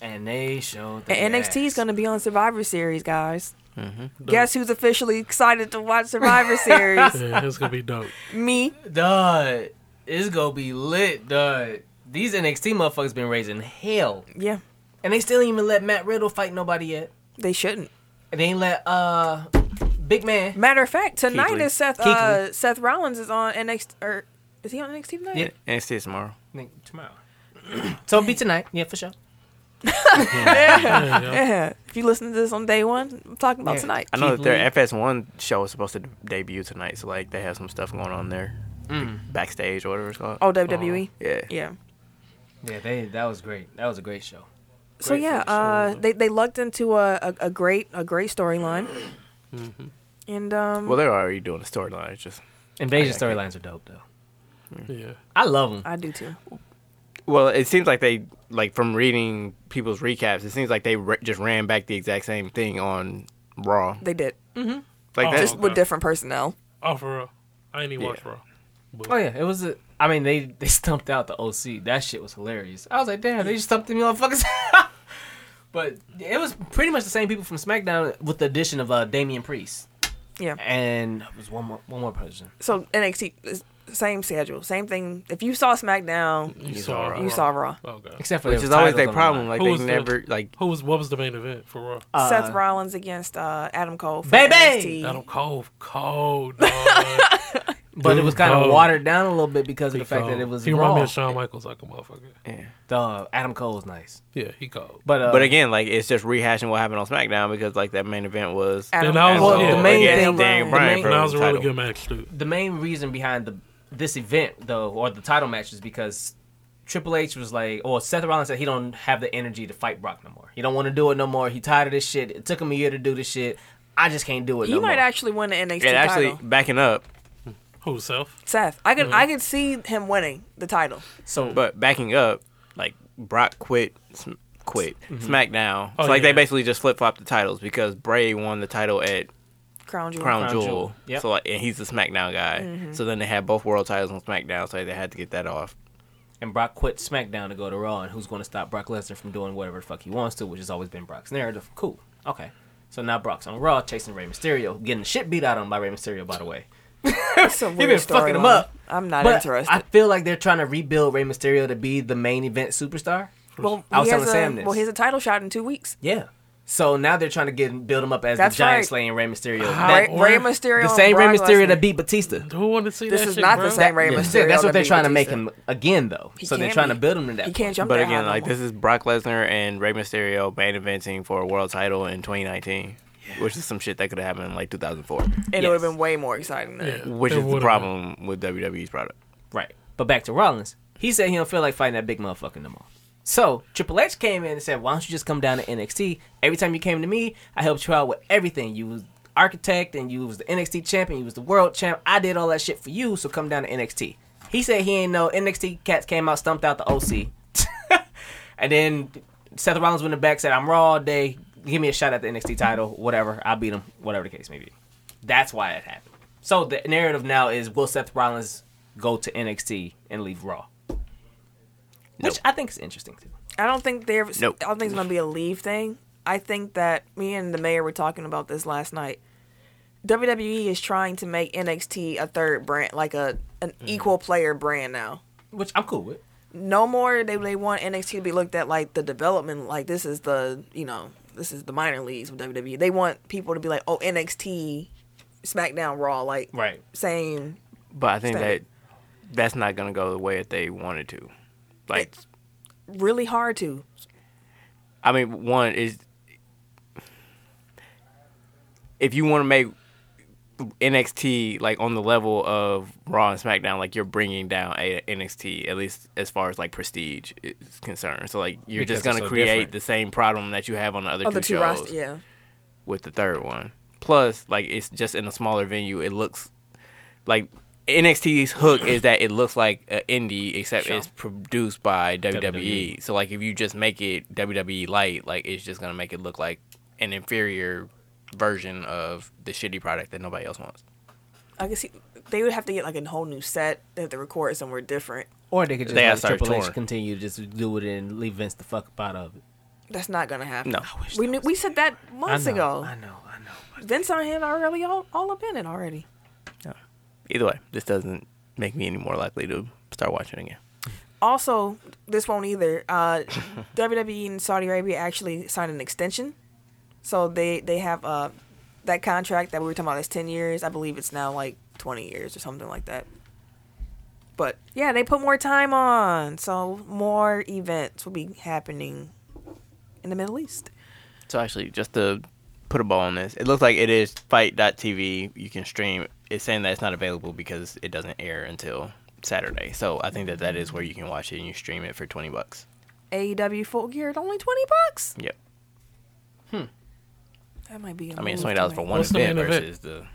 [SPEAKER 4] And they showed. The
[SPEAKER 2] And NXT is
[SPEAKER 4] ass.
[SPEAKER 2] going to be on Survivor Series, guys.
[SPEAKER 3] Mm-hmm.
[SPEAKER 2] Guess who's officially excited to watch Survivor Series?
[SPEAKER 3] yeah, it's gonna be dope.
[SPEAKER 2] Me.
[SPEAKER 4] Dude, it's gonna be lit, dude. These NXT motherfuckers been raising hell,
[SPEAKER 2] Yeah,
[SPEAKER 4] and they still ain't even let Matt Riddle fight nobody yet.
[SPEAKER 2] they shouldn't.
[SPEAKER 4] And they ain't let uh Big man.
[SPEAKER 2] Matter of fact, tonight
[SPEAKER 1] Keekly.
[SPEAKER 2] is Seth.
[SPEAKER 1] Keekly.
[SPEAKER 2] Uh, Seth Rollins is on NXT. Or is he on NXT tonight?
[SPEAKER 1] Yeah. And it's tomorrow.
[SPEAKER 4] tomorrow. so it'll be tonight. Yeah, for sure.
[SPEAKER 2] yeah.
[SPEAKER 1] Yeah, yeah.
[SPEAKER 2] Yeah. If you listen to this on day one, I'm talking about
[SPEAKER 1] Yeah.
[SPEAKER 2] tonight.
[SPEAKER 1] I know that their FS1 show is supposed to debut tonight, so like they have some stuff going on there,
[SPEAKER 4] Mm.
[SPEAKER 1] backstage or whatever it's called.
[SPEAKER 2] Oh, WWE?
[SPEAKER 1] yeah.
[SPEAKER 2] Yeah.
[SPEAKER 4] Yeah, they that was great. That was a great show.
[SPEAKER 2] So
[SPEAKER 4] Great
[SPEAKER 2] yeah,
[SPEAKER 4] fucking show.
[SPEAKER 2] uh, they they lucked into a, a, a great a great storyline, and um,
[SPEAKER 1] Well, they're already doing a storyline. it's Just
[SPEAKER 4] Invasion
[SPEAKER 1] I- I can't-
[SPEAKER 4] storylines are dope though.
[SPEAKER 3] Yeah.
[SPEAKER 4] I love them.
[SPEAKER 2] I do too.
[SPEAKER 1] Well, it seems like they like from reading people's recaps. It seems like they re- just ran back the exact same thing on Raw.
[SPEAKER 2] They did, mm-hmm.
[SPEAKER 1] Like that-
[SPEAKER 2] just with different personnel.
[SPEAKER 3] Oh, for real. I ain't even watch Raw.
[SPEAKER 4] Oh yeah, it was. A, I mean, they they stumped out the OC. That shit was hilarious. I was like, damn, they just stumped the motherfuckers. but it was pretty much the same people from SmackDown with the addition of uh, Damian Priest
[SPEAKER 2] Yeah.
[SPEAKER 4] and it was one more one more person.
[SPEAKER 2] So NXT is same schedule, same thing. If you saw SmackDown,
[SPEAKER 3] You saw Raw.
[SPEAKER 2] you saw Raw.
[SPEAKER 3] Okay.
[SPEAKER 4] Except for
[SPEAKER 1] Which
[SPEAKER 4] there
[SPEAKER 1] is
[SPEAKER 4] was
[SPEAKER 1] always
[SPEAKER 4] titles on
[SPEAKER 1] their
[SPEAKER 4] the line.
[SPEAKER 1] problem. Like
[SPEAKER 3] Who
[SPEAKER 1] they
[SPEAKER 3] was the-
[SPEAKER 1] never like
[SPEAKER 3] Who was what was the main event for Raw?
[SPEAKER 4] Uh,
[SPEAKER 2] Seth Rollins against uh, Adam Cole. for
[SPEAKER 4] Baby!
[SPEAKER 2] NXT.
[SPEAKER 3] Adam Cole, cold. Dog.
[SPEAKER 4] but it was kind of
[SPEAKER 3] Dude,
[SPEAKER 4] watered down a little bit because of the fact that it was
[SPEAKER 3] He
[SPEAKER 4] Raw.
[SPEAKER 3] remind me of Shawn Michaels like a motherfucker.
[SPEAKER 4] Dog, Adam Cole's nice,
[SPEAKER 3] Yeah, he cold.
[SPEAKER 4] but uh,
[SPEAKER 1] But again, like it's just rehashing what happened on SmackDown because like that main event was
[SPEAKER 2] Adam
[SPEAKER 3] And I was-
[SPEAKER 2] Cole.
[SPEAKER 3] Well, the
[SPEAKER 4] main
[SPEAKER 1] against
[SPEAKER 4] thing-
[SPEAKER 1] Daniel
[SPEAKER 4] the
[SPEAKER 1] Bryan
[SPEAKER 4] main-
[SPEAKER 1] for
[SPEAKER 3] that was a
[SPEAKER 1] the
[SPEAKER 3] really
[SPEAKER 1] title.
[SPEAKER 3] good match too.
[SPEAKER 4] the main reason behind the this event though, or the title match, is because Triple H was like, or Seth Rollins said he don't have the energy to fight Brock no more. He don't want to do it no more. He tired of this shit. It took him a year to do this shit. I just can't do it.
[SPEAKER 2] He
[SPEAKER 4] no
[SPEAKER 2] might
[SPEAKER 4] more.
[SPEAKER 2] actually win the NXT
[SPEAKER 1] And actually
[SPEAKER 2] title.
[SPEAKER 1] backing up,
[SPEAKER 3] Who Seth?
[SPEAKER 2] Seth, I
[SPEAKER 4] Mm-hmm.
[SPEAKER 2] could I could see him winning the title.
[SPEAKER 4] So,
[SPEAKER 1] but backing up, like Brock quit, sm- quit SmackDown.
[SPEAKER 3] Oh,
[SPEAKER 1] so like
[SPEAKER 3] yeah.
[SPEAKER 1] they basically just flip flopped the titles because Bray won the title at
[SPEAKER 2] Crown Jewel.
[SPEAKER 1] Crown,
[SPEAKER 4] Crown
[SPEAKER 1] Jewel.
[SPEAKER 4] Jewel. Yep.
[SPEAKER 1] So like, and he's the SmackDown guy. So then they had both world titles on SmackDown, so they had to get that off.
[SPEAKER 4] and Brock quit SmackDown to go to Raw, and who's going to stop Brock Lesnar from doing whatever the fuck he wants to, which has always been Brock's narrative. Cool. Okay. So now Brock's on Raw chasing Rey Mysterio, getting the shit beat out of him by Rey Mysterio, by the way.
[SPEAKER 2] It's a
[SPEAKER 4] He
[SPEAKER 2] weird
[SPEAKER 4] been fucking him
[SPEAKER 2] storyline.
[SPEAKER 4] up.
[SPEAKER 2] I'm not
[SPEAKER 4] But
[SPEAKER 2] interested.
[SPEAKER 4] I feel like they're trying to rebuild Rey Mysterio to be the main event superstar.
[SPEAKER 2] well,
[SPEAKER 4] I was
[SPEAKER 2] he has
[SPEAKER 4] telling Sam
[SPEAKER 2] a,
[SPEAKER 4] this.
[SPEAKER 2] Well, he has a title shot in two weeks.
[SPEAKER 4] Yeah. So now they're trying to get build him up as
[SPEAKER 2] That's
[SPEAKER 4] the giant
[SPEAKER 2] right.
[SPEAKER 4] slaying Rey Mysterio.
[SPEAKER 2] Ray,
[SPEAKER 4] That-
[SPEAKER 2] Rey Mysterio,
[SPEAKER 4] the
[SPEAKER 2] and
[SPEAKER 4] same Rey
[SPEAKER 2] Brock
[SPEAKER 4] Mysterio
[SPEAKER 2] Lesnar.
[SPEAKER 4] that beat Batista.
[SPEAKER 3] Who wanted to see
[SPEAKER 2] This
[SPEAKER 3] that
[SPEAKER 2] is
[SPEAKER 3] shit,
[SPEAKER 2] not
[SPEAKER 3] bro?
[SPEAKER 2] the same Rey
[SPEAKER 4] Yeah,
[SPEAKER 2] Mysterio.
[SPEAKER 4] That's what they're
[SPEAKER 2] that
[SPEAKER 4] trying to
[SPEAKER 2] beat
[SPEAKER 4] make
[SPEAKER 2] Batista.
[SPEAKER 4] him again, though.
[SPEAKER 2] He
[SPEAKER 4] so they're
[SPEAKER 2] can't
[SPEAKER 4] trying to
[SPEAKER 2] be.
[SPEAKER 4] build him to that.
[SPEAKER 2] He can't jump.
[SPEAKER 1] But
[SPEAKER 2] that
[SPEAKER 1] again,
[SPEAKER 2] high
[SPEAKER 1] like
[SPEAKER 2] no more.
[SPEAKER 1] this is Brock Lesnar and Rey Mysterio main eventing for a world title in 2019, which is some shit that could have happened in like 2004,
[SPEAKER 2] it would have been way more exciting. Than
[SPEAKER 3] Yeah,
[SPEAKER 1] which
[SPEAKER 3] it
[SPEAKER 1] is the
[SPEAKER 3] would've
[SPEAKER 1] problem with WWE's product.
[SPEAKER 4] Right. But back to Rollins. He said he don't feel like fighting that big motherfucker no more. So Triple H came in and said, "Why don't you just come down to NXT? Every time you came to me, I helped you out with everything. You was architect, and you was the NXT champion. You was the world champ. I did all that shit for you. So come down to NXT." He said he ain't no NXT cats came out, stumped out the OC, and then Seth Rollins went in the back, said, "I'm raw all day. Give me a shot at the NXT title. Whatever. I beat him. Whatever the case may be." That's why it happened. So the narrative now is will Seth Rollins go to NXT and leave Raw? Which I think is interesting too.
[SPEAKER 2] I don't think there.
[SPEAKER 1] Nope.
[SPEAKER 2] I don't think it's gonna be a leave thing. I think that me and the mayor were talking about this last night. WWE is trying to make NXT a third brand, like a an
[SPEAKER 4] Mm.
[SPEAKER 2] equal player brand now.
[SPEAKER 4] Which I'm cool with.
[SPEAKER 2] No more they they want NXT to be looked at like the development, like this is the you know this is the minor leagues of WWE. They want people to be like, oh NXT, SmackDown, Raw, like
[SPEAKER 4] Right.
[SPEAKER 2] same.
[SPEAKER 1] But I think
[SPEAKER 2] Stay.
[SPEAKER 1] that that's not gonna go the way that they wanted to. Like,
[SPEAKER 2] It's really hard to.
[SPEAKER 1] I mean, one is if you want to make NXT like on the level of Raw and SmackDown, like you're bringing down a- NXT at least as far as like prestige is concerned. So like you're
[SPEAKER 4] Because
[SPEAKER 1] just
[SPEAKER 4] they're
[SPEAKER 1] gonna
[SPEAKER 4] so
[SPEAKER 1] create
[SPEAKER 4] different.
[SPEAKER 1] the same problem that you have on the other
[SPEAKER 2] Other two
[SPEAKER 1] two, shows
[SPEAKER 2] rosters, yeah.
[SPEAKER 1] with the third one. Plus, like it's just in a smaller venue. It looks like NXT's hook is that it looks like an indie, except it's produced by WWE.
[SPEAKER 4] WWE.
[SPEAKER 1] So like if you just make it WWE light, like it's just gonna make it look like an inferior version of the shitty product that nobody else wants.
[SPEAKER 2] I can see they would have to get like a whole new set. They have to record somewhere different.
[SPEAKER 4] Or they could just
[SPEAKER 1] They gotta
[SPEAKER 4] let
[SPEAKER 1] start
[SPEAKER 4] Triple H
[SPEAKER 1] touring.
[SPEAKER 4] continue to just do it and leave Vince the fuck up out of it.
[SPEAKER 2] That's not gonna happen.
[SPEAKER 1] No.
[SPEAKER 2] we knew, we said that months
[SPEAKER 4] I know,
[SPEAKER 2] ago.
[SPEAKER 4] I know, I know. But
[SPEAKER 2] Vince on him already all, all up in it already.
[SPEAKER 1] Either way, this doesn't make me any more likely to start watching again.
[SPEAKER 2] Also, this won't either. Uh, WWE in Saudi Arabia actually signed an extension, so they they have uh, that contract that we were talking about is 10 years. I believe it's now like 20 years or something like that. But yeah, they put more time on. So more events will be happening in the Middle East.
[SPEAKER 1] So actually, just to put a ball on this, it looks like it is fight.tv. You can stream. It's saying that it's not available because it doesn't air until Saturday. So I think that that is where you can watch it and you stream it for twenty bucks.
[SPEAKER 2] AEW E full gear at only 20 bucks.
[SPEAKER 1] Yep.
[SPEAKER 2] That might be. a
[SPEAKER 1] I mean, it's
[SPEAKER 2] move
[SPEAKER 1] twenty
[SPEAKER 2] to
[SPEAKER 1] dollars for
[SPEAKER 2] make.
[SPEAKER 1] one event versus the.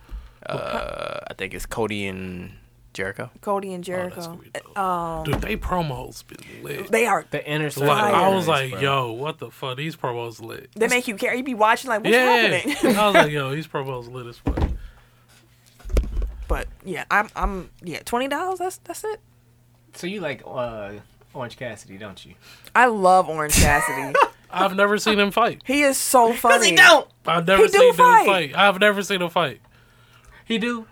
[SPEAKER 1] Uh, I think it's Cody and Jericho.
[SPEAKER 2] Cody and Jericho. um,
[SPEAKER 3] Dude, they promos been lit.
[SPEAKER 2] They are
[SPEAKER 4] The inner
[SPEAKER 3] Like, I
[SPEAKER 2] fire.
[SPEAKER 3] was like,
[SPEAKER 4] bro.
[SPEAKER 3] yo, what the fuck? These promos lit.
[SPEAKER 2] They make you care. You be watching like what's
[SPEAKER 3] yeah,
[SPEAKER 2] happening.
[SPEAKER 3] I was like, yo, these promos lit as fuck.
[SPEAKER 2] but yeah, I'm. I'm. Yeah, twenty dollars. That's that's it.
[SPEAKER 4] So you like uh, Orange Cassidy, don't you?
[SPEAKER 2] I love Orange Cassidy.
[SPEAKER 3] I've never seen him fight.
[SPEAKER 2] he is so funny.
[SPEAKER 3] I've never
[SPEAKER 2] He do
[SPEAKER 3] seen him
[SPEAKER 2] fight.
[SPEAKER 3] fight. I've never seen him fight. He do.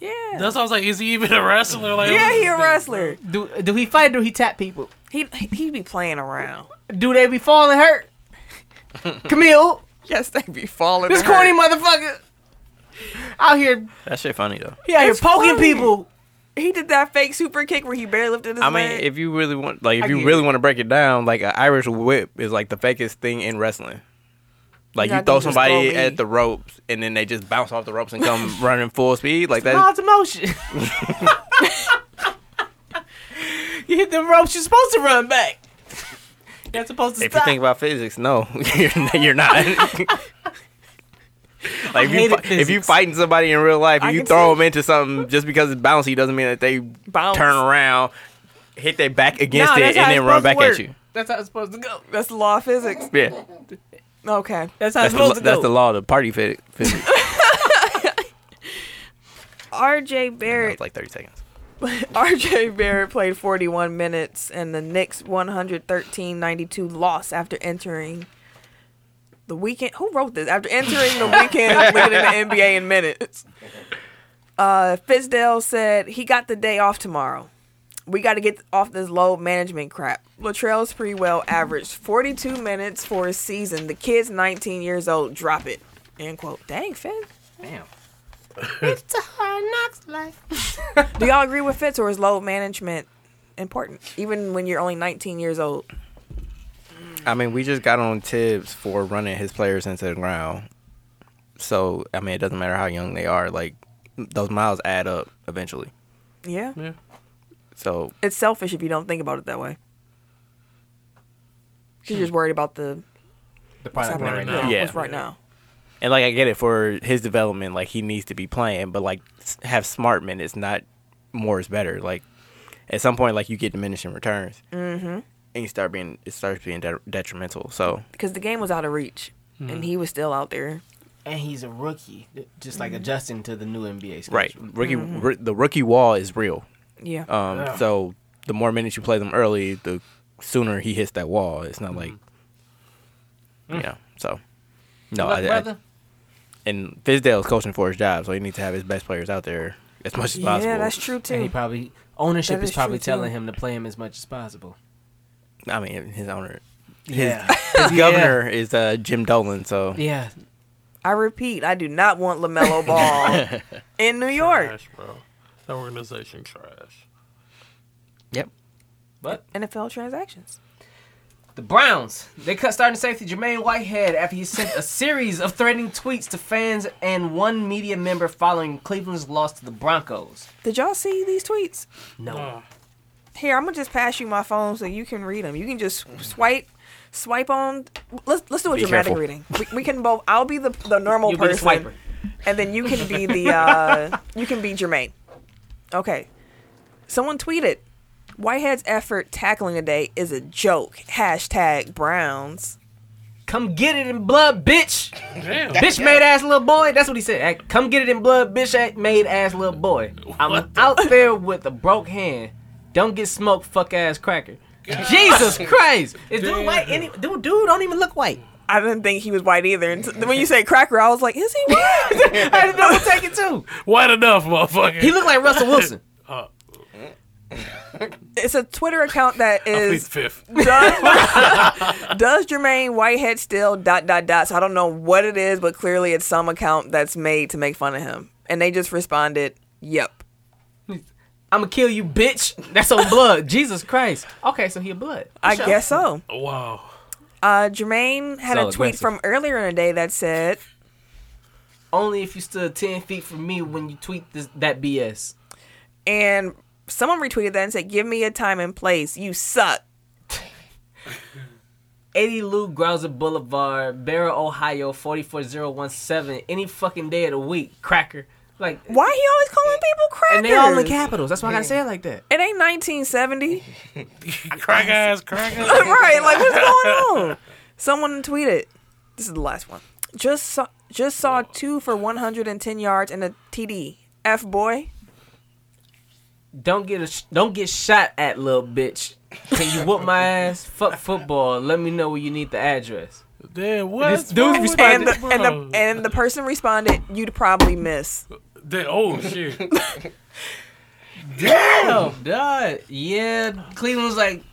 [SPEAKER 2] Yeah.
[SPEAKER 3] That's why I was like, is he even a wrestler? Like,
[SPEAKER 2] yeah, he a wrestler.
[SPEAKER 4] Do do he fight? Or do he tap people?
[SPEAKER 2] He he be playing around.
[SPEAKER 4] Do they be falling hurt? Camille,
[SPEAKER 2] Yes, they be falling.
[SPEAKER 4] this
[SPEAKER 2] hurt.
[SPEAKER 4] corny motherfucker out here,
[SPEAKER 1] That shit funny though.
[SPEAKER 4] he out here
[SPEAKER 2] It's
[SPEAKER 4] poking
[SPEAKER 2] funny.
[SPEAKER 4] people.
[SPEAKER 2] He did that fake super kick where he barely lifted his
[SPEAKER 1] I mean,
[SPEAKER 2] leg.
[SPEAKER 1] if you really want, like,
[SPEAKER 4] I
[SPEAKER 1] if you
[SPEAKER 4] get
[SPEAKER 1] really
[SPEAKER 4] it.
[SPEAKER 1] want to break it down, like, an Irish whip is like the fakest thing in wrestling. Like,
[SPEAKER 2] Yeah,
[SPEAKER 1] you
[SPEAKER 2] I
[SPEAKER 1] throw
[SPEAKER 2] think just
[SPEAKER 1] somebody
[SPEAKER 2] throw me.
[SPEAKER 1] at the ropes, and then they just bounce off the ropes and come running full speed. Like that.
[SPEAKER 4] Miles to motion. you hit them ropes, you're supposed to run back. You're not supposed to
[SPEAKER 1] If you
[SPEAKER 4] stop.
[SPEAKER 1] think about physics, no, you're not. You're not. Like if you,
[SPEAKER 4] hated
[SPEAKER 1] fi- if you
[SPEAKER 4] physics.
[SPEAKER 1] fighting somebody in real life,
[SPEAKER 2] I
[SPEAKER 1] and you
[SPEAKER 2] can
[SPEAKER 1] throw
[SPEAKER 2] see.
[SPEAKER 1] them into something just because it's bouncy doesn't mean that they
[SPEAKER 2] Bounce.
[SPEAKER 1] turn around, hit their back against
[SPEAKER 2] No,
[SPEAKER 1] it,
[SPEAKER 2] that's
[SPEAKER 1] and
[SPEAKER 2] how
[SPEAKER 1] then
[SPEAKER 2] it's
[SPEAKER 1] run
[SPEAKER 2] supposed
[SPEAKER 1] back
[SPEAKER 2] to
[SPEAKER 1] at
[SPEAKER 2] work.
[SPEAKER 1] you.
[SPEAKER 4] That's how it's supposed to go.
[SPEAKER 2] that's the law of physics.
[SPEAKER 1] Yeah,
[SPEAKER 2] Okay.
[SPEAKER 4] That's how it's
[SPEAKER 1] that's the,
[SPEAKER 4] supposed to
[SPEAKER 1] that's
[SPEAKER 4] go.
[SPEAKER 1] the law of the party phy- physics.
[SPEAKER 2] R.J.
[SPEAKER 1] That
[SPEAKER 2] Barrett.
[SPEAKER 1] was like thirty seconds.
[SPEAKER 2] R.J. Barrett played 41 minutes in the Knicks 113-92 loss after entering the weekend. Who wrote this? After entering the weekend leading the NBA in minutes. Uh, Fizdale said he got the day off tomorrow. We got to get off this load management crap. Latrell Sprewell averaged 42 minutes for a season. The kid's 19 years old. Drop it. End quote. Dang, Fizz.
[SPEAKER 4] Damn.
[SPEAKER 2] Do y'all agree with Fitz or is load management important, even when you're only 19 years old?
[SPEAKER 1] I mean, we just got on Tibbs for running his players into the ground. So I mean, it doesn't matter how young they are. Like those miles add up eventually.
[SPEAKER 2] Yeah.
[SPEAKER 3] Yeah.
[SPEAKER 1] So
[SPEAKER 2] It's selfish if you don't think about it that way. 'Cause You're just worried about the
[SPEAKER 4] The
[SPEAKER 2] what's
[SPEAKER 4] product
[SPEAKER 2] happening
[SPEAKER 4] right
[SPEAKER 2] right
[SPEAKER 4] now.
[SPEAKER 2] now.
[SPEAKER 1] Yeah.
[SPEAKER 2] What's right now.
[SPEAKER 1] and like I get it for his development. Like he needs to be playing, but like s- have smart minutes, not more is better. Like at some point, like you get diminishing returns, mm-hmm. and you start being it starts being de- detrimental. So
[SPEAKER 2] Because the game was out of reach and he was still out there.
[SPEAKER 4] And he's a rookie, just like adjusting to the new NBA schedule.
[SPEAKER 1] Mm-hmm. right, rookie r- the rookie wall is real.
[SPEAKER 2] Yeah.
[SPEAKER 1] Um,
[SPEAKER 4] Yeah.
[SPEAKER 1] So the more minutes you play them early, the sooner he hits that wall. It's
[SPEAKER 2] Mm-hmm.
[SPEAKER 1] not like,
[SPEAKER 4] Mm.
[SPEAKER 1] you know. So no,
[SPEAKER 4] Look,
[SPEAKER 1] I, I-
[SPEAKER 4] brother,
[SPEAKER 1] and Fizdale is coaching for his job, so he needs to have his best players out there as much as
[SPEAKER 2] yeah,
[SPEAKER 1] possible.
[SPEAKER 2] that's true
[SPEAKER 4] and he
[SPEAKER 2] too.
[SPEAKER 4] probably ownership
[SPEAKER 2] That
[SPEAKER 4] is
[SPEAKER 2] is
[SPEAKER 4] probably
[SPEAKER 2] true, too.
[SPEAKER 4] telling him to play him as much as possible.
[SPEAKER 1] I mean, his owner,
[SPEAKER 4] Yeah,
[SPEAKER 1] his governor is uh, Jim Dolan. So
[SPEAKER 4] yeah.
[SPEAKER 2] I repeat, I do not want LaMelo Ball in New York.
[SPEAKER 3] Trash, bro. That organization trash.
[SPEAKER 1] yep,
[SPEAKER 4] But
[SPEAKER 2] NFL transactions.
[SPEAKER 4] the Browns they cut starting safety Jermaine Whitehead after he sent a series of threatening tweets to fans and one media member following Cleveland's loss to the Broncos.
[SPEAKER 2] Did y'all see these tweets?
[SPEAKER 4] No,
[SPEAKER 2] Here, I'm gonna just pass you my phone so you can read them. You can just swipe, swipe on. Let's let's do a
[SPEAKER 1] Be
[SPEAKER 2] dramatic
[SPEAKER 1] careful.
[SPEAKER 2] reading. We, we can both. I'll be the the normal
[SPEAKER 4] you'll be the
[SPEAKER 2] person,
[SPEAKER 4] swiper.
[SPEAKER 2] and then you can be the uh, you can be Jermaine. Okay. Someone tweeted, "Whitehead's effort tackling today is a joke." Hashtag Browns.
[SPEAKER 4] Come get it in blood, bitch.
[SPEAKER 3] Damn.
[SPEAKER 4] bitch made ass little boy. That's what he said. Hey, Come get it in blood, bitch a- made ass little boy. I'm out there with a broke hand. Don't get smoked, fuck ass cracker. Jesus Christ! Is dude white? Any dude, dude don't even look white.
[SPEAKER 2] I didn't think he was white either. And t- when you say cracker, I was like, "Is he white?"
[SPEAKER 4] I didn't know what to take it too.
[SPEAKER 3] White enough, motherfucker.
[SPEAKER 4] He looked like Russell Wilson.
[SPEAKER 2] It's a Twitter account that is
[SPEAKER 3] fifth.
[SPEAKER 2] does, does Jermaine Whitehead still dot dot dot? So I don't know what it is, but clearly it's some account that's made to make fun of him, and they just responded, "Yep."
[SPEAKER 4] I'm gonna kill you, bitch. That's on blood. Jesus Christ. Okay, so he a blood.
[SPEAKER 2] I
[SPEAKER 4] Sure.
[SPEAKER 2] guess so.
[SPEAKER 3] Wow.
[SPEAKER 2] Uh, Jermaine had
[SPEAKER 4] So
[SPEAKER 2] a tweet
[SPEAKER 4] aggressive.
[SPEAKER 2] from earlier in the day that said,
[SPEAKER 4] Only if you stood ten feet from me when you tweet this, that BS.
[SPEAKER 2] and someone retweeted that and said, "Give me a time and place. You suck."
[SPEAKER 4] 80 Lou Grouser Boulevard, Barrow, Ohio, 44017. Any fucking day of the week, cracker. Like
[SPEAKER 2] why he always calling people crackers?
[SPEAKER 4] And they all in capitals. That's why I gotta say it like that.
[SPEAKER 2] It ain't 1970.
[SPEAKER 3] Crack ass, crack ass.
[SPEAKER 2] right? Like what's going on? Someone tweeted. This is the last one. Just saw, just saw two for 110 yards and a TD. F boy.
[SPEAKER 4] Don't get a sh- don't get shot at, little bitch. Can you whoop my ass? Fuck football. Let me know where you need the address.
[SPEAKER 3] Damn, what?
[SPEAKER 4] This dude
[SPEAKER 3] Why would-
[SPEAKER 2] And
[SPEAKER 4] responded-
[SPEAKER 2] the, and the and the person responded, "You'd probably miss."
[SPEAKER 3] Damn, oh shit.
[SPEAKER 4] Damn, dog. Yeah, Cleveland's like,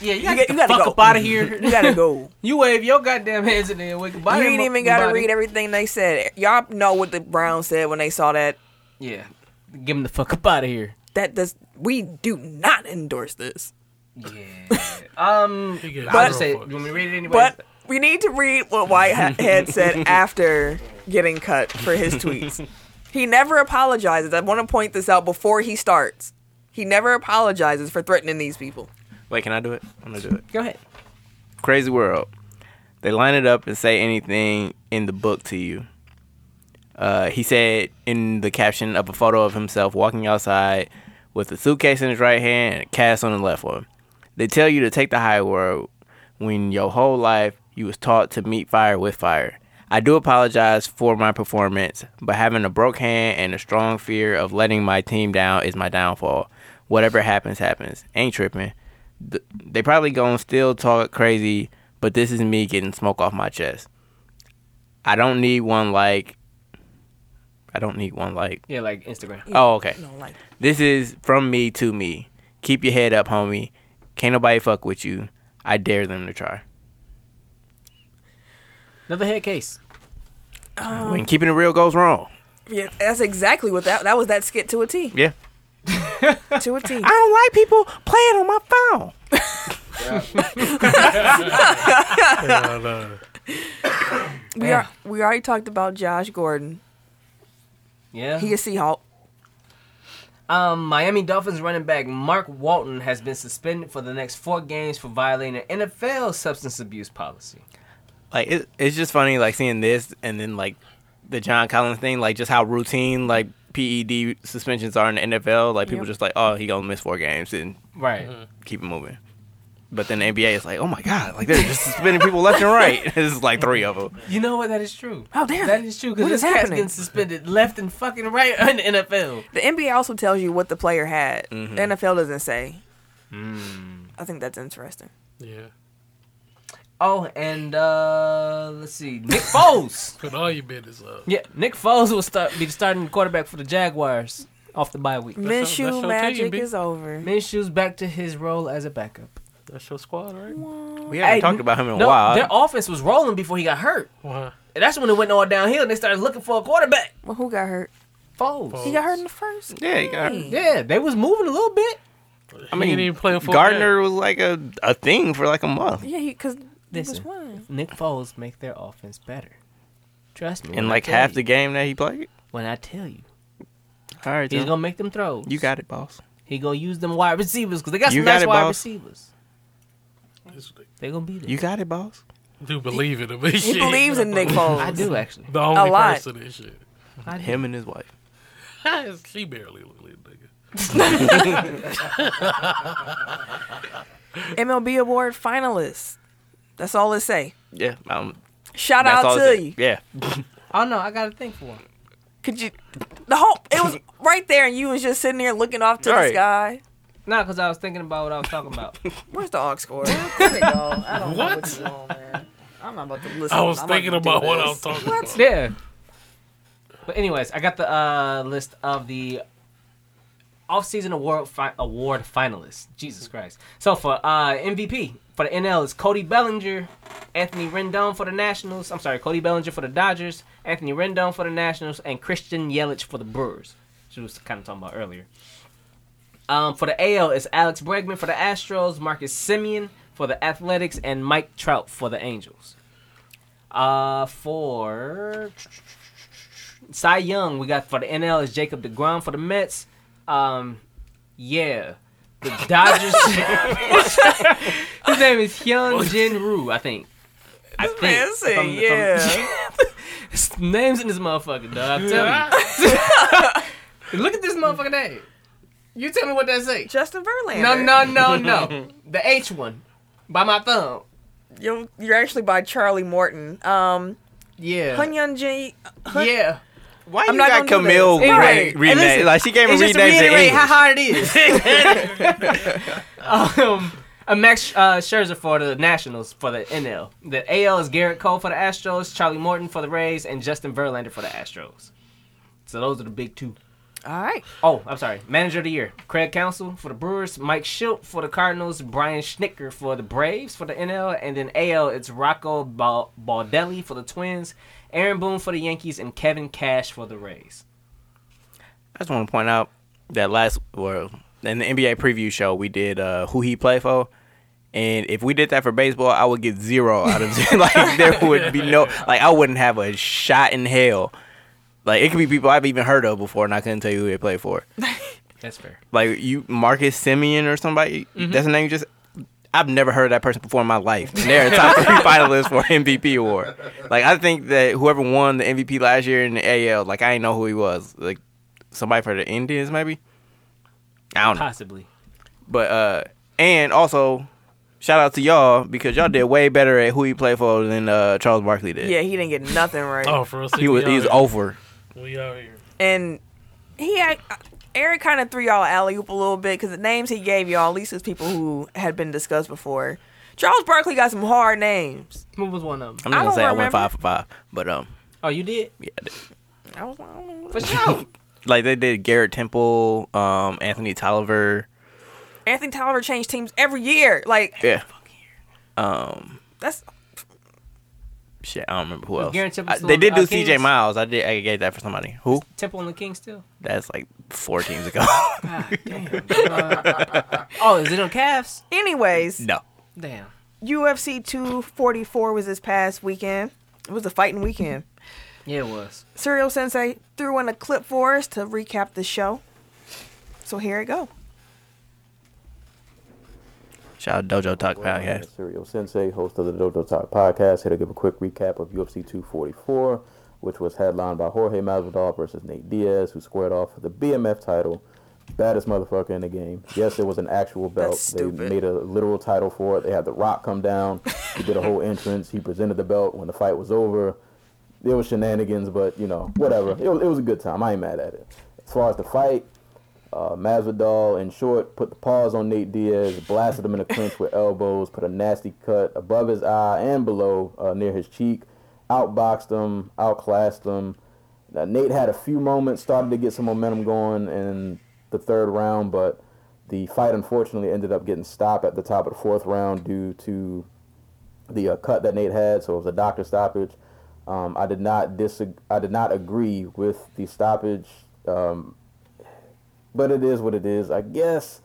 [SPEAKER 4] yeah, you,
[SPEAKER 2] You,
[SPEAKER 4] got
[SPEAKER 2] got,
[SPEAKER 4] to
[SPEAKER 2] you gotta
[SPEAKER 4] fuck
[SPEAKER 2] go.
[SPEAKER 4] up out of here.
[SPEAKER 2] You gotta go.
[SPEAKER 4] you wave your goddamn hands in there. Wake up
[SPEAKER 2] you ain't even gotta read everything they said. Y'all know what the Browns said when they saw that.
[SPEAKER 4] Yeah, give him the fuck up out of here.
[SPEAKER 2] That does. We do not endorse this.
[SPEAKER 4] Um,
[SPEAKER 3] gets zero
[SPEAKER 4] I'll just say, you
[SPEAKER 3] fucks.
[SPEAKER 4] want me to read it anyway?
[SPEAKER 2] But we need to read what Whitehead said after getting cut for his tweets. He never apologizes. I want to point this out before he starts. He never apologizes for threatening these people.
[SPEAKER 1] Wait, can I do it? I'm gonna do it.
[SPEAKER 4] Go ahead.
[SPEAKER 1] Crazy world. They line it up and say anything in the book to you. Uh, he said in the caption of a photo of himself walking outside with a suitcase in his right hand and a cast on the left one. They tell you to take the high road when your whole life you was taught to meet fire with fire. I do apologize for my performance, but having a broke hand and a strong fear of letting my team down is my downfall. Whatever happens, happens. Ain't tripping. Th- They probably gonna still talk crazy, but this is me getting smoke off my chest. I don't need one like. I don't need one like.
[SPEAKER 4] Yeah, like Instagram.
[SPEAKER 1] Oh, okay.
[SPEAKER 2] Don't like.
[SPEAKER 1] This is from me to me. Keep your head up, homie. Can't nobody fuck with you. I dare them to try.
[SPEAKER 4] Another head case.
[SPEAKER 1] when keeping it real goes wrong.
[SPEAKER 2] Yeah, that's exactly what that that was. That skit to a T.
[SPEAKER 1] Yeah.
[SPEAKER 2] To a T.
[SPEAKER 1] I don't like people playing on my phone.
[SPEAKER 3] Uh, nah.
[SPEAKER 2] We are. We already talked about Josh Gordon.
[SPEAKER 4] Yeah.
[SPEAKER 2] He a Seahawk.
[SPEAKER 4] Um, Miami Dolphins running back Mark Walton has been suspended for the next four games for violating an NFL substance abuse policy.
[SPEAKER 1] Like it, it's just funny, like seeing this and then like the John Collins thing, like just how routine like PED suspensions are in the NFL. Like people
[SPEAKER 2] Yep.
[SPEAKER 1] just like, oh, he gonna miss four games and
[SPEAKER 4] Right.
[SPEAKER 1] keep it moving. But then the NBA is like, oh my god, like they're just suspending people left and right. This is like three of them.
[SPEAKER 4] You know what? That is true.
[SPEAKER 2] How dare
[SPEAKER 4] That
[SPEAKER 2] they?
[SPEAKER 4] is true
[SPEAKER 2] What
[SPEAKER 4] because this
[SPEAKER 2] is
[SPEAKER 4] cat's
[SPEAKER 2] happening?
[SPEAKER 4] getting suspended left and fucking right in the NFL.
[SPEAKER 2] The NBA also tells you what the player had. The NFL doesn't say. I think that's interesting.
[SPEAKER 3] Yeah.
[SPEAKER 4] Oh, and uh, let's see, Nick Foles.
[SPEAKER 3] Put all your business up.
[SPEAKER 4] yeah, Nick Foles will start be the starting quarterback for the Jaguars off the bye week.
[SPEAKER 3] That's your- that's
[SPEAKER 2] Minshew
[SPEAKER 3] your
[SPEAKER 2] magic
[SPEAKER 3] team, B.
[SPEAKER 2] is over.
[SPEAKER 4] Minshew's back to his role as a backup.
[SPEAKER 3] That's your squad, right?
[SPEAKER 1] We haven't
[SPEAKER 4] Hey,
[SPEAKER 1] talked about him in a
[SPEAKER 4] No,
[SPEAKER 1] while.
[SPEAKER 4] their offense was rolling before he got hurt.
[SPEAKER 3] Why?
[SPEAKER 4] And that's when it went all downhill and they started looking for a quarterback.
[SPEAKER 2] Well, who got hurt?
[SPEAKER 4] Foles.
[SPEAKER 2] He got hurt in the first.
[SPEAKER 1] Yeah, he got hurt.
[SPEAKER 2] game.
[SPEAKER 4] Yeah, they was moving a little bit.
[SPEAKER 1] I
[SPEAKER 3] He
[SPEAKER 1] mean,
[SPEAKER 3] didn't even play a full
[SPEAKER 1] Gardner was like a, a thing for like a month.
[SPEAKER 2] Yeah, he because this was
[SPEAKER 4] Listen.
[SPEAKER 2] one.
[SPEAKER 4] Nick Foles make their offense better. Trust me.
[SPEAKER 1] In
[SPEAKER 4] when I
[SPEAKER 1] like
[SPEAKER 4] tell
[SPEAKER 1] half
[SPEAKER 4] you-
[SPEAKER 1] the game that he played.
[SPEAKER 4] when I tell you,
[SPEAKER 1] All right,
[SPEAKER 4] he's
[SPEAKER 1] Joe.
[SPEAKER 4] gonna make them throws.
[SPEAKER 1] you got it, boss.
[SPEAKER 4] He gonna use them wide receivers because they got
[SPEAKER 1] You
[SPEAKER 4] some
[SPEAKER 1] got
[SPEAKER 4] nice
[SPEAKER 1] it,
[SPEAKER 4] wide
[SPEAKER 1] boss.
[SPEAKER 4] receivers. They gonna be there.
[SPEAKER 1] You got it, boss.
[SPEAKER 3] Do believe it? He
[SPEAKER 2] He believes in Nick Foles.
[SPEAKER 4] I do actually.
[SPEAKER 3] The only
[SPEAKER 2] lot.
[SPEAKER 3] person in shit.
[SPEAKER 4] I do.
[SPEAKER 1] Him and his wife.
[SPEAKER 3] she barely looked like a nigga.
[SPEAKER 2] MLB award finalists. That's all it say.
[SPEAKER 1] Yeah. Um,
[SPEAKER 2] Shout
[SPEAKER 1] that's
[SPEAKER 2] out
[SPEAKER 1] all
[SPEAKER 2] to
[SPEAKER 1] it's-
[SPEAKER 2] you.
[SPEAKER 1] Yeah.
[SPEAKER 4] Oh no, I gotta think for one.
[SPEAKER 2] Could you? The whole it was right there, and you was just sitting there looking off to the
[SPEAKER 1] Right.
[SPEAKER 2] sky.
[SPEAKER 4] Nah, because I was thinking about what I was talking about.
[SPEAKER 2] Where's the aux score?
[SPEAKER 3] What?
[SPEAKER 2] I'm not about to listen.
[SPEAKER 3] I was
[SPEAKER 2] I'm not
[SPEAKER 3] thinking
[SPEAKER 2] gonna do
[SPEAKER 3] about what
[SPEAKER 2] this.
[SPEAKER 3] I was talking about.
[SPEAKER 4] yeah. But anyways, I got the uh, list of the offseason award fi- award finalist. Jesus Christ. So for uh, MVP for the NL is Cody Bellinger, Anthony Rendon for the Nationals. I'm sorry, Cody Bellinger for the Dodgers, Anthony Rendon for the Nationals, and Christian Yelich for the Brewers. She was kind of talking about earlier. Um, for the AL is Alex Bregman for the Astros, Marcus Simeon for the Athletics, and Mike Trout for the Angels. Uh, for Cy Young, we got for the NL is Jacob DeGrom for the Mets. Um, yeah, the Dodgers. His name is Hyun Jin Ryu, I think. I think.
[SPEAKER 2] man
[SPEAKER 4] if
[SPEAKER 2] said
[SPEAKER 4] I'm- if I'm- Names in this motherfucker, dog. I'm telling you. Look at this motherfucker name. You tell me what that say.
[SPEAKER 2] Justin Verlander.
[SPEAKER 4] No, no, no, no. The H one, by my thumb.
[SPEAKER 2] You're, you're actually by Charlie Morton. Um,
[SPEAKER 4] yeah.
[SPEAKER 2] Hunyun Jin.
[SPEAKER 4] yeah.
[SPEAKER 2] Why
[SPEAKER 13] you got Camille re- renamed? like she gave
[SPEAKER 4] It's
[SPEAKER 13] him
[SPEAKER 4] just
[SPEAKER 13] renamed
[SPEAKER 4] to
[SPEAKER 13] to
[SPEAKER 4] reiterate
[SPEAKER 13] English.
[SPEAKER 4] how hard it is. um, uh, Max uh, Scherzer for the Nationals for the NL. The AL is Garrett Cole for the Astros, Charlie Morton for the Rays, and Justin Verlander for the Astros. So those are the big two.
[SPEAKER 2] All right.
[SPEAKER 4] Oh, I'm sorry. Manager of the year: Craig Counsell for the Brewers, Mike Schilt for the Cardinals, Brian Schnicker for the Braves for the NL, and then AL it's Rocco Bal- Baldelli for the Twins, Aaron Boone for the Yankees, and Kevin Cash for the Rays.
[SPEAKER 1] I just want to point out that last well, in the NBA preview show we did uh, who he played for, and if we did that for baseball, I would get zero out of zero. like there would be no like I wouldn't have a shot in hell. Like it could be people I've even heard of before, and I couldn't tell you who they played for.
[SPEAKER 4] That's fair.
[SPEAKER 1] Like you, Marcus Simeon or somebody.
[SPEAKER 2] Mm-hmm.
[SPEAKER 4] Mhm.
[SPEAKER 1] That's the name you just. I've never heard of that person before in my life. And they're a top three finalist for MVP award. Like I think that whoever won the MVP last year in the AL, like I didn't know who he was. Like somebody for the Indians, maybe. I don't know.
[SPEAKER 4] Possibly.
[SPEAKER 1] But uh, and also, shout out to y'all because y'all did way better at who he played for than uh, Charles Barkley did.
[SPEAKER 2] Yeah, he didn't get nothing right.
[SPEAKER 1] Oh, for us, He was- we he's out here. over.
[SPEAKER 3] We out here.
[SPEAKER 2] And he had, Eric kind of threw y'all alley oop a little bit because the names he gave y'all, at least it's people who had been discussed before. Charles Barkley got some hard names.
[SPEAKER 4] What was one of
[SPEAKER 1] I'm not gonna say I went
[SPEAKER 2] remember.
[SPEAKER 1] five for five, but um,
[SPEAKER 4] Oh, you did?
[SPEAKER 1] Yeah, I did.
[SPEAKER 2] I was like, I don't know.
[SPEAKER 4] For sure.
[SPEAKER 1] like they did Garrett Temple, um, Anthony Tolliver,
[SPEAKER 2] Anthony Tolliver changed teams every year. Like,
[SPEAKER 1] yeah, um,
[SPEAKER 2] that's
[SPEAKER 1] shit, I don't remember who
[SPEAKER 4] Was
[SPEAKER 1] else.
[SPEAKER 4] Garrett Temple
[SPEAKER 1] I-
[SPEAKER 4] still
[SPEAKER 1] they did
[SPEAKER 4] on-
[SPEAKER 1] do
[SPEAKER 4] uh,
[SPEAKER 1] C.J.
[SPEAKER 4] Kings?
[SPEAKER 1] Miles. I did. I gave that for somebody. Who?
[SPEAKER 4] Temple and the King still.
[SPEAKER 1] That's like four teams ago.
[SPEAKER 4] God damn. dog. oh, is it on Cavs?
[SPEAKER 2] Anyways,
[SPEAKER 1] no.
[SPEAKER 4] Damn.
[SPEAKER 2] UFC 244 was this past weekend. It was a fighting weekend.
[SPEAKER 4] Yeah, it was.
[SPEAKER 2] Serial Sensei threw in a clip for us to recap the show. So here it go.
[SPEAKER 1] Shout out Dojo Talk podcast.
[SPEAKER 9] Serial Sensei, host of the Dojo Talk podcast, here to give a quick recap of UFC 244, which was headlined by Jorge Masvidal versus Nate Diaz, who squared off for the BMF title. Baddest motherfucker in the game. Yes, it was an actual belt.
[SPEAKER 14] That's
[SPEAKER 9] they
[SPEAKER 14] stupid.
[SPEAKER 9] made a literal title for it. They had The Rock come down. He did a whole entrance. He presented the belt when the fight was over. There was shenanigans, but you know, whatever. It was, it was a good time. I ain't mad at it. As far as the fight, uh, Masvidal, in short, put the paws on Nate Diaz, blasted him in the clinch with elbows, put a nasty cut above his eye and below uh, near his cheek, outboxed him, outclassed him. Now, Nate had a few moments, started to get some momentum going in the third round, but the fight unfortunately ended up getting stopped at the top of the fourth round due to the uh, cut that Nate had, so it was a doctor stoppage. Um, I did not disag- I did not agree with the stoppage. Um, but it is what it is, I guess.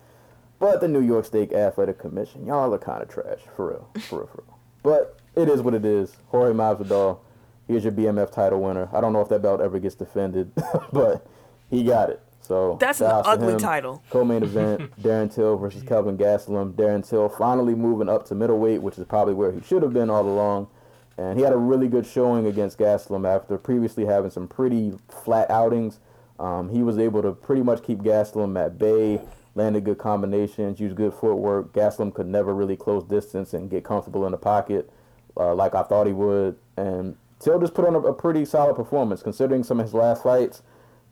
[SPEAKER 9] But the New York State Athletic Commission, y'all are kind of trash, for real, for real, for real. But it is what it is. Jorge Masvidal, here's your BMF title winner. I don't know if that belt ever gets defended, but he got it. So
[SPEAKER 2] That's an
[SPEAKER 9] shout out to
[SPEAKER 2] ugly
[SPEAKER 9] him.
[SPEAKER 2] title.
[SPEAKER 9] Co-main event: Darren Till versus Kelvin Gastelum. Darren Till finally moving up to middleweight, which is probably where he should have been all along. And he had a really good showing against Gastelum after previously having some pretty flat outings. Um, he was able to pretty much keep Gastelum at bay, landed good combinations, used good footwork. Gastelum could never really close distance and get comfortable in the pocket uh, like I thought he would. And Till just put on a, a pretty solid performance considering some of his last fights.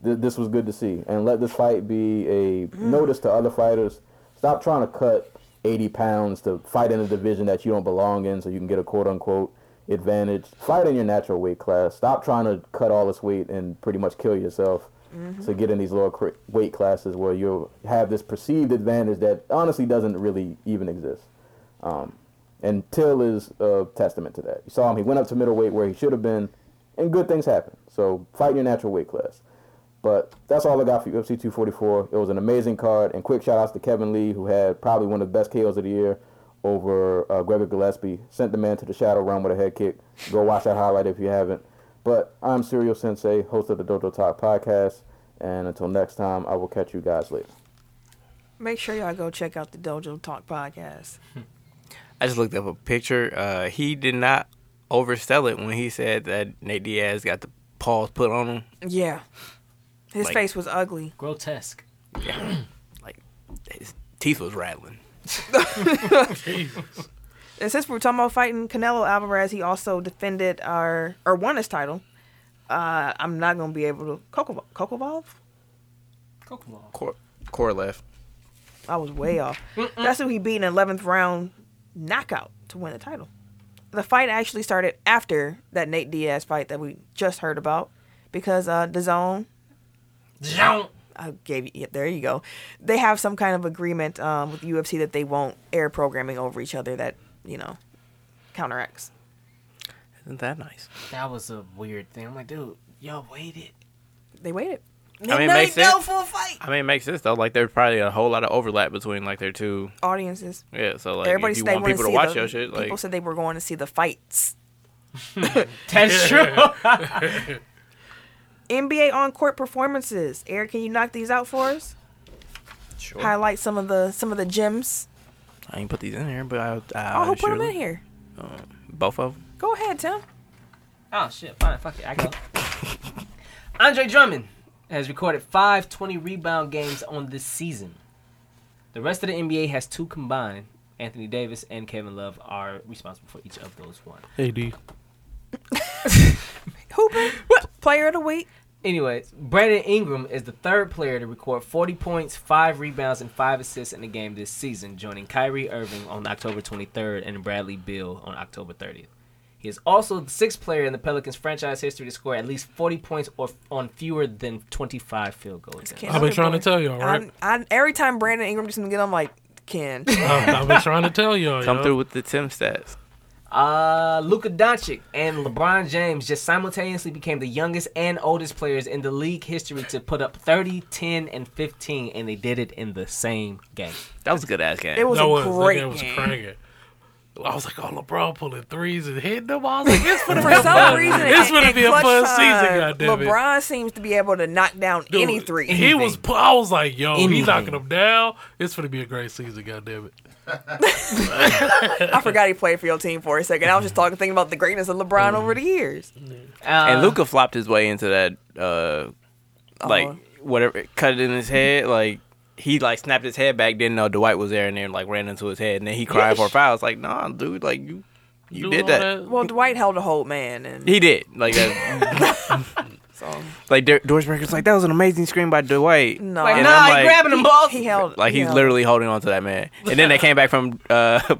[SPEAKER 9] Th- this was good to see. And let this fight be a notice to other fighters. Stop trying to cut 80 pounds to fight in a division that you don't belong in so you can get a quote unquote advantage. Fight in your natural weight class. Stop trying to cut all this weight and pretty much kill yourself.
[SPEAKER 2] Mhm.
[SPEAKER 9] to get in these lower cr- weight classes where you have this perceived advantage that honestly doesn't really even exist. Um, and Till is a testament to that. You saw him; he went up to middleweight where he should have been, and good things happen. So fight your natural weight class. But that's all I got for UFC 244. It was an amazing card, and quick shout outs to Kevin Lee, who had probably one of the best KOs of the year over uh, Gregor Gillespie. Sent the man to the shadow realm with a head kick. Go watch that highlight if you haven't. But I'm Serial Sensei, host of the Dodo Talk podcast, and until next time, I will catch you guys later.
[SPEAKER 2] Make sure y'all go check out the Dojo Talk podcast.
[SPEAKER 1] I just looked up a picture. Uh, he did not oversell it when he said that Nate Diaz got the paws put on him.
[SPEAKER 2] Yeah. His
[SPEAKER 1] Like-
[SPEAKER 2] face was ugly.
[SPEAKER 4] Grotesque.
[SPEAKER 1] Yeah. like his teeth was rattling.
[SPEAKER 2] And since we're talking about fighting Canelo Alvarez, he also defended our or won his title. Uh, I'm not gonna be able to Coco Coco Valve.
[SPEAKER 1] Cor- Core left.
[SPEAKER 2] I was way off. That's who he beat in eleventh round knockout to win the title. The fight actually started after that Nate Diaz fight that we just heard about because uh, the zone. I gave you. Yeah, there you go. They have some kind of agreement um, with UFC that they won't air programming over each other. That you know, counteracts.
[SPEAKER 1] Isn't that nice?
[SPEAKER 4] That was a weird thing. I'm like, dude, y'all waited.
[SPEAKER 2] They waited.
[SPEAKER 1] I mean, it makes sense. I mean, it makes sense though. Like, there's probably a whole lot of overlap between like their two.
[SPEAKER 2] Audiences.
[SPEAKER 1] Yeah, so like,
[SPEAKER 2] Everybody
[SPEAKER 1] if you
[SPEAKER 2] said they
[SPEAKER 1] want
[SPEAKER 2] wanna
[SPEAKER 1] people to
[SPEAKER 2] see
[SPEAKER 1] watch
[SPEAKER 2] the-
[SPEAKER 1] your shit, like,
[SPEAKER 2] people said they were going to see the fights.
[SPEAKER 4] That's
[SPEAKER 1] true.
[SPEAKER 2] NBA on court performances. Eric, can you knock these out for us?
[SPEAKER 1] Sure.
[SPEAKER 2] Highlight some of the some of the gems.
[SPEAKER 1] I ain't put these in here, but I, I
[SPEAKER 2] Oh, who put them
[SPEAKER 1] surely-
[SPEAKER 2] in here?
[SPEAKER 1] Uh, both of them.
[SPEAKER 2] Go ahead, Tim.
[SPEAKER 4] Oh shit! Fine, fuck it. I go. Andre Drummond has recorded five 20 rebound games on this season. The rest of the NBA has two combined. Anthony Davis and Kevin Love are responsible for each of those one.
[SPEAKER 3] AD.
[SPEAKER 2] Hooper, player of the week.
[SPEAKER 4] Anyways, Brandon Ingram is the third player to record 40 points, five rebounds, and five assists in the game this season, joining Kyrie Irving on October 23rd and Bradley Beal on October 30th. He is also the sixth player in the Pelicans franchise history to score at least 40 points or on fewer than 25 field goal attempts.
[SPEAKER 3] I've been trying to tell y'all, right?
[SPEAKER 2] I'm, I, every time Brandon Ingram just gonna get, I'm like, Ken.
[SPEAKER 3] I've been trying to tell y'all.
[SPEAKER 1] Come
[SPEAKER 3] yo.
[SPEAKER 1] through with the Tim stats.
[SPEAKER 4] Uh, Luka Doncic and LeBron James just simultaneously became the youngest and oldest players in the league history to put up 30, 10, and 15, and they did it in the same game.
[SPEAKER 1] That was a good ass game.
[SPEAKER 4] It was a
[SPEAKER 3] that
[SPEAKER 4] great
[SPEAKER 3] game was
[SPEAKER 4] game.
[SPEAKER 3] cracking. I was like, oh, LeBron pulling threes and hitting them. I was like, it's gonna
[SPEAKER 2] For
[SPEAKER 3] be a
[SPEAKER 2] some
[SPEAKER 3] fun.
[SPEAKER 2] reason,
[SPEAKER 3] it's
[SPEAKER 2] in-
[SPEAKER 3] gonna
[SPEAKER 2] in
[SPEAKER 3] be a
[SPEAKER 2] clutch
[SPEAKER 3] fun
[SPEAKER 2] time,
[SPEAKER 3] season. Goddamn it.
[SPEAKER 2] LeBron seems to be able to knock down
[SPEAKER 3] Dude,
[SPEAKER 2] any three.
[SPEAKER 3] He was. pu- I was like, yo,
[SPEAKER 2] Anything.
[SPEAKER 3] he's knocking them down. It's gonna be a great season. Goddamn it.
[SPEAKER 2] I forgot he played for your team for a second. I was just talking, thinking about the greatness of
[SPEAKER 1] Mm.
[SPEAKER 2] LeBron over the years.
[SPEAKER 1] and Luca flopped his way into that, uh,
[SPEAKER 2] Uh-huh.
[SPEAKER 1] like whatever, cut it in his head. Like he like snapped his head back, didn't know Dwight was there, and then like ran into his head, and then he cried for fouls. Like, nah, dude, like you, you did that.
[SPEAKER 2] Well, Dwight held a hold man, and
[SPEAKER 1] He did. Like that. like Dor- Doris Baker's like that was an amazing screen by Dwight.
[SPEAKER 2] no,
[SPEAKER 1] And I'm like-
[SPEAKER 2] the ball. He held.
[SPEAKER 1] Like he's
[SPEAKER 2] yeah.
[SPEAKER 1] literally holding on to that man. And then they came back from uh,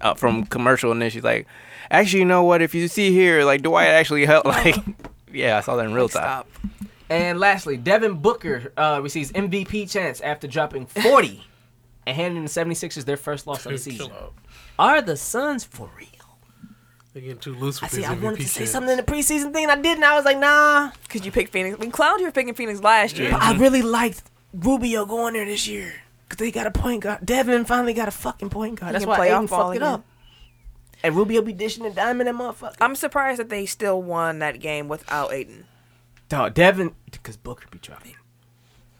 [SPEAKER 1] uh from commercial, and then she's like, "Actually, you know what? If you see here, like Dwight actually helped. Like, yeah, I saw that in real time.
[SPEAKER 4] And lastly, Devin Booker uh, receives MVP chance after dropping 40 and handing the 76ers their first loss of the
[SPEAKER 3] Dude,
[SPEAKER 4] season.
[SPEAKER 3] chill out.
[SPEAKER 4] Are the Suns for real?
[SPEAKER 3] They're getting too loose
[SPEAKER 4] I
[SPEAKER 3] with
[SPEAKER 4] see.
[SPEAKER 3] these
[SPEAKER 4] I
[SPEAKER 3] MVP
[SPEAKER 4] wanted to say
[SPEAKER 3] chants.
[SPEAKER 4] something in the preseason thing, and I didn't. I was like, nah.
[SPEAKER 2] Cause you picked Phoenix. I mean, Clown, you were picking Phoenix last year.
[SPEAKER 4] But
[SPEAKER 3] Mm-hmm.
[SPEAKER 4] I really liked Rubio going there this year because they got a point guard. Devin finally got a fucking point guard.
[SPEAKER 2] He
[SPEAKER 4] That's
[SPEAKER 2] can
[SPEAKER 4] why
[SPEAKER 2] play
[SPEAKER 4] Aiden
[SPEAKER 2] off ball
[SPEAKER 4] fucked it
[SPEAKER 2] again.
[SPEAKER 4] up. And Rubio be dishing the diamond and motherfucker.
[SPEAKER 2] I'm surprised that they still won that game without Aiden.
[SPEAKER 4] Dog, Devin, because Booker be dropping.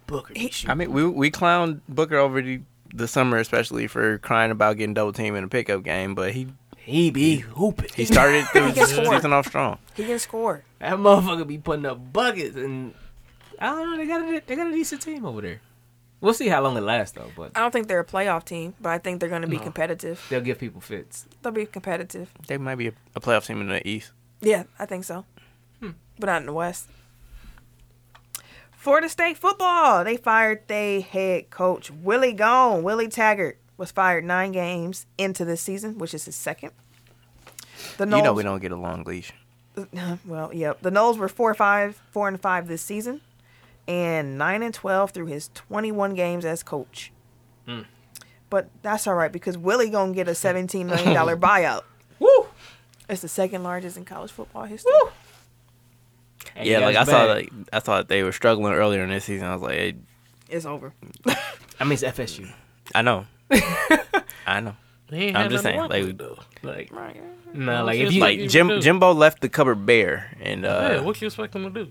[SPEAKER 4] Booker. be
[SPEAKER 1] I mean, we we clowned Booker over the, the summer, especially for crying about getting double team in a pickup game, but he
[SPEAKER 4] he be hooping.
[SPEAKER 1] He started the
[SPEAKER 2] He can score.
[SPEAKER 1] season off strong.
[SPEAKER 2] He can score.
[SPEAKER 4] That motherfucker be putting up buckets, and I don't know. They got a, they got a decent team over there. We'll see how long it lasts though, but
[SPEAKER 2] I don't think they're a playoff team, but I think they're going to be
[SPEAKER 4] No.
[SPEAKER 2] competitive.
[SPEAKER 4] they'll give people fits.
[SPEAKER 2] They'll be competitive.
[SPEAKER 1] They might be a, a playoff team in the East.
[SPEAKER 2] Yeah, I think so. But not in the West. Florida State football. They fired their head coach, Willie Gone. Willie Taggart was fired nine games into this season, which is his second. The
[SPEAKER 1] You know
[SPEAKER 2] Noles-
[SPEAKER 1] we don't get a long leash.
[SPEAKER 2] Well, yep. The Knolls were four five, four and five this season. and 9 and 12 through his 21 games as coach.
[SPEAKER 1] Hmm.
[SPEAKER 15] Mm.
[SPEAKER 2] But that's all right because Willie going to get a $17 million buyout. Woo! It's the second largest in college football history.
[SPEAKER 1] yeah, like I saw,
[SPEAKER 2] that.
[SPEAKER 1] like I thought they were struggling earlier in this season. I was like, hey,
[SPEAKER 2] It's over.
[SPEAKER 4] I mean, it's FSU.
[SPEAKER 1] I know, I know.
[SPEAKER 4] They ain't
[SPEAKER 1] I'm
[SPEAKER 4] had
[SPEAKER 1] just
[SPEAKER 4] nothing
[SPEAKER 1] saying,
[SPEAKER 4] wrong
[SPEAKER 1] like,
[SPEAKER 4] Like,
[SPEAKER 1] no,
[SPEAKER 4] no, like if you
[SPEAKER 1] like Jim, Jimbo left the cupboard bare, and
[SPEAKER 3] yeah,
[SPEAKER 1] uh,
[SPEAKER 3] what you expect them to do?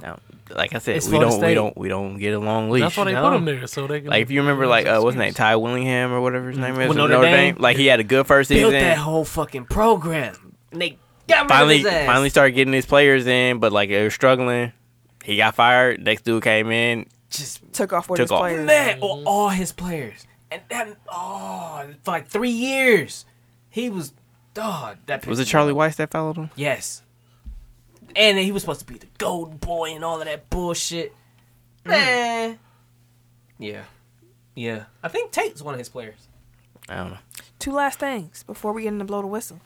[SPEAKER 1] now, like I said,
[SPEAKER 3] It's
[SPEAKER 1] we
[SPEAKER 3] Florida
[SPEAKER 1] don't,
[SPEAKER 3] State.
[SPEAKER 1] we don't, we don't get a long leash.
[SPEAKER 3] That's why they put him there, so they can-
[SPEAKER 1] Like if you remember, like uh, what's his name, Ty Willingham or whatever
[SPEAKER 3] Mm-hmm.
[SPEAKER 1] his name is,
[SPEAKER 4] Well,
[SPEAKER 1] from
[SPEAKER 4] Notre
[SPEAKER 1] Notre,
[SPEAKER 4] Dame.
[SPEAKER 1] Dame. Like he had a good first
[SPEAKER 4] built
[SPEAKER 1] season.
[SPEAKER 4] that whole fucking program, and they got rid
[SPEAKER 1] finally
[SPEAKER 4] of his ass.
[SPEAKER 1] finally started getting his players in, but like they were struggling. He got fired. Next dude came in.
[SPEAKER 4] Just
[SPEAKER 2] took off
[SPEAKER 1] took off.
[SPEAKER 4] That or all his players, and that oh, for like three years, he was dog. that
[SPEAKER 1] Was it
[SPEAKER 4] pissed me
[SPEAKER 1] Charlie
[SPEAKER 4] off.
[SPEAKER 1] Weiss that followed him?
[SPEAKER 4] Yes, and then he was supposed to be the gold boy and all of that bullshit.
[SPEAKER 2] Mm.
[SPEAKER 4] Man, yeah, yeah. I think Tate's one of his players.
[SPEAKER 1] I don't know.
[SPEAKER 2] Two last things before we get into blow the whistle.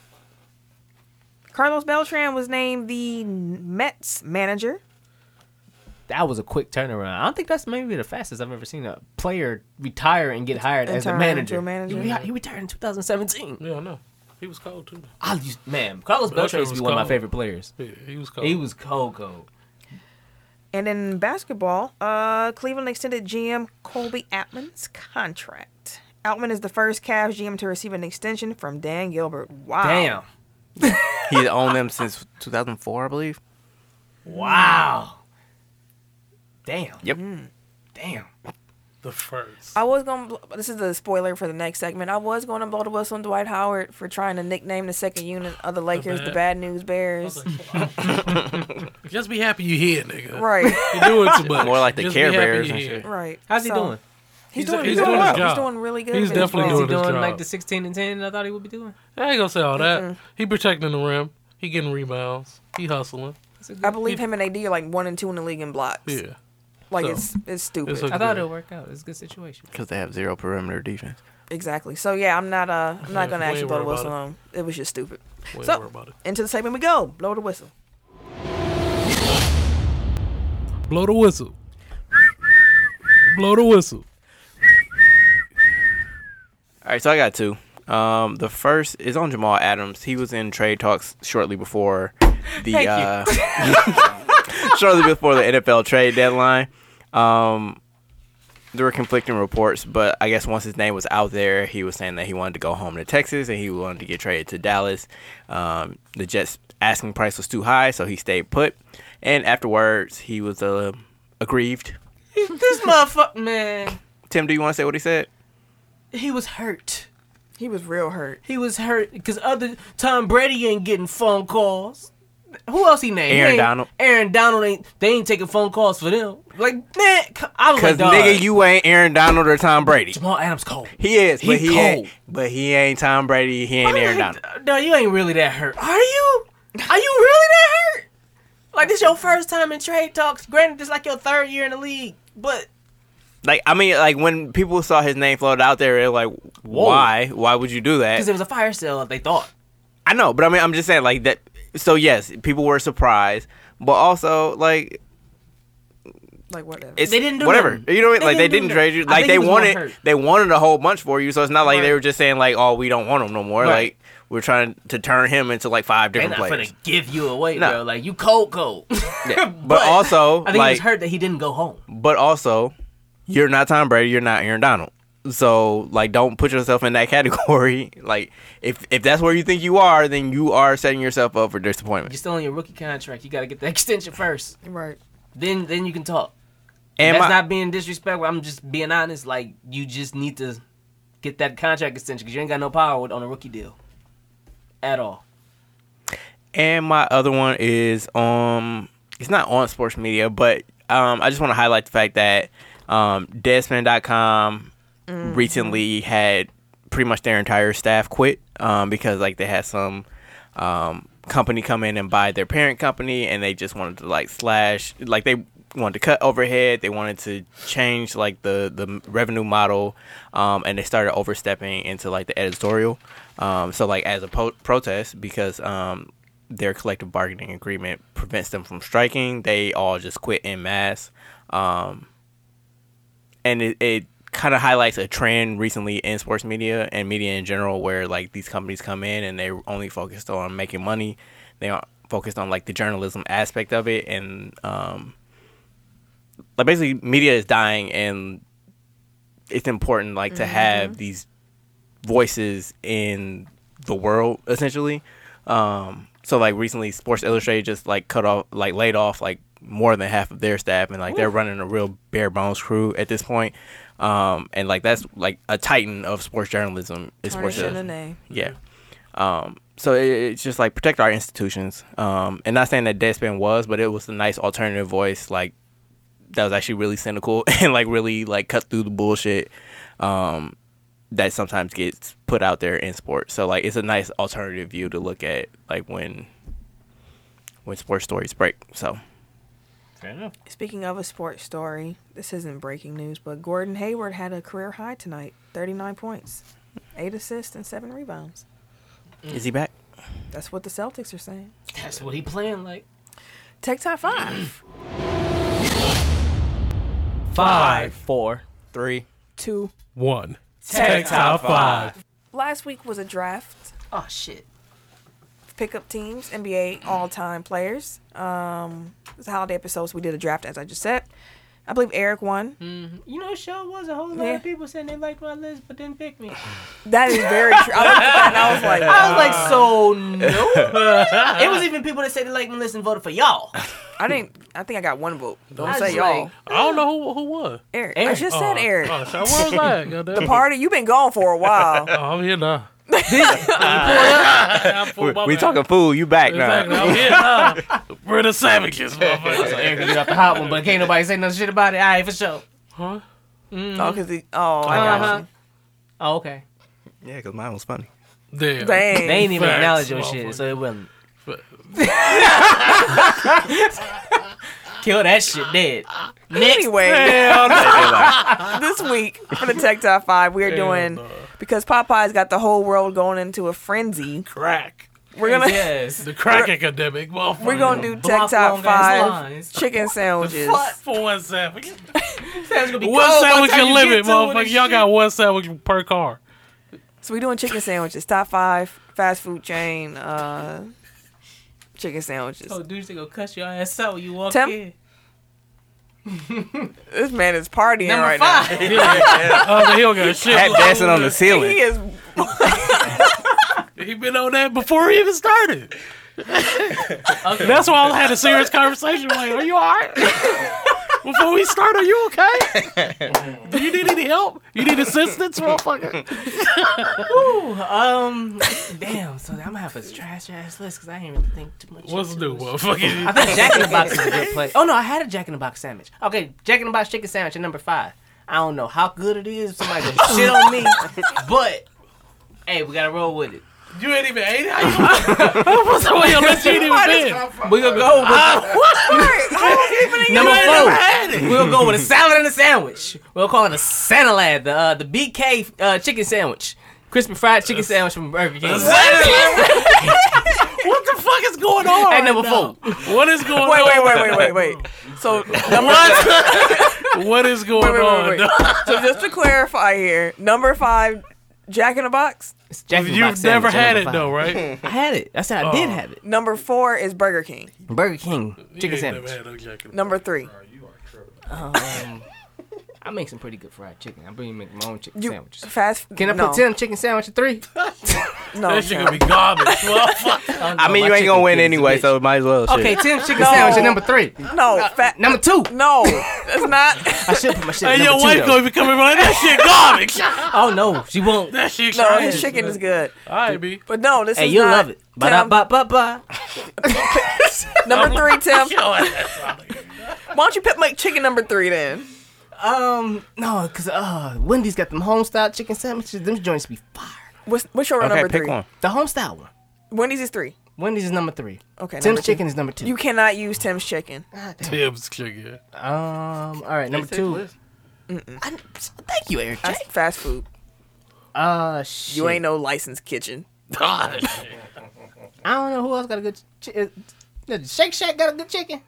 [SPEAKER 2] Carlos Beltran was named the Mets manager.
[SPEAKER 4] That was a quick turnaround. I don't think that's maybe the fastest I've ever seen a player retire and get hired
[SPEAKER 2] And
[SPEAKER 4] as a
[SPEAKER 2] turn
[SPEAKER 4] manager.
[SPEAKER 2] into a manager.
[SPEAKER 4] He, re- he retired in 2017.
[SPEAKER 3] Yeah, I know. He was cold too.
[SPEAKER 4] I used, man, Carlos Beltran used to
[SPEAKER 3] was
[SPEAKER 4] be one of my
[SPEAKER 3] cold.
[SPEAKER 4] favorite players.
[SPEAKER 3] Yeah, he was cold.
[SPEAKER 4] He was cold, cold.
[SPEAKER 2] And in basketball, uh, Cleveland extended GM Colby Atman's contract. Atman is the first Cavs GM to receive an extension from Dan Gilbert. Wow.
[SPEAKER 1] He's owned them since 2004, I believe.
[SPEAKER 4] Wow. Damn.
[SPEAKER 1] Yep.
[SPEAKER 4] Damn.
[SPEAKER 3] The first.
[SPEAKER 2] I was going to, this is a spoiler for the next segment. I was going to blow the whistle on Dwight Howard for trying to nickname the second unit of the Lakers the
[SPEAKER 3] bad-
[SPEAKER 2] Bad News Bears.
[SPEAKER 3] Just be happy you here, nigga.
[SPEAKER 2] Right.
[SPEAKER 3] You're doing too much.
[SPEAKER 1] More like the
[SPEAKER 3] Just
[SPEAKER 1] Care
[SPEAKER 3] be happy
[SPEAKER 1] Bears
[SPEAKER 3] you
[SPEAKER 1] and
[SPEAKER 3] here.
[SPEAKER 1] shit.
[SPEAKER 2] Right.
[SPEAKER 4] How's he
[SPEAKER 2] So-
[SPEAKER 4] doing?
[SPEAKER 2] He's, doing, he's,
[SPEAKER 3] he's
[SPEAKER 2] doing,
[SPEAKER 3] doing his
[SPEAKER 2] well. He's
[SPEAKER 3] job.
[SPEAKER 2] doing really good.
[SPEAKER 3] He's
[SPEAKER 2] for his
[SPEAKER 3] definitely
[SPEAKER 2] role.
[SPEAKER 4] Is he
[SPEAKER 3] doing his
[SPEAKER 4] doing like
[SPEAKER 3] job.
[SPEAKER 4] the 16 and 10 I thought he would be doing?
[SPEAKER 3] I ain't gonna say all that. He protecting the rim. He getting rebounds. He hustling.
[SPEAKER 2] I believe him and AD are like one and two in the league in blocks.
[SPEAKER 3] Yeah.
[SPEAKER 2] Like
[SPEAKER 3] So,
[SPEAKER 2] it's it's stupid.
[SPEAKER 4] I thought it would work out. It's a good situation.
[SPEAKER 1] Because they have zero perimeter defense.
[SPEAKER 2] Exactly. So yeah, I'm not uh I'm not
[SPEAKER 1] Yeah,
[SPEAKER 2] gonna
[SPEAKER 1] we
[SPEAKER 2] actually
[SPEAKER 1] ain't
[SPEAKER 2] blow the
[SPEAKER 1] worried
[SPEAKER 2] whistle
[SPEAKER 1] about
[SPEAKER 2] on. It was just stupid.
[SPEAKER 1] We ain't
[SPEAKER 2] so
[SPEAKER 1] worried about it.
[SPEAKER 2] into the segment we go. Blow the whistle.
[SPEAKER 3] Blow the whistle. Blow the whistle.
[SPEAKER 1] All right, so I got two. Um, the first is on Jamal Adams. He was in trade talks shortly before the
[SPEAKER 15] Thank you.
[SPEAKER 1] uh, shortly before the NFL trade deadline. Um, there were conflicting reports, but I guess once his name was out there, he was saying that he wanted to go home to Texas and he wanted to get traded to Dallas. Um, the Jets asking price was too high, so he stayed put. And afterwards, he was uh, aggrieved.
[SPEAKER 4] this motherfucker, man.
[SPEAKER 1] Tim, do you want to say what he said?
[SPEAKER 4] He was hurt.
[SPEAKER 2] He was real hurt.
[SPEAKER 4] He was hurt because other Tom Brady ain't getting phone calls. Who else he named? He
[SPEAKER 1] Aaron
[SPEAKER 4] ain't-
[SPEAKER 1] Donald.
[SPEAKER 4] Aaron Donald ain't. They ain't taking phone calls for them. Like man, c- I was like,
[SPEAKER 1] Because
[SPEAKER 4] dog,
[SPEAKER 1] nigga, you ain't Aaron Donald or Tom Brady.
[SPEAKER 4] Jamal Adams cold.
[SPEAKER 1] He is, but
[SPEAKER 4] He
[SPEAKER 1] he, ain't, but he ain't Tom Brady. He ain't Aaron Donald.
[SPEAKER 4] No, you ain't really that hurt. Are you? Are you really that hurt? Like this your first time in trade talks. Granted, this like your third year in the league, but
[SPEAKER 1] Like I mean, like when people saw his name floated out there, they're like, "Why? Why would you do
[SPEAKER 4] because it
[SPEAKER 1] that?"
[SPEAKER 4] was a fire sale, they thought.
[SPEAKER 1] I know, but I mean, I'm just saying like that. So yes, people were surprised, but also like
[SPEAKER 2] Like whatever.
[SPEAKER 1] it's
[SPEAKER 4] they didn't do
[SPEAKER 1] whatever.
[SPEAKER 4] nothing.
[SPEAKER 1] You know what? Like they
[SPEAKER 4] do
[SPEAKER 1] didn't
[SPEAKER 4] nothing.
[SPEAKER 1] trade you.
[SPEAKER 4] I
[SPEAKER 1] Like
[SPEAKER 4] think
[SPEAKER 1] they
[SPEAKER 4] he was more hurt.
[SPEAKER 1] wanted they wanted a whole bunch for you. So it's not like they
[SPEAKER 4] Right.
[SPEAKER 1] were just saying like, "Oh, we don't want him no more."
[SPEAKER 4] Right.
[SPEAKER 1] Like we're trying to turn him into like five
[SPEAKER 4] They're
[SPEAKER 1] different
[SPEAKER 4] not
[SPEAKER 1] players.
[SPEAKER 4] gonna give you away,
[SPEAKER 1] No.
[SPEAKER 4] bro. Like you cold, cold.
[SPEAKER 1] Yeah. But, also,
[SPEAKER 4] I think he was
[SPEAKER 1] like,
[SPEAKER 4] hurt that he didn't go home.
[SPEAKER 1] but also, you're not Tom Brady. You're not Aaron Donald. So like, don't put yourself in that category. Like, if if that's where you think you are, then you are setting yourself up for
[SPEAKER 4] You're
[SPEAKER 1] disappointment.
[SPEAKER 4] still on your rookie contract. You got to get the extension first.
[SPEAKER 2] Right.
[SPEAKER 4] Then then you can talk. And
[SPEAKER 1] And
[SPEAKER 4] that's
[SPEAKER 1] my-
[SPEAKER 4] not being disrespectful. I'm just being honest. Like you just need to get that contract extension because you ain't got no power with- on a rookie deal at all.
[SPEAKER 1] And my other one is um, it's not on sports media, but um, I just want to highlight the fact that um, Deadspin.com
[SPEAKER 4] Mm-hmm.
[SPEAKER 15] Mhm.
[SPEAKER 1] recently had pretty much their entire staff quit um, because like they had some um, company come in and buy their parent company, and they just wanted to like slash like they wanted to cut overhead, they wanted to change like the the revenue model, um, and they started overstepping into like the editorial. Um, so like as a po- protest because um, their collective bargaining agreement prevents them from striking. They all just quit en masse. Um, and it, it kind of highlights a trend recently in sports media and media in general where like these companies come in and they're only focused on making money. They aren't focused on like the journalism aspect of it and um, like basically media is dying and it's important like
[SPEAKER 2] Mm-hmm.
[SPEAKER 1] to have these voices in the world essentially um so like recently sports illustrated just like cut off like laid off like more than half of their staff and like they're running a real bare bones crew at this point um and like that's like a titan of sports journalism is sports
[SPEAKER 2] Tarnishing the
[SPEAKER 1] journalism.
[SPEAKER 2] name.
[SPEAKER 1] yeah um so it, it's just like protect our institutions um and not saying that deadspin was but it was a nice alternative voice like that was actually really cynical and like really like cut through the bullshit um that sometimes gets put out there in sports. So like it's a nice alternative view to look at like when when sports stories break. So
[SPEAKER 4] Fair enough.
[SPEAKER 2] Speaking of a sports story, this isn't breaking news, but Gordon Hayward had a career high tonight 39 points, eight assists, and seven rebounds. Mm.
[SPEAKER 1] is he back?
[SPEAKER 2] That's what the Celtics are saying.
[SPEAKER 4] That's what he playing like.
[SPEAKER 2] Take top five.
[SPEAKER 4] Five, four,
[SPEAKER 1] three,
[SPEAKER 2] two,
[SPEAKER 3] one.
[SPEAKER 2] Tech
[SPEAKER 3] top five.
[SPEAKER 2] Last week was a draft.
[SPEAKER 4] Oh, shit.
[SPEAKER 2] Pickup teams, NBA all time players. Um, it's a holiday episode, so we did a draft, as I just said. I believe Eric won.
[SPEAKER 4] You know, sure was a whole lot
[SPEAKER 2] Yeah.
[SPEAKER 4] of people saying they liked my list, but didn't pick me.
[SPEAKER 2] That is very true. I looked at that and I was like, uh,
[SPEAKER 4] I was like, so no. it was even people that said they liked my list and voted for y'all.
[SPEAKER 2] I didn't. I think I got one vote.
[SPEAKER 4] Don't
[SPEAKER 2] I
[SPEAKER 4] say
[SPEAKER 2] was like,
[SPEAKER 4] y'all. I don't know who, who
[SPEAKER 3] won.
[SPEAKER 2] Eric. I
[SPEAKER 3] Eric.
[SPEAKER 2] just
[SPEAKER 3] Oh,
[SPEAKER 2] said Eric.
[SPEAKER 3] oh, so where was I at? Goddamn.
[SPEAKER 2] The party. You've been gone for a while.
[SPEAKER 3] Oh, I'm here now.
[SPEAKER 1] We,
[SPEAKER 2] Oh,
[SPEAKER 1] we talking fool, you back now.
[SPEAKER 3] We're the savages, motherfucker.
[SPEAKER 4] So Eric get off the hot one, but can't nobody say no shit about it. All right, for sure. Huh?
[SPEAKER 2] Oh, because he. Oh, I got
[SPEAKER 4] Uh-huh.
[SPEAKER 2] you.
[SPEAKER 4] Oh, okay.
[SPEAKER 1] Yeah, because mine was funny.
[SPEAKER 3] Damn.
[SPEAKER 4] They ain't even
[SPEAKER 3] Facts,
[SPEAKER 4] acknowledge your
[SPEAKER 3] motherfucker.
[SPEAKER 4] shit, so it wasn't.
[SPEAKER 2] Kill that shit dead. Anyway,
[SPEAKER 4] Hell no.
[SPEAKER 2] this week for the Tech Top 5, we're
[SPEAKER 4] Hell
[SPEAKER 2] doing because Popeye's got the whole world going into a frenzy.
[SPEAKER 3] Crack.
[SPEAKER 2] We're gonna
[SPEAKER 3] Yes. The crack academic, motherfucker.
[SPEAKER 2] We're gonna do Tech
[SPEAKER 3] Block
[SPEAKER 2] Top
[SPEAKER 3] long ass
[SPEAKER 2] 5
[SPEAKER 3] lines.
[SPEAKER 2] chicken sandwiches.
[SPEAKER 3] Fuck for one sandwich.
[SPEAKER 4] be
[SPEAKER 3] one
[SPEAKER 2] cold by the time
[SPEAKER 3] sandwich can
[SPEAKER 2] you get
[SPEAKER 3] limit,
[SPEAKER 2] to it and
[SPEAKER 3] motherfucker. Y'all got one sandwich per car.
[SPEAKER 2] So we're doing chicken sandwiches, top 5 fast food chain uh chicken sandwiches.
[SPEAKER 4] Oh, dudes, they gonna cuss your ass out when you walk
[SPEAKER 2] Tim?
[SPEAKER 4] in.
[SPEAKER 2] This man is partying
[SPEAKER 4] Number
[SPEAKER 2] right
[SPEAKER 4] five.
[SPEAKER 2] now.
[SPEAKER 3] Yeah. Oh, so he don't give a shit. Tap dancing on the ceiling.
[SPEAKER 2] He is
[SPEAKER 3] He been on that before he even started. That's why I had a serious conversation. Like, are you all right? Before we start, are you okay? Do you need any help? You need assistance, motherfucker?
[SPEAKER 4] Woo, um, damn. So I'm gonna have a trash ass list because I didn't really think too much.
[SPEAKER 3] What's new,
[SPEAKER 4] I
[SPEAKER 3] motherfucker?
[SPEAKER 4] think Jack in the Box is a good place. Oh no, I had a Jack in the Box sandwich. Okay, Jack in the Box chicken sandwich at number five. I don't know how good it is. Somebody gonna shit on me, but hey, we gotta roll with it.
[SPEAKER 3] You ain't even ate it. What's on your list? You ain't even been.
[SPEAKER 4] We gonna go with number four. We're gonna go with a salad and a sandwich. We'll call it a salad, the uh, the BK uh, chicken sandwich, crispy fried chicken sandwich from Burger King.
[SPEAKER 3] What the fuck is going on?
[SPEAKER 4] At number
[SPEAKER 3] four. What is going
[SPEAKER 2] Wait,
[SPEAKER 3] on?
[SPEAKER 2] wait, wait, wait, wait, wait. So
[SPEAKER 3] what? what is
[SPEAKER 2] Wait,
[SPEAKER 3] going
[SPEAKER 2] wait,
[SPEAKER 3] on?
[SPEAKER 2] wait, wait. so just to clarify here, number five, Jack in the Box.
[SPEAKER 4] Jack in the
[SPEAKER 3] You've
[SPEAKER 4] Box
[SPEAKER 3] never
[SPEAKER 4] sandwich at
[SPEAKER 3] had
[SPEAKER 4] number
[SPEAKER 3] it
[SPEAKER 4] five.
[SPEAKER 3] though, Oh. right?
[SPEAKER 4] I had it. I said I did have it.
[SPEAKER 2] Number four is Burger King.
[SPEAKER 4] Burger King
[SPEAKER 2] You
[SPEAKER 4] chicken
[SPEAKER 2] ain't
[SPEAKER 4] sandwich.
[SPEAKER 2] never had no Jack in the Number Box. three.
[SPEAKER 4] Um, I make some pretty good fried chicken. I'm bringing make my own chicken
[SPEAKER 2] You-
[SPEAKER 4] sandwiches.
[SPEAKER 2] fast-
[SPEAKER 4] Can I
[SPEAKER 2] no.
[SPEAKER 4] put ten chicken sandwich at three?
[SPEAKER 2] no,
[SPEAKER 3] That shit gonna be garbage. motherfucker.
[SPEAKER 1] I mean, you ain't gonna win anyway, so might as well.
[SPEAKER 4] Okay,
[SPEAKER 1] shit.
[SPEAKER 4] Tim's chicken sandwich at number three.
[SPEAKER 2] No, fat
[SPEAKER 4] number two.
[SPEAKER 2] No, that's not.
[SPEAKER 4] I should put my shit. at
[SPEAKER 3] And your
[SPEAKER 4] number two,
[SPEAKER 3] wife
[SPEAKER 4] though.
[SPEAKER 3] gonna be coming like that shit garbage.
[SPEAKER 4] Oh no, she won't.
[SPEAKER 3] That shit
[SPEAKER 2] No,
[SPEAKER 3] trash.
[SPEAKER 2] his chicken is good.
[SPEAKER 3] All right, B.
[SPEAKER 2] But no, this
[SPEAKER 4] Hey,
[SPEAKER 2] is
[SPEAKER 4] you'll
[SPEAKER 2] not-
[SPEAKER 4] love it. Ba da
[SPEAKER 2] Tim,
[SPEAKER 4] ba ba ba.
[SPEAKER 2] number three, Tim.
[SPEAKER 3] Yo,
[SPEAKER 2] Why don't you pick my chicken number three then?
[SPEAKER 4] Um, no, cause uh, Wendy's got them homestyle chicken sandwiches. Them joints be fire.
[SPEAKER 2] What's what's your number three?
[SPEAKER 4] The homestyle one.
[SPEAKER 2] Wendy's is three.
[SPEAKER 4] Wendy's is number three.
[SPEAKER 2] Okay.
[SPEAKER 4] Tim's
[SPEAKER 2] number two.
[SPEAKER 4] chicken is number two.
[SPEAKER 2] You cannot use Tim's chicken.
[SPEAKER 3] Tim's chicken.
[SPEAKER 4] Um. All right. Number
[SPEAKER 3] They say
[SPEAKER 4] two.
[SPEAKER 3] list.
[SPEAKER 4] Thank you, Eric.
[SPEAKER 2] That's fast food.
[SPEAKER 4] Uh, shit.
[SPEAKER 2] You ain't no licensed kitchen.
[SPEAKER 3] God.
[SPEAKER 4] I don't know who else got a good. Ch- uh, does Shake Shack got a good chicken.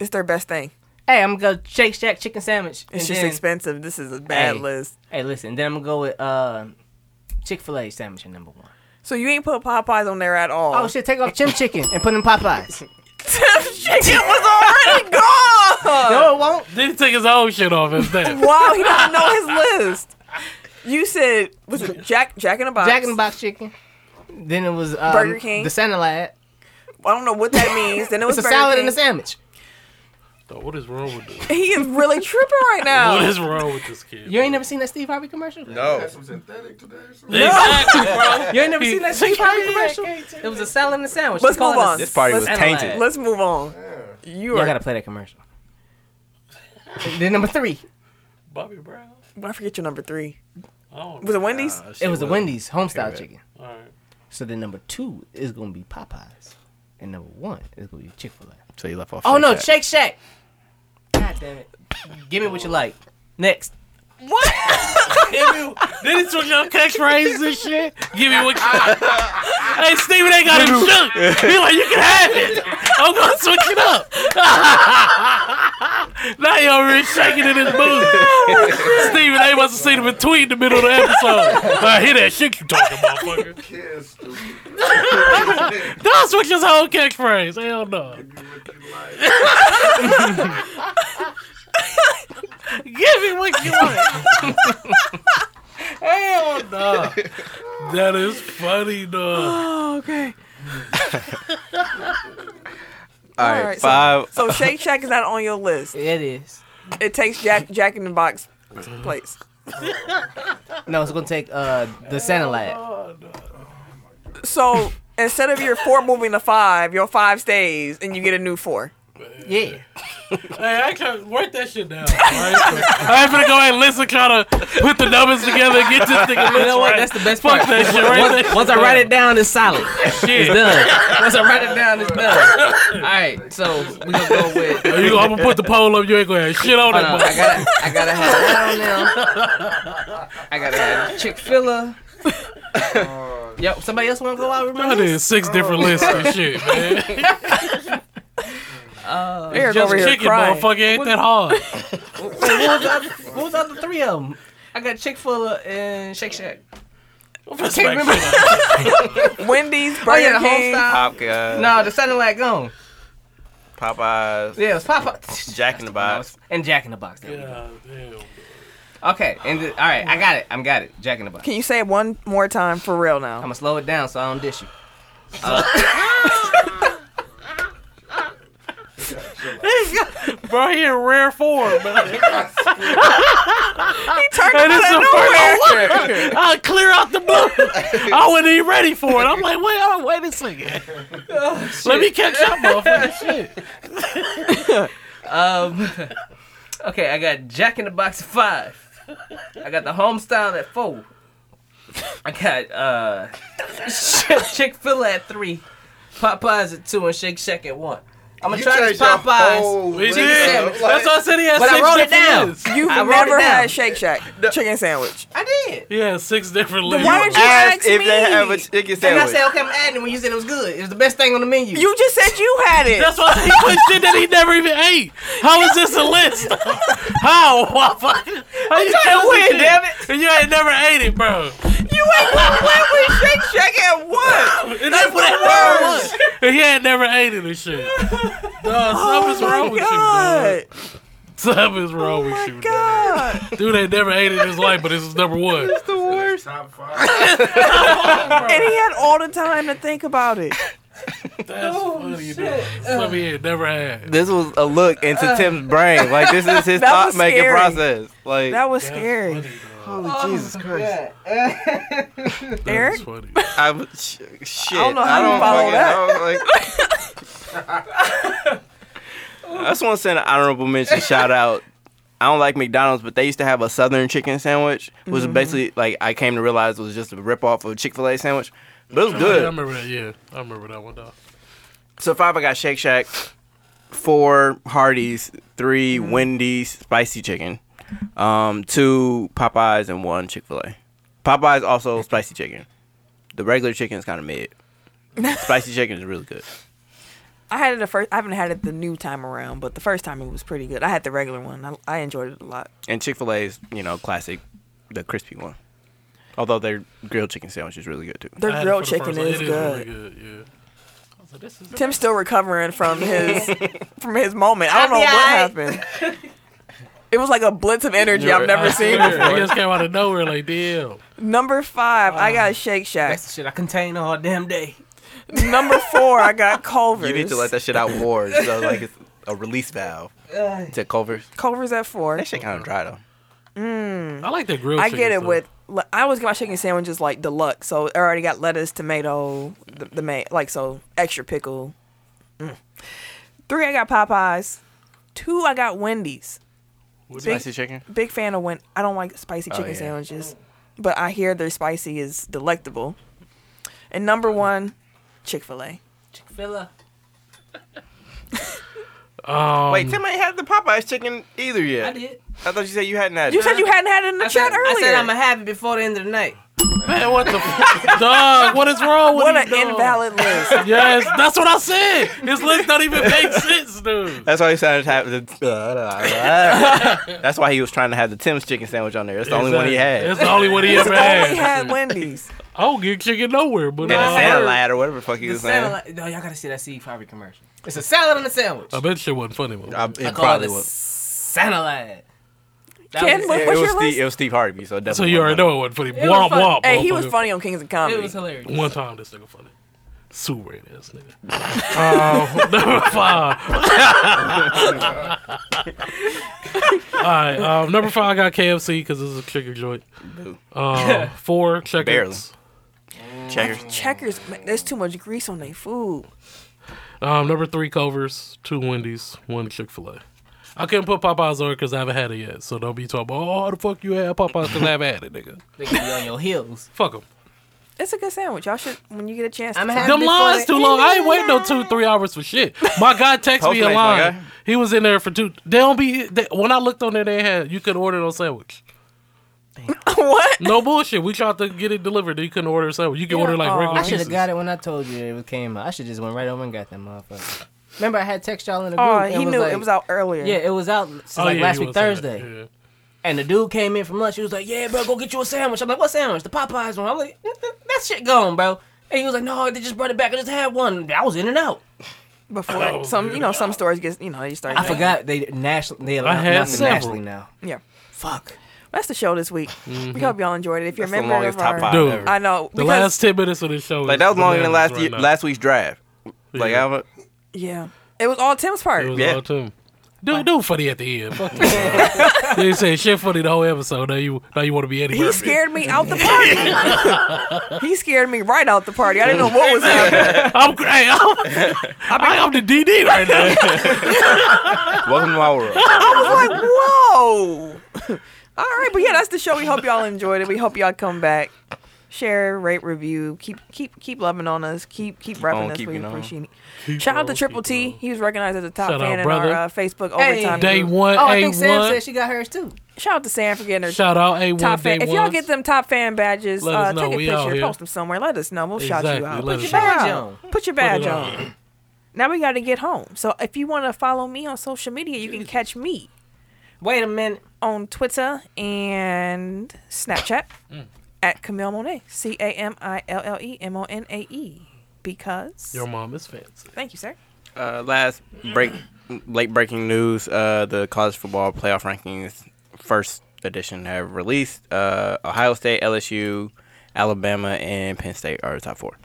[SPEAKER 2] It's their best thing.
[SPEAKER 4] Hey, I'm gonna go Shake Shack chicken sandwich.
[SPEAKER 2] It's
[SPEAKER 4] and
[SPEAKER 2] just
[SPEAKER 4] then-
[SPEAKER 2] expensive. This is a bad
[SPEAKER 4] hey,
[SPEAKER 2] list.
[SPEAKER 4] Hey, listen. Then I'm gonna go with uh, Chick Fil A sandwich at number one.
[SPEAKER 2] So you ain't put Popeyes on there at all.
[SPEAKER 4] Oh shit! Take off Chim Chicken and put in Popeyes.
[SPEAKER 2] Chicken was already gone.
[SPEAKER 4] No, it won't.
[SPEAKER 3] Then he take his own shit off his desk.
[SPEAKER 2] Wow, he doesn't know his list. You said was it Jack Jack in the Box?
[SPEAKER 4] Jack in the Box chicken. Then it was um,
[SPEAKER 2] Burger King.
[SPEAKER 4] The Sandalad.
[SPEAKER 2] I don't know what that means. Then it was
[SPEAKER 4] it's a
[SPEAKER 2] Burger
[SPEAKER 4] salad
[SPEAKER 2] King.
[SPEAKER 4] and a sandwich.
[SPEAKER 3] Dog, what is wrong with this?
[SPEAKER 2] He is really tripping right now.
[SPEAKER 3] What is wrong with this kid?
[SPEAKER 4] You ain't never seen that Steve Harvey commercial?
[SPEAKER 3] No.
[SPEAKER 4] No.
[SPEAKER 3] Exactly, bro.
[SPEAKER 4] you ain't never seen that Steve Harvey commercial?
[SPEAKER 2] It
[SPEAKER 4] was a salad and a sandwich.
[SPEAKER 2] Let's
[SPEAKER 4] They call
[SPEAKER 2] move
[SPEAKER 4] it a
[SPEAKER 2] on.
[SPEAKER 4] This party
[SPEAKER 2] let's,
[SPEAKER 4] was tainted.
[SPEAKER 2] Let's move on. You
[SPEAKER 4] Y'all
[SPEAKER 2] are.
[SPEAKER 4] gotta play that commercial. then number three.
[SPEAKER 3] Bobby Brown.
[SPEAKER 2] I forget your number three.
[SPEAKER 3] Oh,
[SPEAKER 2] was it Wendy's?
[SPEAKER 4] it was the Wendy's homestyle chicken.
[SPEAKER 3] All right.
[SPEAKER 4] So then number two is gonna be Popeyes, and number one is gonna be Chick Fil A.
[SPEAKER 1] So you left off.
[SPEAKER 4] Oh no, Shake
[SPEAKER 1] Shake
[SPEAKER 4] Shack. God damn it! Give me what you like. Next.
[SPEAKER 2] What?
[SPEAKER 3] Give me, then he took your catchphrase and shit. Give me what Hey, Steven ain't got him shook. He like, you can have it. I'm going to switch it up. now he over here shaking in his booth. Steven A must have seen him in tweet in the middle of the episode. I hear that shit you talking about, fucker. Don't switch his whole catchphrase. Hell no. Give me what you want. Hell no. That is funny, dog.
[SPEAKER 2] Oh, okay.
[SPEAKER 1] All right,
[SPEAKER 2] Alright, so-
[SPEAKER 1] five.
[SPEAKER 2] So, Shake Shack is not on your list.
[SPEAKER 4] It is.
[SPEAKER 2] It takes Jack Jack in the Box place.
[SPEAKER 4] No, it's gonna take uh the Santa Lad.
[SPEAKER 2] So instead of your four moving to five, your five stays and you get a new four.
[SPEAKER 4] Yeah.
[SPEAKER 3] Hey, I can't work that shit down. I ain't finna go ahead and listen, kind of put the numbers together and get this nigga list.
[SPEAKER 4] You know what?
[SPEAKER 3] right.
[SPEAKER 4] That's the best
[SPEAKER 3] Fuck
[SPEAKER 4] part.
[SPEAKER 3] that shit, right?
[SPEAKER 4] Once, once I write it down, it's solid. It's done. Once I write it down, it's done. All right, so we gonna go with.
[SPEAKER 3] Are you, I'm gonna put the poll up. You ain't gonna have shit on
[SPEAKER 4] Hold
[SPEAKER 3] that
[SPEAKER 4] on, I
[SPEAKER 3] motherfucker.
[SPEAKER 4] gotta, I gotta have that on now. I gotta have Chick Fil A. Yo, somebody else wanna go out?
[SPEAKER 3] I
[SPEAKER 4] Remember
[SPEAKER 3] did
[SPEAKER 4] this?
[SPEAKER 3] six different lists and shit, man.
[SPEAKER 4] Uh,
[SPEAKER 2] Eric
[SPEAKER 3] Just
[SPEAKER 2] over here
[SPEAKER 3] kick it,
[SPEAKER 2] crying.
[SPEAKER 3] motherfucker. Ain't that hard?
[SPEAKER 4] Wait, what, was the other, what was the other three of them? I got Chick Fil A and Shake Shack. I can't remember.
[SPEAKER 2] Wendy's, Burger
[SPEAKER 4] Oh yeah, the
[SPEAKER 2] King.
[SPEAKER 4] homestyle.
[SPEAKER 1] Pop, uh,
[SPEAKER 4] No, the Sunday Light Gone.
[SPEAKER 1] Popeyes.
[SPEAKER 4] Yeah, it was Popeye
[SPEAKER 1] Jack in the Box.
[SPEAKER 4] and Jack in the Box. There we go.
[SPEAKER 3] God damn.
[SPEAKER 4] Okay, and the, all right, I got it. I'm got it. Jack in the Box.
[SPEAKER 2] Can you say it one more time for real now?
[SPEAKER 4] I'm gonna slow it down so I don't dish you.
[SPEAKER 3] Bro, he in rare form, man.
[SPEAKER 2] He turned
[SPEAKER 3] Hey,
[SPEAKER 2] out
[SPEAKER 3] this is
[SPEAKER 2] of
[SPEAKER 3] the
[SPEAKER 2] nowhere.
[SPEAKER 3] first I'll clear out the booth. I wasn't even ready for it. I'm like, wait, oh, wait a second. Let me catch up, motherfucker. Shit.
[SPEAKER 4] Um, okay, I got Jack in the Box at five. I got the homestyle at four. I got uh Chick Fil A at three, Popeyes at two, and Shake Shack at one. I'm gonna
[SPEAKER 16] You
[SPEAKER 4] try this
[SPEAKER 16] changed your
[SPEAKER 4] Popeyes.
[SPEAKER 16] whole
[SPEAKER 3] We
[SPEAKER 16] list
[SPEAKER 3] did.
[SPEAKER 16] up,
[SPEAKER 3] That's why I
[SPEAKER 16] like-
[SPEAKER 3] said he had
[SPEAKER 4] But I
[SPEAKER 3] six
[SPEAKER 4] wrote it
[SPEAKER 3] different
[SPEAKER 4] down.
[SPEAKER 3] lists.
[SPEAKER 2] You've
[SPEAKER 4] I wrote
[SPEAKER 2] never
[SPEAKER 4] it down.
[SPEAKER 2] had Shake Shack chicken sandwich.
[SPEAKER 4] I did.
[SPEAKER 3] He had six different
[SPEAKER 2] Then
[SPEAKER 3] lists.
[SPEAKER 2] why did you ask
[SPEAKER 1] Asked if
[SPEAKER 2] me?
[SPEAKER 1] they have a chicken
[SPEAKER 4] And I
[SPEAKER 1] sandwich.
[SPEAKER 4] said, okay, I'm adding when you said it was good. It was the best thing on the menu.
[SPEAKER 2] you just said you had it.
[SPEAKER 3] That's why he put shit that he never even ate. How is this a list? How? Why fuck- How you
[SPEAKER 4] trying to
[SPEAKER 3] this
[SPEAKER 4] win,
[SPEAKER 3] shit?
[SPEAKER 4] damn it.
[SPEAKER 3] And you ain't never ate it, bro.
[SPEAKER 2] you ain't gonna win with Shake Shack at one.
[SPEAKER 3] And that's what it was. And he ain't never ate it and shit. Duh, something's wrong
[SPEAKER 2] Oh my
[SPEAKER 3] with you,
[SPEAKER 2] god.
[SPEAKER 3] dude. Something's wrong with you, dude.
[SPEAKER 2] God.
[SPEAKER 3] Dude ain't never ate it in his life, but this is number one.
[SPEAKER 2] And he had all the time to think about it.
[SPEAKER 3] That's funny, dude. Something he ain't never had.
[SPEAKER 1] This was a look into Tim's brain. Like this is his
[SPEAKER 2] uh, That
[SPEAKER 1] thought
[SPEAKER 2] was
[SPEAKER 1] making
[SPEAKER 2] scary.
[SPEAKER 1] process. Like
[SPEAKER 2] That was
[SPEAKER 3] That's
[SPEAKER 2] scary.
[SPEAKER 3] funny, dude.
[SPEAKER 17] Jesus Christ.
[SPEAKER 3] That
[SPEAKER 2] Eric?
[SPEAKER 3] is funny.
[SPEAKER 1] I'm sh- shit.
[SPEAKER 2] I don't know how you follow
[SPEAKER 1] fucking-
[SPEAKER 2] that.
[SPEAKER 1] I don't, like- I just want to send an honorable mention shout out. I don't like McDonald's, but they used to have a Southern chicken sandwich, which
[SPEAKER 2] Mm-hmm.
[SPEAKER 1] was basically like I came to realize was just a rip off of Chick Fil A sandwich, but it was
[SPEAKER 3] Yeah, I
[SPEAKER 1] good.
[SPEAKER 3] remember that, yeah. I remember that one, though.
[SPEAKER 1] So five, I got Shake Shack, four Hardee's, 3 Wendy's spicy chicken, um, two Popeyes, and one Chick Fil A. Popeyes also spicy chicken. The regular chicken is kind of mid. Spicy chicken is really good.
[SPEAKER 2] I had it the first. I haven't had it the new time around, but the first time it was pretty good. I had the regular one. I, I enjoyed it a lot.
[SPEAKER 1] And Chick Fil A's, you know, classic, the crispy one. Although their grilled chicken sandwich is really good too.
[SPEAKER 2] Their I had it grilled for the chicken first- is it is really good. Tim's still recovering from his from his moment. I don't know
[SPEAKER 3] I'll
[SPEAKER 2] what
[SPEAKER 3] be all
[SPEAKER 2] happened. It was like a blitz of energy I've never
[SPEAKER 3] I
[SPEAKER 2] seen
[SPEAKER 3] swear,
[SPEAKER 2] before.
[SPEAKER 3] It just came out of nowhere like, damn.
[SPEAKER 2] Number five, I got Shake Shack. That's
[SPEAKER 4] the shit I contain all damn day.
[SPEAKER 2] Number four, I got Culver's.
[SPEAKER 1] You need to let that shit out wars. So like it's a release valve
[SPEAKER 2] Ugh.
[SPEAKER 1] to Culver's.
[SPEAKER 2] Culver's at four.
[SPEAKER 1] That shit kind of dry though.
[SPEAKER 2] Mm.
[SPEAKER 3] I like that grilled
[SPEAKER 2] I
[SPEAKER 3] chicken
[SPEAKER 2] get it
[SPEAKER 3] stuff.
[SPEAKER 2] with. li- I always get my chicken sandwiches like deluxe, so it already got lettuce, tomato, the, the main like so extra pickle. Mm. Three, I got Popeyes. Two, I got Wendy's.
[SPEAKER 1] Spicy chicken?
[SPEAKER 2] Big fan of when I don't like spicy
[SPEAKER 1] Oh,
[SPEAKER 2] chicken
[SPEAKER 1] yeah.
[SPEAKER 2] sandwiches, but I hear their spicy is delectable. And number one, Chick Fil A.
[SPEAKER 4] Fella.
[SPEAKER 3] Um,
[SPEAKER 1] Wait, Tim ain't had the Popeyes chicken either yet. I
[SPEAKER 4] did.
[SPEAKER 1] I thought you said you hadn't had.
[SPEAKER 4] You
[SPEAKER 1] it.
[SPEAKER 4] said you hadn't had it in the
[SPEAKER 1] I
[SPEAKER 4] chat
[SPEAKER 1] said- I said
[SPEAKER 4] earlier.
[SPEAKER 1] I'm a-
[SPEAKER 4] have it before the end of the night.
[SPEAKER 3] Man, what the f- dog? What is wrong with
[SPEAKER 2] What
[SPEAKER 3] you,
[SPEAKER 2] an
[SPEAKER 3] dog?
[SPEAKER 2] invalid list.
[SPEAKER 3] Yes, that's what I said. His list don't even make sense, dude.
[SPEAKER 1] That's why he started having. The, that's why he was trying to have the Tim's chicken sandwich on there. It's the only one he
[SPEAKER 3] Exactly.
[SPEAKER 1] had.
[SPEAKER 3] It's the only one he
[SPEAKER 1] It's
[SPEAKER 3] ever
[SPEAKER 1] the
[SPEAKER 3] had.
[SPEAKER 1] only had
[SPEAKER 2] Wendy's.
[SPEAKER 3] I don't get chicken nowhere, but
[SPEAKER 1] And a
[SPEAKER 3] uh,
[SPEAKER 1] salad or whatever the fuck he
[SPEAKER 3] The
[SPEAKER 1] was saying.
[SPEAKER 4] Salad. No, y'all gotta see that Steve Harvey commercial. It's a salad on a sandwich.
[SPEAKER 3] I bet shit wasn't funny. With I,
[SPEAKER 4] I call it a Salad. That
[SPEAKER 2] Ken,
[SPEAKER 4] was-
[SPEAKER 2] what-
[SPEAKER 1] Yeah,
[SPEAKER 2] what's
[SPEAKER 1] it was
[SPEAKER 2] your
[SPEAKER 1] Steve,
[SPEAKER 2] list?
[SPEAKER 1] It was Steve Harvey, so
[SPEAKER 3] So
[SPEAKER 1] it definitely.
[SPEAKER 3] you already
[SPEAKER 1] wasn't
[SPEAKER 3] know it wasn't funny.
[SPEAKER 2] It was
[SPEAKER 3] Womp
[SPEAKER 2] fun-
[SPEAKER 3] womp.
[SPEAKER 2] Hey, he was
[SPEAKER 3] motherfucker.
[SPEAKER 2] funny on Kings of Comedy.
[SPEAKER 4] It was hilarious.
[SPEAKER 3] One time this nigga funny. Sue Ray ass nigga. um, number five. All right, um, number five I got KFC because this is a chicken joint. Um, four checkers.
[SPEAKER 1] Barely.
[SPEAKER 2] Checkers. Checkers. Man, there's too much grease on their food.
[SPEAKER 3] Um, number three Culver's, two Wendy's, one Chick Fil A. I couldn't put Popeyes on because I haven't had it yet. So don't be talking about oh how the fuck you had Popeyes because I haven't had it, nigga.
[SPEAKER 4] They can be on your heels.
[SPEAKER 3] Fuck them.
[SPEAKER 2] It's a good sandwich. Y'all should, when you get a chance. I'm
[SPEAKER 3] Them lines too long. I ain't waiting no two, three hours for shit. My guy texted me a
[SPEAKER 1] Postmates, my guy.
[SPEAKER 3] line. He was in there for two. They don't be. They, when I looked on there, they had you could order no sandwich.
[SPEAKER 2] what?
[SPEAKER 3] No bullshit. We tried to get it delivered. You couldn't order a sandwich. You can order like regular.
[SPEAKER 4] I should
[SPEAKER 3] pieces.
[SPEAKER 4] have got it when I told you it came out. I should just went right over and got that motherfucker. Remember, I had text y'all in the group.
[SPEAKER 2] Oh,
[SPEAKER 4] and
[SPEAKER 2] he
[SPEAKER 4] was
[SPEAKER 2] knew
[SPEAKER 4] like-
[SPEAKER 2] it was out earlier.
[SPEAKER 4] Yeah, it was out since
[SPEAKER 2] Oh,
[SPEAKER 4] like
[SPEAKER 2] yeah,
[SPEAKER 4] last
[SPEAKER 2] you
[SPEAKER 4] week
[SPEAKER 2] was saying that,
[SPEAKER 4] Thursday. And the dude came in from lunch. He was like, "Yeah, bro, go get you a sandwich." I'm like, "What sandwich? The Popeyes one." I'm like, "That- "That that shit gone, bro." And he was like, "No, they just brought it back. I just had one. I was in and out."
[SPEAKER 2] Before
[SPEAKER 3] Oh,
[SPEAKER 2] some, you know, some stores get, you know, you start.
[SPEAKER 4] I forgot they nationally. They
[SPEAKER 2] I
[SPEAKER 4] allow
[SPEAKER 2] had
[SPEAKER 4] announced it
[SPEAKER 2] several.
[SPEAKER 4] nationally now.
[SPEAKER 2] Yeah.
[SPEAKER 4] Fuck.
[SPEAKER 2] That's the show this week. We
[SPEAKER 3] Mhm.
[SPEAKER 2] hope y'all enjoyed it. If you're
[SPEAKER 1] That's
[SPEAKER 2] a
[SPEAKER 1] the
[SPEAKER 2] member
[SPEAKER 1] longest
[SPEAKER 2] of
[SPEAKER 1] top
[SPEAKER 2] our,
[SPEAKER 1] five Dude. ever.
[SPEAKER 2] I know.
[SPEAKER 3] The
[SPEAKER 2] because-
[SPEAKER 3] last ten minutes of the show.
[SPEAKER 1] Like
[SPEAKER 3] is
[SPEAKER 1] that was longer than
[SPEAKER 3] bananas
[SPEAKER 1] last
[SPEAKER 3] right
[SPEAKER 1] year,
[SPEAKER 3] now.
[SPEAKER 1] last week's draft. Like I haven't.
[SPEAKER 2] Yeah, it was all Tim's part.
[SPEAKER 3] It was all Tim. Do do funny at the end. Fuck you. They said shit funny the whole episode. Now you now you want to be Eddie.
[SPEAKER 2] He
[SPEAKER 3] Murphy.
[SPEAKER 2] scared me out the party. he scared me right out the party. I didn't know what was happening.
[SPEAKER 3] I'm great. I'm, I'm the DD right
[SPEAKER 1] now. Welcome to my world.
[SPEAKER 2] I was like, whoa. All right, but yeah, that's the show. We hope y'all enjoyed it. We hope y'all come back. Share, rate, review. Keep keep keep loving on us. Keep keep
[SPEAKER 1] Keep
[SPEAKER 2] repping
[SPEAKER 1] on
[SPEAKER 2] us. We
[SPEAKER 1] keeping on.
[SPEAKER 2] appreciate it. Shout out to Triple T. He was recognized as a top
[SPEAKER 3] Shout out,
[SPEAKER 2] fan in
[SPEAKER 3] brother.
[SPEAKER 2] our uh, Facebook
[SPEAKER 4] Hey.
[SPEAKER 2] overtime.
[SPEAKER 3] Day
[SPEAKER 2] group.
[SPEAKER 3] one,
[SPEAKER 4] Oh, I think
[SPEAKER 3] A1.
[SPEAKER 4] Sam said she got hers too.
[SPEAKER 2] Shout out to Sam for getting her
[SPEAKER 3] Shout out A1
[SPEAKER 2] top fan.
[SPEAKER 3] Day
[SPEAKER 2] If y'all
[SPEAKER 3] ones.
[SPEAKER 2] get them top fan badges,
[SPEAKER 3] Let
[SPEAKER 2] uh,
[SPEAKER 3] us know.
[SPEAKER 2] take a
[SPEAKER 3] We out
[SPEAKER 2] picture,
[SPEAKER 3] here.
[SPEAKER 2] post them somewhere. Let us know. We'll shout
[SPEAKER 3] Exactly.
[SPEAKER 2] you out.
[SPEAKER 3] Let
[SPEAKER 2] Put your
[SPEAKER 3] us know.
[SPEAKER 2] badge
[SPEAKER 3] Put
[SPEAKER 2] on. Put your badge
[SPEAKER 3] it
[SPEAKER 2] on. Now we got to get home. So if you want to follow me on social media, you can catch me.
[SPEAKER 4] Wait a minute.
[SPEAKER 2] On Twitter and Snapchat
[SPEAKER 4] Mm.
[SPEAKER 2] at Camille Monet. C A M I L L E M O N A E. Because.
[SPEAKER 3] Your mom is fancy.
[SPEAKER 2] Thank you, sir.
[SPEAKER 1] Uh, last break, late breaking news. Uh, the college football playoff rankings, first edition, have released. Uh, Ohio State, LSU, Alabama, and Penn State are the top four.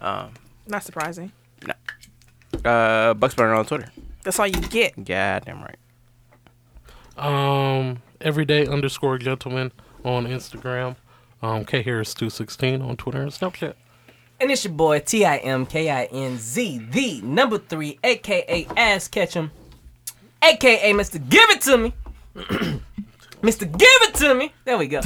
[SPEAKER 1] Um,
[SPEAKER 2] Not surprising.
[SPEAKER 1] no. Uh, Bucks Burner on Twitter.
[SPEAKER 2] That's all you get.
[SPEAKER 1] God damn right.
[SPEAKER 3] Um, everyday underscore gentleman on Instagram. Um, K Harris two sixteen on Twitter and Snapchat.
[SPEAKER 4] And it's your boy T I M K I N Z the number three, aka Ass Ketchum, aka Mister Give It To Me, Mister Give It To Me. There we go.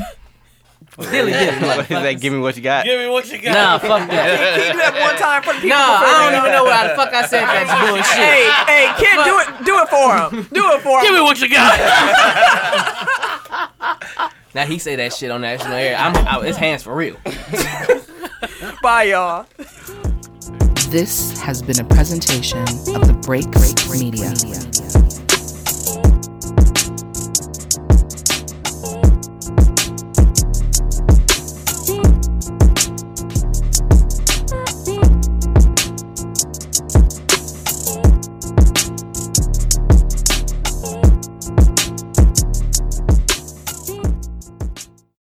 [SPEAKER 4] Dilly dilly.
[SPEAKER 1] What is that? Give me what you got.
[SPEAKER 3] Give me what you
[SPEAKER 4] Nah, fuck that.
[SPEAKER 2] Can you do that one time for the people?
[SPEAKER 4] Nah,
[SPEAKER 2] before
[SPEAKER 4] I
[SPEAKER 2] they
[SPEAKER 4] don't even
[SPEAKER 2] go?
[SPEAKER 4] know why the fuck I said that bullshit.
[SPEAKER 2] Hey, hey, kid, do it, do it for him. Do it for him.
[SPEAKER 4] Give me what you got. now he say that shit on national air. I'm out. His hands for real.
[SPEAKER 2] Bye, y'all.
[SPEAKER 9] This has been a presentation of the Break Break Media.